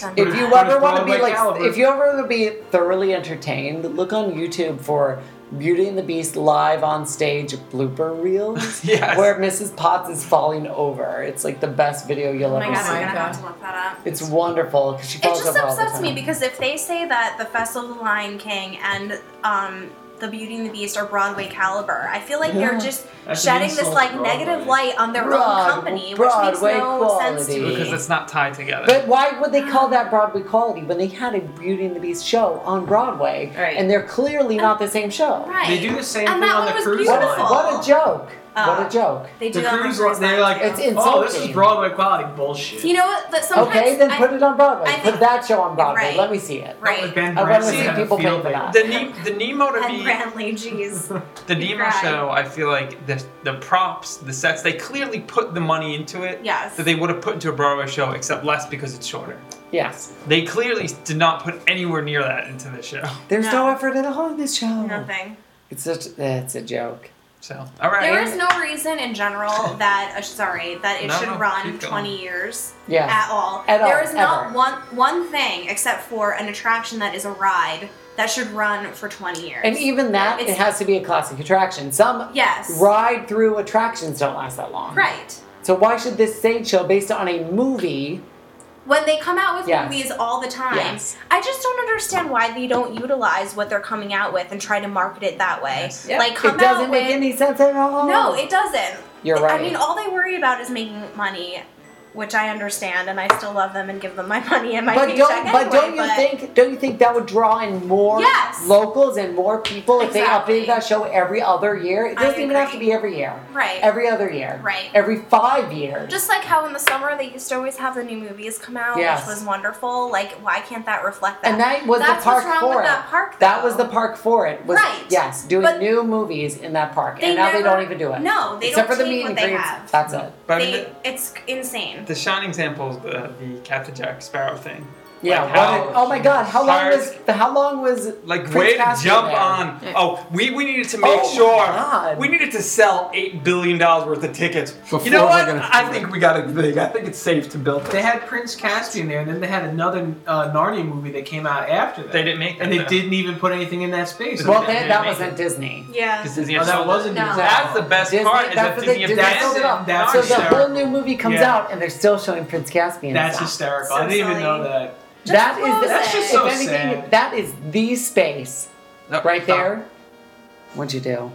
[SPEAKER 5] worse. Than
[SPEAKER 2] if
[SPEAKER 5] that.
[SPEAKER 2] you
[SPEAKER 4] Or
[SPEAKER 2] ever want to
[SPEAKER 4] Broadway
[SPEAKER 2] be like,
[SPEAKER 4] caliber.
[SPEAKER 2] if you ever want to be thoroughly entertained, look on YouTube for Beauty and the Beast live on stage blooper reels,
[SPEAKER 7] Yes.
[SPEAKER 2] where Mrs. Potts is falling over. It's like the best video you'll
[SPEAKER 5] oh my
[SPEAKER 2] ever
[SPEAKER 5] god,
[SPEAKER 2] see.
[SPEAKER 5] I'm gonna
[SPEAKER 3] God.
[SPEAKER 5] have to look that up.
[SPEAKER 2] It's wonderful because she
[SPEAKER 5] It
[SPEAKER 2] falls
[SPEAKER 5] just
[SPEAKER 2] over all the
[SPEAKER 5] upsets me
[SPEAKER 2] time.
[SPEAKER 5] because if they say that the Festival of the Lion King and um, the Beauty and the Beast are Broadway caliber, I feel like they're
[SPEAKER 2] Yeah.
[SPEAKER 5] just
[SPEAKER 6] That's an
[SPEAKER 5] shedding this
[SPEAKER 6] insult
[SPEAKER 5] like
[SPEAKER 6] to Broadway.
[SPEAKER 5] negative light on their
[SPEAKER 2] Broad-
[SPEAKER 5] own company, which
[SPEAKER 2] Broadway
[SPEAKER 5] makes no sense to
[SPEAKER 2] quality.
[SPEAKER 5] me.
[SPEAKER 7] because it's not tied together.
[SPEAKER 2] But why would they call that Broadway quality when they had a Beauty and the Beast show on Broadway?
[SPEAKER 3] Right.
[SPEAKER 2] And they're clearly not the same show.
[SPEAKER 5] right.
[SPEAKER 6] They do the same
[SPEAKER 5] And
[SPEAKER 6] thing
[SPEAKER 5] that
[SPEAKER 6] on
[SPEAKER 5] one
[SPEAKER 6] the
[SPEAKER 5] was
[SPEAKER 6] cruise
[SPEAKER 2] What,
[SPEAKER 5] beautiful.
[SPEAKER 6] line.
[SPEAKER 2] what a joke. what
[SPEAKER 5] Uh,
[SPEAKER 2] a joke.
[SPEAKER 5] They do
[SPEAKER 6] The
[SPEAKER 5] that on
[SPEAKER 6] cruise
[SPEAKER 5] the
[SPEAKER 6] line, they're like,
[SPEAKER 2] It's
[SPEAKER 6] oh, this is
[SPEAKER 2] insulting.
[SPEAKER 6] Broadway quality bullshit.
[SPEAKER 5] you know what? That sometimes
[SPEAKER 2] Okay, then
[SPEAKER 5] I-
[SPEAKER 2] put it on Broadway.
[SPEAKER 5] I
[SPEAKER 2] put
[SPEAKER 5] think-
[SPEAKER 2] that show on Broadway.
[SPEAKER 5] Right.
[SPEAKER 2] Let me see it.
[SPEAKER 6] That was
[SPEAKER 5] right.
[SPEAKER 6] Ben
[SPEAKER 2] I want to
[SPEAKER 6] Brantley
[SPEAKER 2] see
[SPEAKER 6] had a
[SPEAKER 2] people pay
[SPEAKER 6] field
[SPEAKER 2] for
[SPEAKER 6] day.
[SPEAKER 2] that.
[SPEAKER 7] the, ne- the Nemo to
[SPEAKER 5] And
[SPEAKER 7] be
[SPEAKER 5] Brantley,
[SPEAKER 6] [laughs]
[SPEAKER 5] jeez.
[SPEAKER 7] the Nemo
[SPEAKER 5] cried.
[SPEAKER 7] show, I feel like the the props, the sets, they clearly put the money into it
[SPEAKER 5] Yes.
[SPEAKER 7] that they would have put into a Broadway show, except less because it's shorter.
[SPEAKER 2] Yes.
[SPEAKER 7] They clearly did not put anywhere near that into the show.
[SPEAKER 2] There's no,
[SPEAKER 5] No.
[SPEAKER 2] effort at all in this show.
[SPEAKER 5] Nothing.
[SPEAKER 2] It's such that's a joke.
[SPEAKER 7] So all right,
[SPEAKER 5] There is no reason in
[SPEAKER 2] [laughs]
[SPEAKER 5] general that uh, sorry that it
[SPEAKER 7] No,
[SPEAKER 5] should
[SPEAKER 7] no,
[SPEAKER 5] run
[SPEAKER 7] keep going.
[SPEAKER 5] 20 years
[SPEAKER 2] Yes.
[SPEAKER 5] at all.
[SPEAKER 2] At all,
[SPEAKER 5] There is not
[SPEAKER 2] ever.
[SPEAKER 5] one one thing except for an attraction that is a ride that should run for 20 years.
[SPEAKER 2] And even that, it
[SPEAKER 5] It's-
[SPEAKER 2] has to be a classic attraction. Some
[SPEAKER 5] yes,
[SPEAKER 2] ride through attractions don't last that long.
[SPEAKER 5] right.
[SPEAKER 2] So why should this stage show based on a movie
[SPEAKER 5] When they come out with
[SPEAKER 2] Yes.
[SPEAKER 5] movies all the time,
[SPEAKER 2] Yes.
[SPEAKER 5] I just don't understand why they don't utilize what they're coming out with and try to market it that way.
[SPEAKER 7] Yes.
[SPEAKER 2] Yeah,
[SPEAKER 5] Like come
[SPEAKER 2] it doesn't
[SPEAKER 5] out
[SPEAKER 2] make
[SPEAKER 5] with
[SPEAKER 2] any sense at all.
[SPEAKER 5] no, it doesn't.
[SPEAKER 2] You're right.
[SPEAKER 5] I mean, all they worry about is making money, which I understand, and I still love them and give them my [laughs] money and my
[SPEAKER 2] but
[SPEAKER 5] paycheck
[SPEAKER 2] don't
[SPEAKER 5] anyway.
[SPEAKER 2] but don't you
[SPEAKER 5] but-
[SPEAKER 2] think don't you think that would draw in more
[SPEAKER 5] Yes.
[SPEAKER 2] locals and more people if
[SPEAKER 5] Exactly.
[SPEAKER 2] they updated that show every other year? It
[SPEAKER 5] I
[SPEAKER 2] doesn't even have to
[SPEAKER 5] agree.
[SPEAKER 2] be every year.
[SPEAKER 5] Right.
[SPEAKER 2] Every other year.
[SPEAKER 5] Right.
[SPEAKER 2] Every five years.
[SPEAKER 5] Just like how in the summer they used to always have the new movies come out,
[SPEAKER 2] Yes.
[SPEAKER 5] which was wonderful. Like, why can't that reflect that?
[SPEAKER 2] and that was
[SPEAKER 5] That's
[SPEAKER 2] the park
[SPEAKER 5] what's wrong
[SPEAKER 2] for
[SPEAKER 5] with
[SPEAKER 2] it.
[SPEAKER 5] that park.
[SPEAKER 2] That
[SPEAKER 5] though.
[SPEAKER 2] was the park for it. Was,
[SPEAKER 5] Right.
[SPEAKER 2] Yes, doing
[SPEAKER 5] But
[SPEAKER 2] new movies in that park,
[SPEAKER 5] They
[SPEAKER 2] and now they
[SPEAKER 5] never-
[SPEAKER 2] don't even do it.
[SPEAKER 5] No, they
[SPEAKER 2] except
[SPEAKER 5] don't
[SPEAKER 2] for the
[SPEAKER 5] take
[SPEAKER 2] meet
[SPEAKER 5] what
[SPEAKER 2] and
[SPEAKER 5] they
[SPEAKER 2] greets.
[SPEAKER 5] have.
[SPEAKER 2] That's it.
[SPEAKER 7] But I mean,
[SPEAKER 5] They, it's
[SPEAKER 7] the,
[SPEAKER 5] insane.
[SPEAKER 7] the shining example is the, the Captain Jack Sparrow thing.
[SPEAKER 2] Yeah.
[SPEAKER 7] Like
[SPEAKER 2] what
[SPEAKER 7] how
[SPEAKER 2] a- oh my God! How long
[SPEAKER 7] hard-
[SPEAKER 2] was how long was
[SPEAKER 7] Like
[SPEAKER 2] Prince
[SPEAKER 7] way to
[SPEAKER 2] Caspian
[SPEAKER 7] jump
[SPEAKER 2] there?
[SPEAKER 7] on. Oh, we, we needed to make
[SPEAKER 2] Oh my
[SPEAKER 7] sure
[SPEAKER 2] God.
[SPEAKER 7] we needed to sell eight billion dollars worth of tickets. you
[SPEAKER 4] Before
[SPEAKER 7] know
[SPEAKER 4] we're
[SPEAKER 7] what?
[SPEAKER 4] gonna-
[SPEAKER 7] I think we got a big. I think it's safe to build.
[SPEAKER 6] They had Prince Caspian there, and then they had another uh, Narnia movie that came out after that.
[SPEAKER 7] They didn't make that,
[SPEAKER 6] and they
[SPEAKER 7] though.
[SPEAKER 6] didn't even put anything in that space.
[SPEAKER 2] Well,
[SPEAKER 7] Yeah,
[SPEAKER 2] that,
[SPEAKER 7] they
[SPEAKER 2] that
[SPEAKER 7] make
[SPEAKER 2] wasn't
[SPEAKER 7] it.
[SPEAKER 2] Disney.
[SPEAKER 5] Yeah.
[SPEAKER 7] Disney
[SPEAKER 6] Oh,
[SPEAKER 7] has
[SPEAKER 6] that
[SPEAKER 7] sold
[SPEAKER 6] wasn't.
[SPEAKER 7] it.
[SPEAKER 5] No.
[SPEAKER 7] That's the best
[SPEAKER 2] Disney-
[SPEAKER 7] part is
[SPEAKER 2] that's
[SPEAKER 7] that
[SPEAKER 2] what
[SPEAKER 7] Disney
[SPEAKER 2] they-
[SPEAKER 7] have
[SPEAKER 2] Disney
[SPEAKER 7] danced
[SPEAKER 2] sold it
[SPEAKER 7] in
[SPEAKER 2] up.
[SPEAKER 7] that
[SPEAKER 2] So
[SPEAKER 6] That's
[SPEAKER 2] the
[SPEAKER 7] show.
[SPEAKER 2] whole new movie comes
[SPEAKER 6] Yeah.
[SPEAKER 2] out, and they're still showing Prince Caspian.
[SPEAKER 6] That's
[SPEAKER 2] stuff.
[SPEAKER 6] hysterical.
[SPEAKER 5] So
[SPEAKER 6] I didn't even
[SPEAKER 5] silly.
[SPEAKER 6] know that.
[SPEAKER 2] That
[SPEAKER 5] Just
[SPEAKER 2] is
[SPEAKER 5] That's
[SPEAKER 2] the,
[SPEAKER 5] just
[SPEAKER 6] so
[SPEAKER 2] if anything,
[SPEAKER 6] sad.
[SPEAKER 2] that is the space
[SPEAKER 7] No,
[SPEAKER 2] right
[SPEAKER 7] stop.
[SPEAKER 2] there. What'd you do?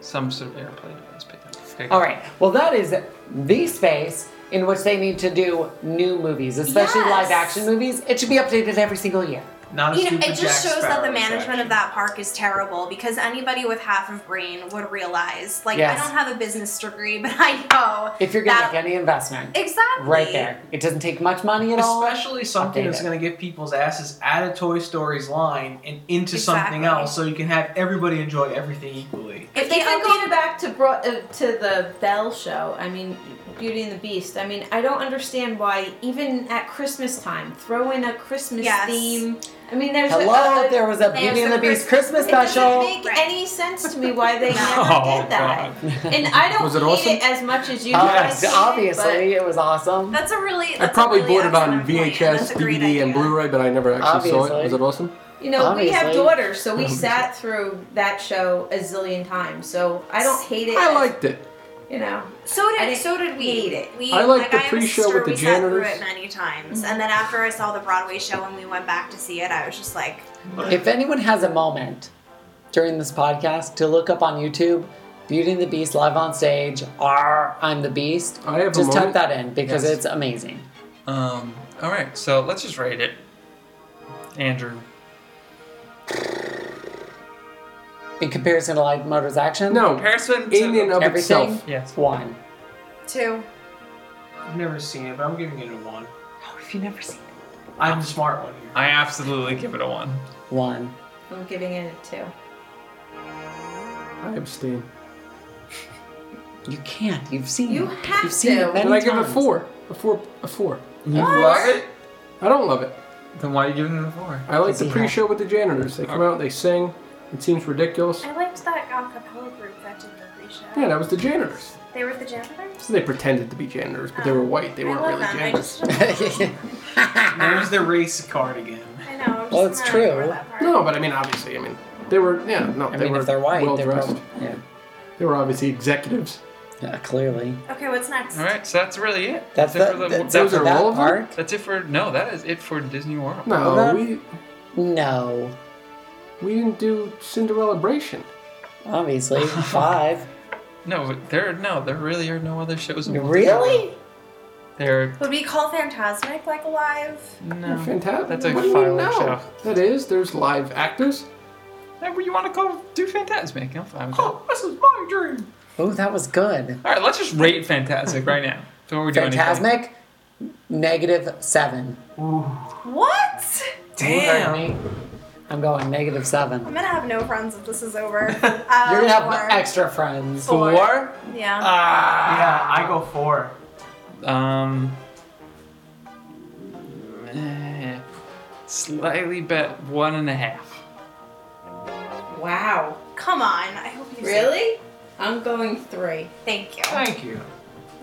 [SPEAKER 7] Some surveyor played it. Let's pick it up. Okay,
[SPEAKER 2] All right. Well, that is the space in which they need to do new movies, especially
[SPEAKER 5] Yes.
[SPEAKER 2] live action movies. It should be updated every single year.
[SPEAKER 6] Not a
[SPEAKER 5] You know,
[SPEAKER 6] stupid
[SPEAKER 5] it just
[SPEAKER 6] Jack
[SPEAKER 5] shows
[SPEAKER 6] Sparrow
[SPEAKER 5] that the management
[SPEAKER 6] attraction.
[SPEAKER 5] of that park is terrible because anybody with half of brain would realize. Like,
[SPEAKER 2] Yes.
[SPEAKER 5] I don't have a business degree, [laughs] but I know
[SPEAKER 2] If you're going to
[SPEAKER 5] that-
[SPEAKER 2] make any investment,
[SPEAKER 5] exactly
[SPEAKER 2] right there. It doesn't take much money at all.
[SPEAKER 6] Especially something
[SPEAKER 2] Update
[SPEAKER 6] that's
[SPEAKER 2] it.
[SPEAKER 6] going to get people's asses out of Toy Story's line and into something
[SPEAKER 5] Exactly.
[SPEAKER 6] else, so you can have everybody enjoy everything equally.
[SPEAKER 5] If
[SPEAKER 3] If
[SPEAKER 5] they
[SPEAKER 3] they
[SPEAKER 5] updated-
[SPEAKER 3] go back to bro- uh, to the Bell show, I mean, Beauty and the Beast. I mean, I don't understand why even at Christmas time, throw in a Christmas
[SPEAKER 5] Yes.
[SPEAKER 3] theme. I mean, there's
[SPEAKER 2] Hello,
[SPEAKER 3] a, a,
[SPEAKER 2] there was a
[SPEAKER 5] there's
[SPEAKER 2] Beauty and
[SPEAKER 5] a
[SPEAKER 2] the Beast
[SPEAKER 5] Christ-
[SPEAKER 2] Christmas
[SPEAKER 3] it doesn't
[SPEAKER 2] special.
[SPEAKER 3] make
[SPEAKER 5] Right.
[SPEAKER 3] any sense to me why
[SPEAKER 5] [laughs]
[SPEAKER 3] they never
[SPEAKER 7] Oh,
[SPEAKER 3] did that. And I don't
[SPEAKER 4] Was it
[SPEAKER 3] hate
[SPEAKER 4] awesome?
[SPEAKER 3] it as much as you
[SPEAKER 2] Uh,
[SPEAKER 3] guys. did,
[SPEAKER 2] obviously, it was awesome.
[SPEAKER 5] That's a really.
[SPEAKER 4] I
[SPEAKER 5] That's
[SPEAKER 4] probably
[SPEAKER 5] a really
[SPEAKER 4] bought it on
[SPEAKER 5] excellent point,
[SPEAKER 4] VHS,
[SPEAKER 5] that's a great
[SPEAKER 4] DVD, and
[SPEAKER 5] idea.
[SPEAKER 4] Blu-ray, but I never actually saw it.
[SPEAKER 2] Obviously.
[SPEAKER 4] Was it awesome?
[SPEAKER 3] You know, we have
[SPEAKER 2] Obviously.
[SPEAKER 3] daughters, so
[SPEAKER 4] [laughs]
[SPEAKER 3] we sat through that show a zillion times. So I don't hate it.
[SPEAKER 4] I
[SPEAKER 3] as-
[SPEAKER 4] liked it.
[SPEAKER 3] you know.
[SPEAKER 5] So
[SPEAKER 3] I
[SPEAKER 5] did
[SPEAKER 3] didn't
[SPEAKER 5] so did we.
[SPEAKER 3] hate it.
[SPEAKER 5] We
[SPEAKER 4] I liked the
[SPEAKER 5] have a
[SPEAKER 4] pre-show
[SPEAKER 5] sister,
[SPEAKER 4] with the
[SPEAKER 5] we sat through
[SPEAKER 4] janitors. Mm-hmm.
[SPEAKER 5] it many times, and then after I saw the Broadway show when we went back to see it, I was just like,
[SPEAKER 2] If anyone has a moment during this podcast to look up on YouTube, Beauty and the Beast live on stage, R, I'm the Beast,
[SPEAKER 4] I have a
[SPEAKER 2] just tuck
[SPEAKER 4] moment.
[SPEAKER 2] that in because
[SPEAKER 7] Yes.
[SPEAKER 2] it's amazing.
[SPEAKER 7] Um. All right. So let's just rate it. Andrew.
[SPEAKER 2] In comparison to Light Motors Action,
[SPEAKER 4] No,
[SPEAKER 7] Comparison to
[SPEAKER 4] in and of
[SPEAKER 2] everything,
[SPEAKER 4] itself.
[SPEAKER 7] Yes.
[SPEAKER 2] one.
[SPEAKER 5] two.
[SPEAKER 6] I've never seen it, but I'm giving it a one.
[SPEAKER 2] Oh, have you never seen
[SPEAKER 6] I'm the smart one
[SPEAKER 5] [laughs]
[SPEAKER 6] here.
[SPEAKER 7] I absolutely give it a one.
[SPEAKER 2] One.
[SPEAKER 3] I'm giving it a two.
[SPEAKER 4] I abstain.
[SPEAKER 2] You can't. You've seen
[SPEAKER 3] You
[SPEAKER 2] it.
[SPEAKER 3] have
[SPEAKER 2] You've seen
[SPEAKER 3] to.
[SPEAKER 2] it many
[SPEAKER 4] And I give it
[SPEAKER 2] times. [laughs]
[SPEAKER 4] four. A four. A four.
[SPEAKER 8] You love it?
[SPEAKER 4] I don't love it.
[SPEAKER 8] Then why are you giving it a four?
[SPEAKER 4] I like
[SPEAKER 2] Does
[SPEAKER 4] the
[SPEAKER 2] he
[SPEAKER 4] pre-show with the janitors. They come out, they sing. It seems ridiculous.
[SPEAKER 5] I liked that acapella group that did the pre-show.
[SPEAKER 4] Yeah, that was the janitors.
[SPEAKER 5] They were the janitors.
[SPEAKER 4] So they pretended to be janitors, but they were white. They
[SPEAKER 5] I
[SPEAKER 4] weren't
[SPEAKER 5] love
[SPEAKER 4] really
[SPEAKER 5] them. I
[SPEAKER 4] janitors.
[SPEAKER 5] just
[SPEAKER 4] [laughs]
[SPEAKER 5] don't-
[SPEAKER 6] There's the race card again.
[SPEAKER 5] I know. I'm just
[SPEAKER 2] Well, it's
[SPEAKER 5] not
[SPEAKER 2] true.
[SPEAKER 5] over that part.
[SPEAKER 4] No, but I mean, obviously, I mean, they were. Yeah, no,
[SPEAKER 2] I
[SPEAKER 4] they
[SPEAKER 2] mean,
[SPEAKER 4] were
[SPEAKER 2] if they're white,
[SPEAKER 4] well
[SPEAKER 2] they're
[SPEAKER 4] dressed.
[SPEAKER 2] probably. Yeah.
[SPEAKER 4] They were obviously executives.
[SPEAKER 2] yeah, clearly.
[SPEAKER 5] Okay, what's next?
[SPEAKER 7] All right. So that's really it.
[SPEAKER 2] That's,
[SPEAKER 7] it
[SPEAKER 2] the,
[SPEAKER 7] for
[SPEAKER 2] that's
[SPEAKER 7] that's,
[SPEAKER 4] those are
[SPEAKER 2] that
[SPEAKER 4] all of them?
[SPEAKER 2] arc?
[SPEAKER 7] that's it for no. That is it for Disney World.
[SPEAKER 4] No,
[SPEAKER 2] Well, that-
[SPEAKER 4] we
[SPEAKER 2] No.
[SPEAKER 4] we didn't do Cinderella Bration.
[SPEAKER 2] Obviously. Five.
[SPEAKER 7] No, there no, there really are no other shows. In
[SPEAKER 2] really?
[SPEAKER 7] There,
[SPEAKER 5] Would we call Phantasmic like alive? Oh.
[SPEAKER 7] no.
[SPEAKER 4] Fantastic.
[SPEAKER 7] That's a
[SPEAKER 4] what do you
[SPEAKER 7] fireworks
[SPEAKER 4] know? That is. There's live actors.
[SPEAKER 7] Whatever you want to call do Fantasmic. I'm fine with that. All
[SPEAKER 6] Oh, this is my dream.
[SPEAKER 2] Oh, that was good.
[SPEAKER 7] right, let's just rate Fantasmic right now. Don't we do anything.
[SPEAKER 2] Fantasmic, negative seven.
[SPEAKER 5] What?
[SPEAKER 7] Damn.
[SPEAKER 2] Pardon me. I'm going negative seven.
[SPEAKER 5] I'm gonna have no friends if this is
[SPEAKER 4] [laughs]
[SPEAKER 5] over. You're
[SPEAKER 2] You're gonna have extra friends.
[SPEAKER 5] Four.
[SPEAKER 7] Four.
[SPEAKER 5] Yeah.
[SPEAKER 6] Yeah, I go four.
[SPEAKER 7] Um. eh, Slightly bet one and a half.
[SPEAKER 3] Wow.
[SPEAKER 5] Come on. I hope you. say-
[SPEAKER 3] Really? I'm going three.
[SPEAKER 5] Thank you.
[SPEAKER 6] Thank you.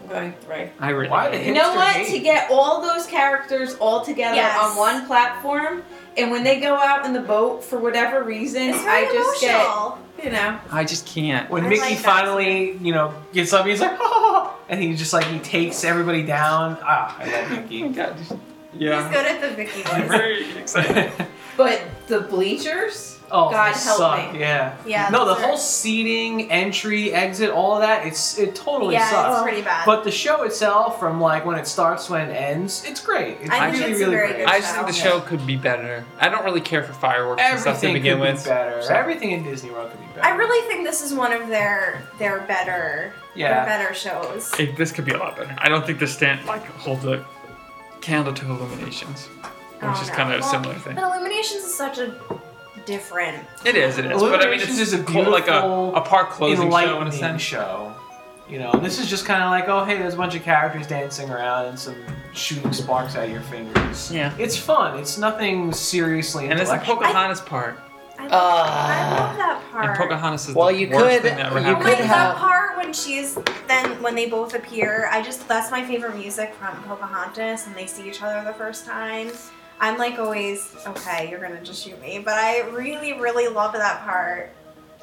[SPEAKER 3] I'm going three.
[SPEAKER 7] I really.
[SPEAKER 6] Why the
[SPEAKER 3] You know
[SPEAKER 6] Hipster
[SPEAKER 3] what?
[SPEAKER 6] hate.
[SPEAKER 3] To get all those characters all together
[SPEAKER 5] Yes.
[SPEAKER 3] on one platform, and when they go out in the boat for whatever reason,
[SPEAKER 5] It's
[SPEAKER 3] I
[SPEAKER 5] very
[SPEAKER 3] just
[SPEAKER 5] emotional.
[SPEAKER 3] get you know.
[SPEAKER 7] I just can't.
[SPEAKER 6] When
[SPEAKER 5] I
[SPEAKER 6] Mickey
[SPEAKER 5] like that
[SPEAKER 6] finally, you know, gets up, he's like, [laughs] oh, and he just like he takes everybody down. Ah, I love
[SPEAKER 7] Oh my
[SPEAKER 6] Mickey. [laughs]
[SPEAKER 7] God. just-
[SPEAKER 5] He's
[SPEAKER 7] Yeah.
[SPEAKER 5] good at the Vicky
[SPEAKER 7] I'm
[SPEAKER 5] voice.
[SPEAKER 7] very excited.
[SPEAKER 3] But the bleachers.
[SPEAKER 6] oh,
[SPEAKER 3] God
[SPEAKER 6] they
[SPEAKER 3] help
[SPEAKER 6] suck,
[SPEAKER 3] me.
[SPEAKER 6] Yeah.
[SPEAKER 5] Yeah.
[SPEAKER 6] No, the
[SPEAKER 5] those are-
[SPEAKER 6] whole seating, entry, exit, all of that, it's it totally
[SPEAKER 5] Yeah,
[SPEAKER 6] sucks.
[SPEAKER 5] it's pretty bad.
[SPEAKER 6] But the show itself, from like when it starts, when it ends, it's great. It's
[SPEAKER 5] I
[SPEAKER 6] really,
[SPEAKER 5] think it's a
[SPEAKER 6] really
[SPEAKER 5] very
[SPEAKER 6] great.
[SPEAKER 5] good
[SPEAKER 7] I just think the
[SPEAKER 5] Yeah.
[SPEAKER 7] show could be better. I don't really care for fireworks and stuff to
[SPEAKER 6] Everything
[SPEAKER 7] begin
[SPEAKER 6] could be
[SPEAKER 7] with.
[SPEAKER 6] better.
[SPEAKER 7] So-
[SPEAKER 6] Everything in Disney World could be better.
[SPEAKER 5] I really think this is one of their their better
[SPEAKER 6] Yeah.
[SPEAKER 5] their better shows.
[SPEAKER 7] It, this could be a lot better. I don't think this stand like holds a candle to Illuminations,
[SPEAKER 5] I
[SPEAKER 7] which
[SPEAKER 5] don't
[SPEAKER 7] is
[SPEAKER 5] know.
[SPEAKER 7] kind of a
[SPEAKER 5] Oh, Well,
[SPEAKER 7] similar thing.
[SPEAKER 5] But Illuminations is such a different.
[SPEAKER 7] It is, it is. But I mean, it's
[SPEAKER 6] Illuminations is a
[SPEAKER 7] clo- like a,
[SPEAKER 6] beautiful,
[SPEAKER 7] a park closing show in a
[SPEAKER 6] enlightening
[SPEAKER 7] sense.
[SPEAKER 6] show. You know, this is just kind of like, oh, hey, there's a bunch of characters dancing around and some shooting sparks out of your fingers.
[SPEAKER 7] Yeah.
[SPEAKER 6] It's fun. It's nothing seriously
[SPEAKER 7] And it's the
[SPEAKER 6] intellectual.
[SPEAKER 7] Pocahontas part.
[SPEAKER 5] I love, I
[SPEAKER 2] Ah.
[SPEAKER 5] love that part.
[SPEAKER 7] And Pocahontas is
[SPEAKER 2] Well,
[SPEAKER 7] the
[SPEAKER 2] you
[SPEAKER 7] worst
[SPEAKER 2] could-
[SPEAKER 7] thing that ever
[SPEAKER 2] you
[SPEAKER 7] happened.
[SPEAKER 5] like
[SPEAKER 2] could
[SPEAKER 5] that
[SPEAKER 2] have-
[SPEAKER 5] part when she's then when they both appear. I just that's my favorite music from Pocahontas, and they see each other the first time. I'm like always okay, you're gonna just shoot me, but I really really love that part.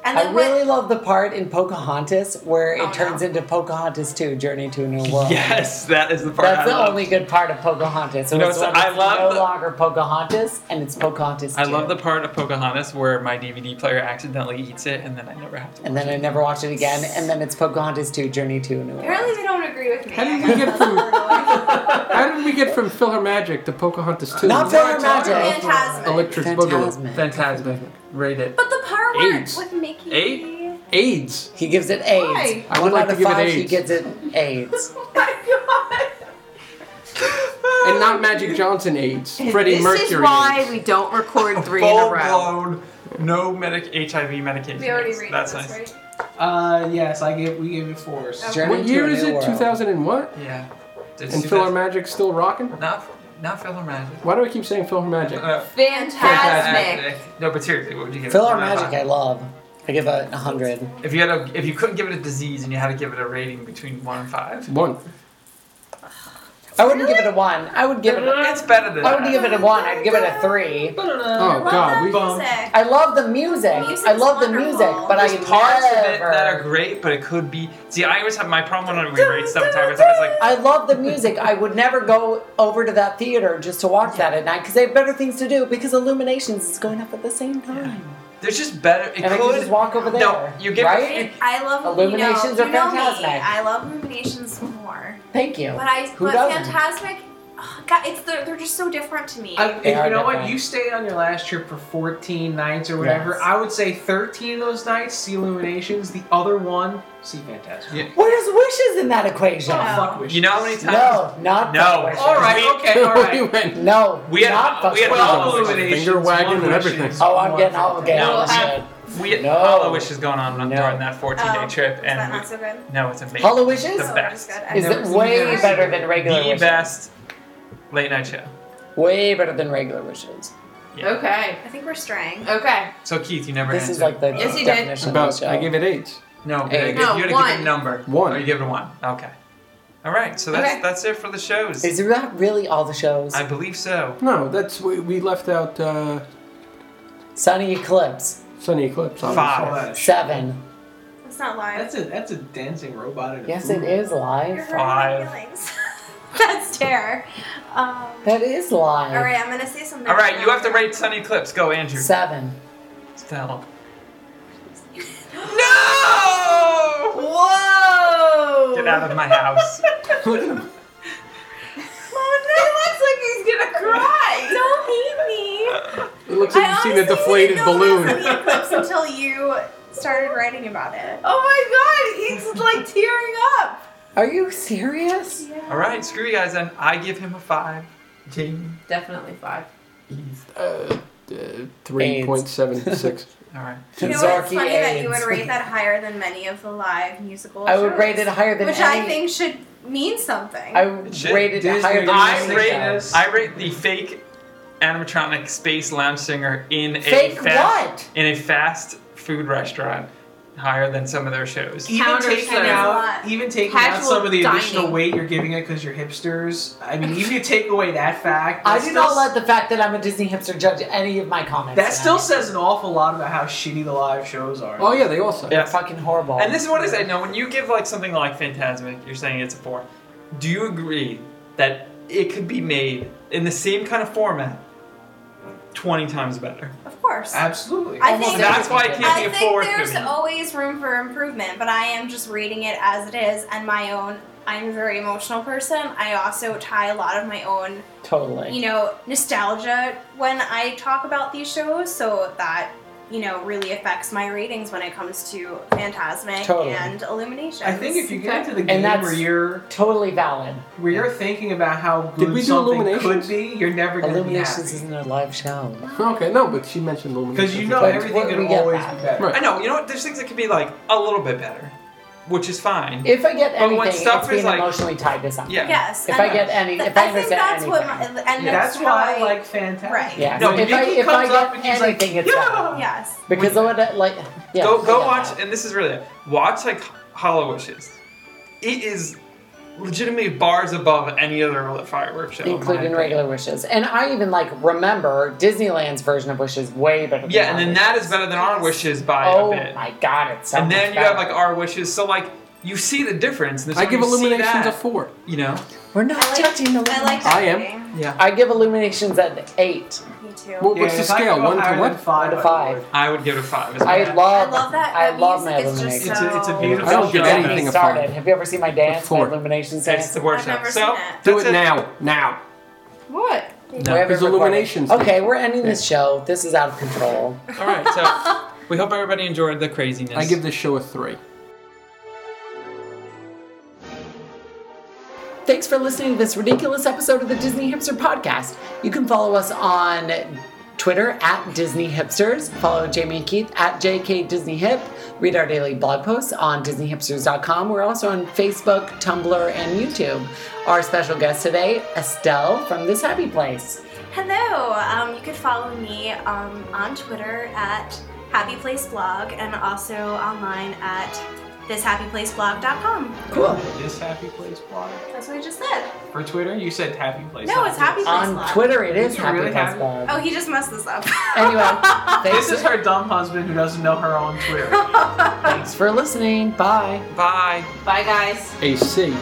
[SPEAKER 5] And
[SPEAKER 2] I
[SPEAKER 5] then when-
[SPEAKER 2] really love the part in Pocahontas where
[SPEAKER 5] Oh,
[SPEAKER 2] it
[SPEAKER 5] no.
[SPEAKER 2] turns into Pocahontas 2 Journey to a New World.
[SPEAKER 7] Yes, that is the part
[SPEAKER 2] That's
[SPEAKER 7] I
[SPEAKER 2] the
[SPEAKER 7] love.
[SPEAKER 2] only good part of Pocahontas. So
[SPEAKER 7] You know,
[SPEAKER 2] it's
[SPEAKER 7] so
[SPEAKER 2] when
[SPEAKER 7] I
[SPEAKER 2] it's
[SPEAKER 7] love
[SPEAKER 2] no
[SPEAKER 7] the-
[SPEAKER 2] longer Pocahontas and it's Pocahontas 2.
[SPEAKER 7] I love the part of Pocahontas where my DVD player accidentally eats it, and then I never have to.
[SPEAKER 2] And then I never watched it again. And then it's Pocahontas 2 Journey to a New World.
[SPEAKER 5] apparently they don't agree with me.
[SPEAKER 4] How did
[SPEAKER 5] I
[SPEAKER 4] we
[SPEAKER 5] got
[SPEAKER 4] get from-
[SPEAKER 5] that part away.
[SPEAKER 4] How did we get from Filler Magic to Pocahontas 2?
[SPEAKER 2] Not Filler Magic.
[SPEAKER 5] Phantasmic.
[SPEAKER 4] Electric Boogaloo.
[SPEAKER 2] Phantasmic.
[SPEAKER 7] Fantastic. Rate it.
[SPEAKER 5] But the part where-
[SPEAKER 4] AIDS.
[SPEAKER 5] with Mickey.
[SPEAKER 7] Eight?
[SPEAKER 4] AIDS.
[SPEAKER 2] He gives it AIDS.
[SPEAKER 3] Why?
[SPEAKER 4] I
[SPEAKER 2] One
[SPEAKER 4] would like
[SPEAKER 2] out
[SPEAKER 4] to
[SPEAKER 2] of
[SPEAKER 4] give it
[SPEAKER 2] five, he
[SPEAKER 4] AIDS.
[SPEAKER 2] gives it AIDS.
[SPEAKER 5] Oh
[SPEAKER 4] And not Magic Johnson AIDS. Freddie
[SPEAKER 3] this
[SPEAKER 4] Mercury
[SPEAKER 3] is why
[SPEAKER 4] AIDS.
[SPEAKER 3] we don't
[SPEAKER 7] [laughs]
[SPEAKER 3] record three in a
[SPEAKER 7] Full
[SPEAKER 3] row.
[SPEAKER 7] blown, no medic HIV medication.
[SPEAKER 5] We already
[SPEAKER 7] use.
[SPEAKER 5] read
[SPEAKER 7] That's
[SPEAKER 5] this,
[SPEAKER 7] nice.
[SPEAKER 5] right?
[SPEAKER 6] Uh, yes, I give we give it fours.
[SPEAKER 5] Okay.
[SPEAKER 2] Journey
[SPEAKER 4] What
[SPEAKER 2] to
[SPEAKER 4] year
[SPEAKER 2] a
[SPEAKER 4] is
[SPEAKER 2] New
[SPEAKER 4] it?
[SPEAKER 2] World.
[SPEAKER 4] 2000 and what?
[SPEAKER 7] Yeah. It's
[SPEAKER 4] And
[SPEAKER 7] 2000
[SPEAKER 4] Philharmagic still rocking?
[SPEAKER 7] Not, not Philharmagic.
[SPEAKER 4] Why do I keep saying Philharmagic?
[SPEAKER 7] Uh,
[SPEAKER 3] Fantastic.
[SPEAKER 7] No, but seriously, what would you give
[SPEAKER 2] Fill
[SPEAKER 7] it?
[SPEAKER 2] our
[SPEAKER 7] Not
[SPEAKER 2] magic, I
[SPEAKER 7] five.
[SPEAKER 2] love. I give it a hundred.
[SPEAKER 7] If you had a, if you couldn't give it a disease and you had to give it a rating between one and five,
[SPEAKER 4] One.
[SPEAKER 2] I wouldn't give it a one. I would give it. A,
[SPEAKER 7] it's better than
[SPEAKER 2] I wouldn't give
[SPEAKER 7] that.
[SPEAKER 2] it a one. I'd give it a three.
[SPEAKER 4] Oh God,
[SPEAKER 5] [laughs]
[SPEAKER 4] we.
[SPEAKER 6] Bum.
[SPEAKER 5] music.
[SPEAKER 2] I love the music.
[SPEAKER 5] Music's
[SPEAKER 2] I love the music,
[SPEAKER 5] wonderful.
[SPEAKER 2] but I
[SPEAKER 7] There's parts of it
[SPEAKER 2] never-
[SPEAKER 7] that are great, but it could be. See, I always have my problem when we rate stuff. Time it's always like
[SPEAKER 2] I love the music. I would never go over to that theater just to watch that at night because they have better things to do because Illuminations is going up at the same time.
[SPEAKER 7] there's just better. It
[SPEAKER 2] And I
[SPEAKER 7] could
[SPEAKER 2] can just walk over there.
[SPEAKER 7] No, you give
[SPEAKER 2] right?
[SPEAKER 7] it.
[SPEAKER 5] I love
[SPEAKER 2] Illuminations
[SPEAKER 5] you know,
[SPEAKER 2] are
[SPEAKER 5] you know
[SPEAKER 2] fantastic.
[SPEAKER 5] Me. I love illuminations more,
[SPEAKER 2] Thank you.
[SPEAKER 5] but I
[SPEAKER 2] Who
[SPEAKER 5] but
[SPEAKER 2] doesn't?
[SPEAKER 5] Fantasmic, oh, God, it's they're, they're just so different to me.
[SPEAKER 6] I,
[SPEAKER 2] They
[SPEAKER 6] if
[SPEAKER 2] are
[SPEAKER 6] you know what?
[SPEAKER 2] different.
[SPEAKER 6] You stayed on your last trip for 14 nights or whatever.
[SPEAKER 2] Yes.
[SPEAKER 6] I would say 13 of those nights, see Illuminations. The other one, see Fantastic.
[SPEAKER 7] Yeah.
[SPEAKER 2] Where's wishes in that equation?
[SPEAKER 5] No.
[SPEAKER 6] Fuck wishes.
[SPEAKER 7] You know how many times?
[SPEAKER 2] No, not
[SPEAKER 7] Oh. No.
[SPEAKER 2] fuck wishes.
[SPEAKER 6] All right. Okay. All
[SPEAKER 4] [laughs]
[SPEAKER 7] [laughs]
[SPEAKER 4] we
[SPEAKER 6] right.
[SPEAKER 4] went.
[SPEAKER 2] No,
[SPEAKER 7] We had-
[SPEAKER 2] not fuck
[SPEAKER 7] we had
[SPEAKER 2] wishes.
[SPEAKER 7] all of it.
[SPEAKER 4] Finger wagging and everything.
[SPEAKER 2] Oh, I'm getting all
[SPEAKER 6] game.
[SPEAKER 2] gay. No,
[SPEAKER 7] No, I- We had
[SPEAKER 2] No.
[SPEAKER 7] Hollow Wish is going on
[SPEAKER 2] No.
[SPEAKER 7] during that 14 day
[SPEAKER 5] Oh,
[SPEAKER 7] trip,
[SPEAKER 5] Is that
[SPEAKER 7] and
[SPEAKER 5] not so good?
[SPEAKER 7] we- no, it's amazing.
[SPEAKER 2] Hollow Wishes?
[SPEAKER 7] the
[SPEAKER 5] Oh,
[SPEAKER 7] best,
[SPEAKER 5] that's good.
[SPEAKER 2] Is
[SPEAKER 5] I've
[SPEAKER 2] it
[SPEAKER 5] never
[SPEAKER 2] way
[SPEAKER 5] seen
[SPEAKER 2] better than regular
[SPEAKER 7] the
[SPEAKER 2] wishes?
[SPEAKER 7] best late night show.
[SPEAKER 2] Way better than regular wishes.
[SPEAKER 3] Okay.
[SPEAKER 5] I think we're straying.
[SPEAKER 3] Okay.
[SPEAKER 7] So Keith, you never
[SPEAKER 2] This
[SPEAKER 7] answered.
[SPEAKER 2] is like the
[SPEAKER 3] Yes, he did.
[SPEAKER 2] definition of
[SPEAKER 4] About
[SPEAKER 2] the show.
[SPEAKER 4] I give it eight.
[SPEAKER 7] no, but
[SPEAKER 2] Hey.
[SPEAKER 7] you,
[SPEAKER 3] No,
[SPEAKER 7] you had to give
[SPEAKER 3] one.
[SPEAKER 7] it a number.
[SPEAKER 4] One.
[SPEAKER 7] Oh, you give it a one. Okay. All right. So that's
[SPEAKER 3] Okay.
[SPEAKER 7] that's it for the shows.
[SPEAKER 2] Is that really all the shows?
[SPEAKER 7] I believe so.
[SPEAKER 4] No, that's we, we left out uh,
[SPEAKER 2] Sunny Eclipse,
[SPEAKER 4] Sunny Eclipse. Obviously.
[SPEAKER 7] Five.
[SPEAKER 2] seven.
[SPEAKER 5] It's not live.
[SPEAKER 6] That's a that's a dancing robot. In a
[SPEAKER 2] Yes, it
[SPEAKER 6] boot.
[SPEAKER 2] is
[SPEAKER 5] You're
[SPEAKER 2] live.
[SPEAKER 5] hurting my
[SPEAKER 7] Five.
[SPEAKER 5] feelings. [laughs] That's terror. Um,
[SPEAKER 2] That is live.
[SPEAKER 5] all right, I'm gonna say something.
[SPEAKER 7] All right, you have to
[SPEAKER 5] [laughs]
[SPEAKER 7] rate Sunny Eclipse. Go, Andrew.
[SPEAKER 2] Seven.
[SPEAKER 7] Stella.
[SPEAKER 2] Oh!
[SPEAKER 3] Whoa!
[SPEAKER 7] No! Get out of my house.
[SPEAKER 4] Look at him.
[SPEAKER 3] He looks like he's gonna
[SPEAKER 7] [laughs]
[SPEAKER 3] cry.
[SPEAKER 5] Don't hate me.
[SPEAKER 4] It looks like
[SPEAKER 5] I
[SPEAKER 4] you've seen a
[SPEAKER 5] honestly
[SPEAKER 4] deflated
[SPEAKER 5] didn't know about
[SPEAKER 4] balloon.
[SPEAKER 5] the eclipse until you started writing about it.
[SPEAKER 3] Oh my god, he's like tearing up.
[SPEAKER 2] Are you serious?
[SPEAKER 5] Yeah.
[SPEAKER 7] All right, screw you guys then. I give him a five. Jamie.
[SPEAKER 3] Definitely five.
[SPEAKER 7] Keith.
[SPEAKER 4] Uh, uh, Three point seven
[SPEAKER 5] [laughs]
[SPEAKER 4] six.
[SPEAKER 7] All right.
[SPEAKER 5] You know
[SPEAKER 2] Zorky
[SPEAKER 5] what's funny that you
[SPEAKER 2] AIDS.
[SPEAKER 5] would rate that higher than many of the live musical
[SPEAKER 2] I would
[SPEAKER 5] shows,
[SPEAKER 2] rate it higher than
[SPEAKER 5] which
[SPEAKER 2] any.
[SPEAKER 5] I think should mean something.
[SPEAKER 2] I would
[SPEAKER 7] Shit,
[SPEAKER 2] rate it
[SPEAKER 6] Disney
[SPEAKER 2] higher than
[SPEAKER 7] I
[SPEAKER 2] any
[SPEAKER 7] rate
[SPEAKER 2] show.
[SPEAKER 6] Yes.
[SPEAKER 7] I rate the fake animatronic space lounge singer in
[SPEAKER 2] Fake
[SPEAKER 7] a fast
[SPEAKER 2] what?
[SPEAKER 7] in a fast food restaurant higher than some of their shows.
[SPEAKER 6] Even
[SPEAKER 3] Counter
[SPEAKER 6] taking
[SPEAKER 3] shows.
[SPEAKER 6] out, even taking out
[SPEAKER 3] Casual
[SPEAKER 6] some of the additional
[SPEAKER 3] dining.
[SPEAKER 6] weight you're giving it because you're hipsters. I mean, even if you take away that fact,
[SPEAKER 2] I
[SPEAKER 6] that
[SPEAKER 2] do
[SPEAKER 6] still
[SPEAKER 2] not let the fact that I'm a Disney hipster judge any of my comments.
[SPEAKER 6] That still
[SPEAKER 2] tonight.
[SPEAKER 6] says an awful lot about how shitty the live shows are.
[SPEAKER 4] Oh yeah, they all suck.
[SPEAKER 7] Yeah.
[SPEAKER 2] fucking horrible.
[SPEAKER 7] And this is what I say. No, when you give like something like Phantasmic, you're saying it's a four. Do you agree that it could be made in the same kind of format, twenty times better?
[SPEAKER 5] of course.
[SPEAKER 6] Absolutely.
[SPEAKER 5] I
[SPEAKER 2] Almost
[SPEAKER 5] think
[SPEAKER 7] That's why it
[SPEAKER 5] I
[SPEAKER 7] can't be a
[SPEAKER 5] think
[SPEAKER 7] four.
[SPEAKER 5] there's
[SPEAKER 7] to me.
[SPEAKER 5] always room for improvement, but I am just rating it as it is and my own. I'm a very emotional person. I also tie a lot of my own,
[SPEAKER 2] totally.
[SPEAKER 5] you know, nostalgia when I talk about these shows, so that, you know, really affects my ratings when it comes to Phantasmic
[SPEAKER 2] Totally.
[SPEAKER 5] and Illumination.
[SPEAKER 6] I think if you get into the game
[SPEAKER 2] that's-
[SPEAKER 6] where you're
[SPEAKER 2] totally valid.
[SPEAKER 6] where you're thinking about how good
[SPEAKER 4] we do
[SPEAKER 6] something could
[SPEAKER 4] Illuminations?
[SPEAKER 6] be, you're never going to be
[SPEAKER 2] Illuminations
[SPEAKER 6] happy.
[SPEAKER 2] isn't a live show.
[SPEAKER 4] Okay, no, but she mentioned Luminous.
[SPEAKER 6] Because you know
[SPEAKER 2] But
[SPEAKER 6] everything
[SPEAKER 2] what
[SPEAKER 6] could
[SPEAKER 2] we get
[SPEAKER 6] always
[SPEAKER 2] back.
[SPEAKER 6] be better.
[SPEAKER 4] Right.
[SPEAKER 7] I know. You know what? There's things that could be like a little bit better, which is fine.
[SPEAKER 2] If I get
[SPEAKER 7] But when
[SPEAKER 2] anything,
[SPEAKER 7] stuff
[SPEAKER 2] it's being
[SPEAKER 7] is like-
[SPEAKER 2] emotionally tied to something.
[SPEAKER 7] yeah.
[SPEAKER 5] Yes.
[SPEAKER 2] If
[SPEAKER 5] and
[SPEAKER 2] I get any,
[SPEAKER 5] th-
[SPEAKER 2] if I
[SPEAKER 5] think
[SPEAKER 2] understand
[SPEAKER 5] that's
[SPEAKER 2] anything.
[SPEAKER 5] what my, and
[SPEAKER 2] Yeah.
[SPEAKER 5] that's,
[SPEAKER 6] That's why I
[SPEAKER 5] how
[SPEAKER 6] like Fantastic.
[SPEAKER 5] Right.
[SPEAKER 2] Yeah.
[SPEAKER 7] No,
[SPEAKER 2] if
[SPEAKER 7] Nikki
[SPEAKER 2] I, if I
[SPEAKER 6] comes
[SPEAKER 2] get
[SPEAKER 6] up and she's like,
[SPEAKER 2] anything, it's
[SPEAKER 6] "Yeah!"
[SPEAKER 2] valid.
[SPEAKER 5] Yes.
[SPEAKER 2] Because I would, uh, like, [laughs] yeah.
[SPEAKER 7] go
[SPEAKER 2] I
[SPEAKER 7] go
[SPEAKER 2] get
[SPEAKER 7] watch,
[SPEAKER 2] that.
[SPEAKER 7] and this is really it. watch like Hollow Wishes. It is legitimately bars above any other fireworks show, in Oh my
[SPEAKER 2] Including
[SPEAKER 7] opinion.
[SPEAKER 2] regular wishes. And I even, like, remember Disneyland's version of wishes way better than
[SPEAKER 7] Yeah, and
[SPEAKER 2] our
[SPEAKER 7] then that
[SPEAKER 2] wishes.
[SPEAKER 7] is better than our wishes by
[SPEAKER 2] Oh
[SPEAKER 7] a bit.
[SPEAKER 2] my god, it's so
[SPEAKER 7] and then
[SPEAKER 2] much
[SPEAKER 7] you have
[SPEAKER 2] better.
[SPEAKER 7] like our wishes. So like you see the difference. and
[SPEAKER 4] I give
[SPEAKER 7] you see
[SPEAKER 4] Illuminations
[SPEAKER 7] that,
[SPEAKER 4] a four.
[SPEAKER 7] You know.
[SPEAKER 2] We're not
[SPEAKER 5] I like,
[SPEAKER 2] judging
[SPEAKER 5] I like
[SPEAKER 2] Illuminations.
[SPEAKER 5] that
[SPEAKER 4] I am.
[SPEAKER 5] rating.
[SPEAKER 7] Yeah.
[SPEAKER 2] I give Illuminations an eight.
[SPEAKER 5] Me too.
[SPEAKER 4] Well,
[SPEAKER 6] Yeah,
[SPEAKER 4] what's the
[SPEAKER 6] if I could
[SPEAKER 4] scale?
[SPEAKER 6] go
[SPEAKER 4] One to
[SPEAKER 6] higher than
[SPEAKER 4] what?
[SPEAKER 6] Five,
[SPEAKER 2] One to
[SPEAKER 6] I
[SPEAKER 2] five.
[SPEAKER 6] would.
[SPEAKER 7] I would give it a five. as
[SPEAKER 2] I
[SPEAKER 7] well.
[SPEAKER 2] love,
[SPEAKER 5] I love that.
[SPEAKER 2] uh, I
[SPEAKER 5] that
[SPEAKER 2] love my
[SPEAKER 5] music is just
[SPEAKER 2] Illuminations.
[SPEAKER 6] It's
[SPEAKER 5] so...
[SPEAKER 6] a- it's a beautiful
[SPEAKER 4] I don't give
[SPEAKER 2] Don't get
[SPEAKER 4] anything
[SPEAKER 2] me
[SPEAKER 4] a
[SPEAKER 2] started.
[SPEAKER 4] five.
[SPEAKER 2] Have you ever seen my dance,
[SPEAKER 4] Four.
[SPEAKER 2] my Illuminations
[SPEAKER 7] It's
[SPEAKER 2] dance?
[SPEAKER 7] the worst.
[SPEAKER 5] I've never
[SPEAKER 7] show.
[SPEAKER 5] seen
[SPEAKER 7] so
[SPEAKER 5] it.
[SPEAKER 4] Do
[SPEAKER 7] that's
[SPEAKER 4] it now, now.
[SPEAKER 3] What?
[SPEAKER 2] We have it
[SPEAKER 4] It's
[SPEAKER 2] recorded.
[SPEAKER 4] Illuminations.
[SPEAKER 2] Okay, we're ending this show. This is out of control.
[SPEAKER 7] All right.
[SPEAKER 2] [laughs]
[SPEAKER 7] So we hope everybody enjoyed the craziness.
[SPEAKER 4] I give this show a three.
[SPEAKER 2] Thanks for listening to this ridiculous episode of the Disney Hipster Podcast. You can follow us on Twitter at Disney Hipsters. Follow Jamie and Keith at JK Disney Hip. Read our daily blog posts on DisneyHipsters.com. We're also on Facebook, Tumblr, and YouTube. Our special guest today, Estelle from This Happy Place.
[SPEAKER 5] Hello. Um, you could follow me um, on Twitter at Happy Place Blog and also online at thishappyplaceblog.com.
[SPEAKER 2] Cool.
[SPEAKER 6] This happy place blog
[SPEAKER 5] That's what I just said.
[SPEAKER 6] for Twitter. You said happy place.
[SPEAKER 5] No, it's Happy Place
[SPEAKER 2] On
[SPEAKER 5] Blog.
[SPEAKER 2] Twitter, it is
[SPEAKER 6] You
[SPEAKER 2] Happy
[SPEAKER 6] really
[SPEAKER 2] Place
[SPEAKER 6] have-
[SPEAKER 2] Blog.
[SPEAKER 5] Oh, he just messed this up.
[SPEAKER 2] Anyway, thanks,
[SPEAKER 6] This is her dumb husband who doesn't know her own Twitter.
[SPEAKER 2] thanks for listening. Bye.
[SPEAKER 7] Bye.
[SPEAKER 3] Bye, guys.
[SPEAKER 4] AC.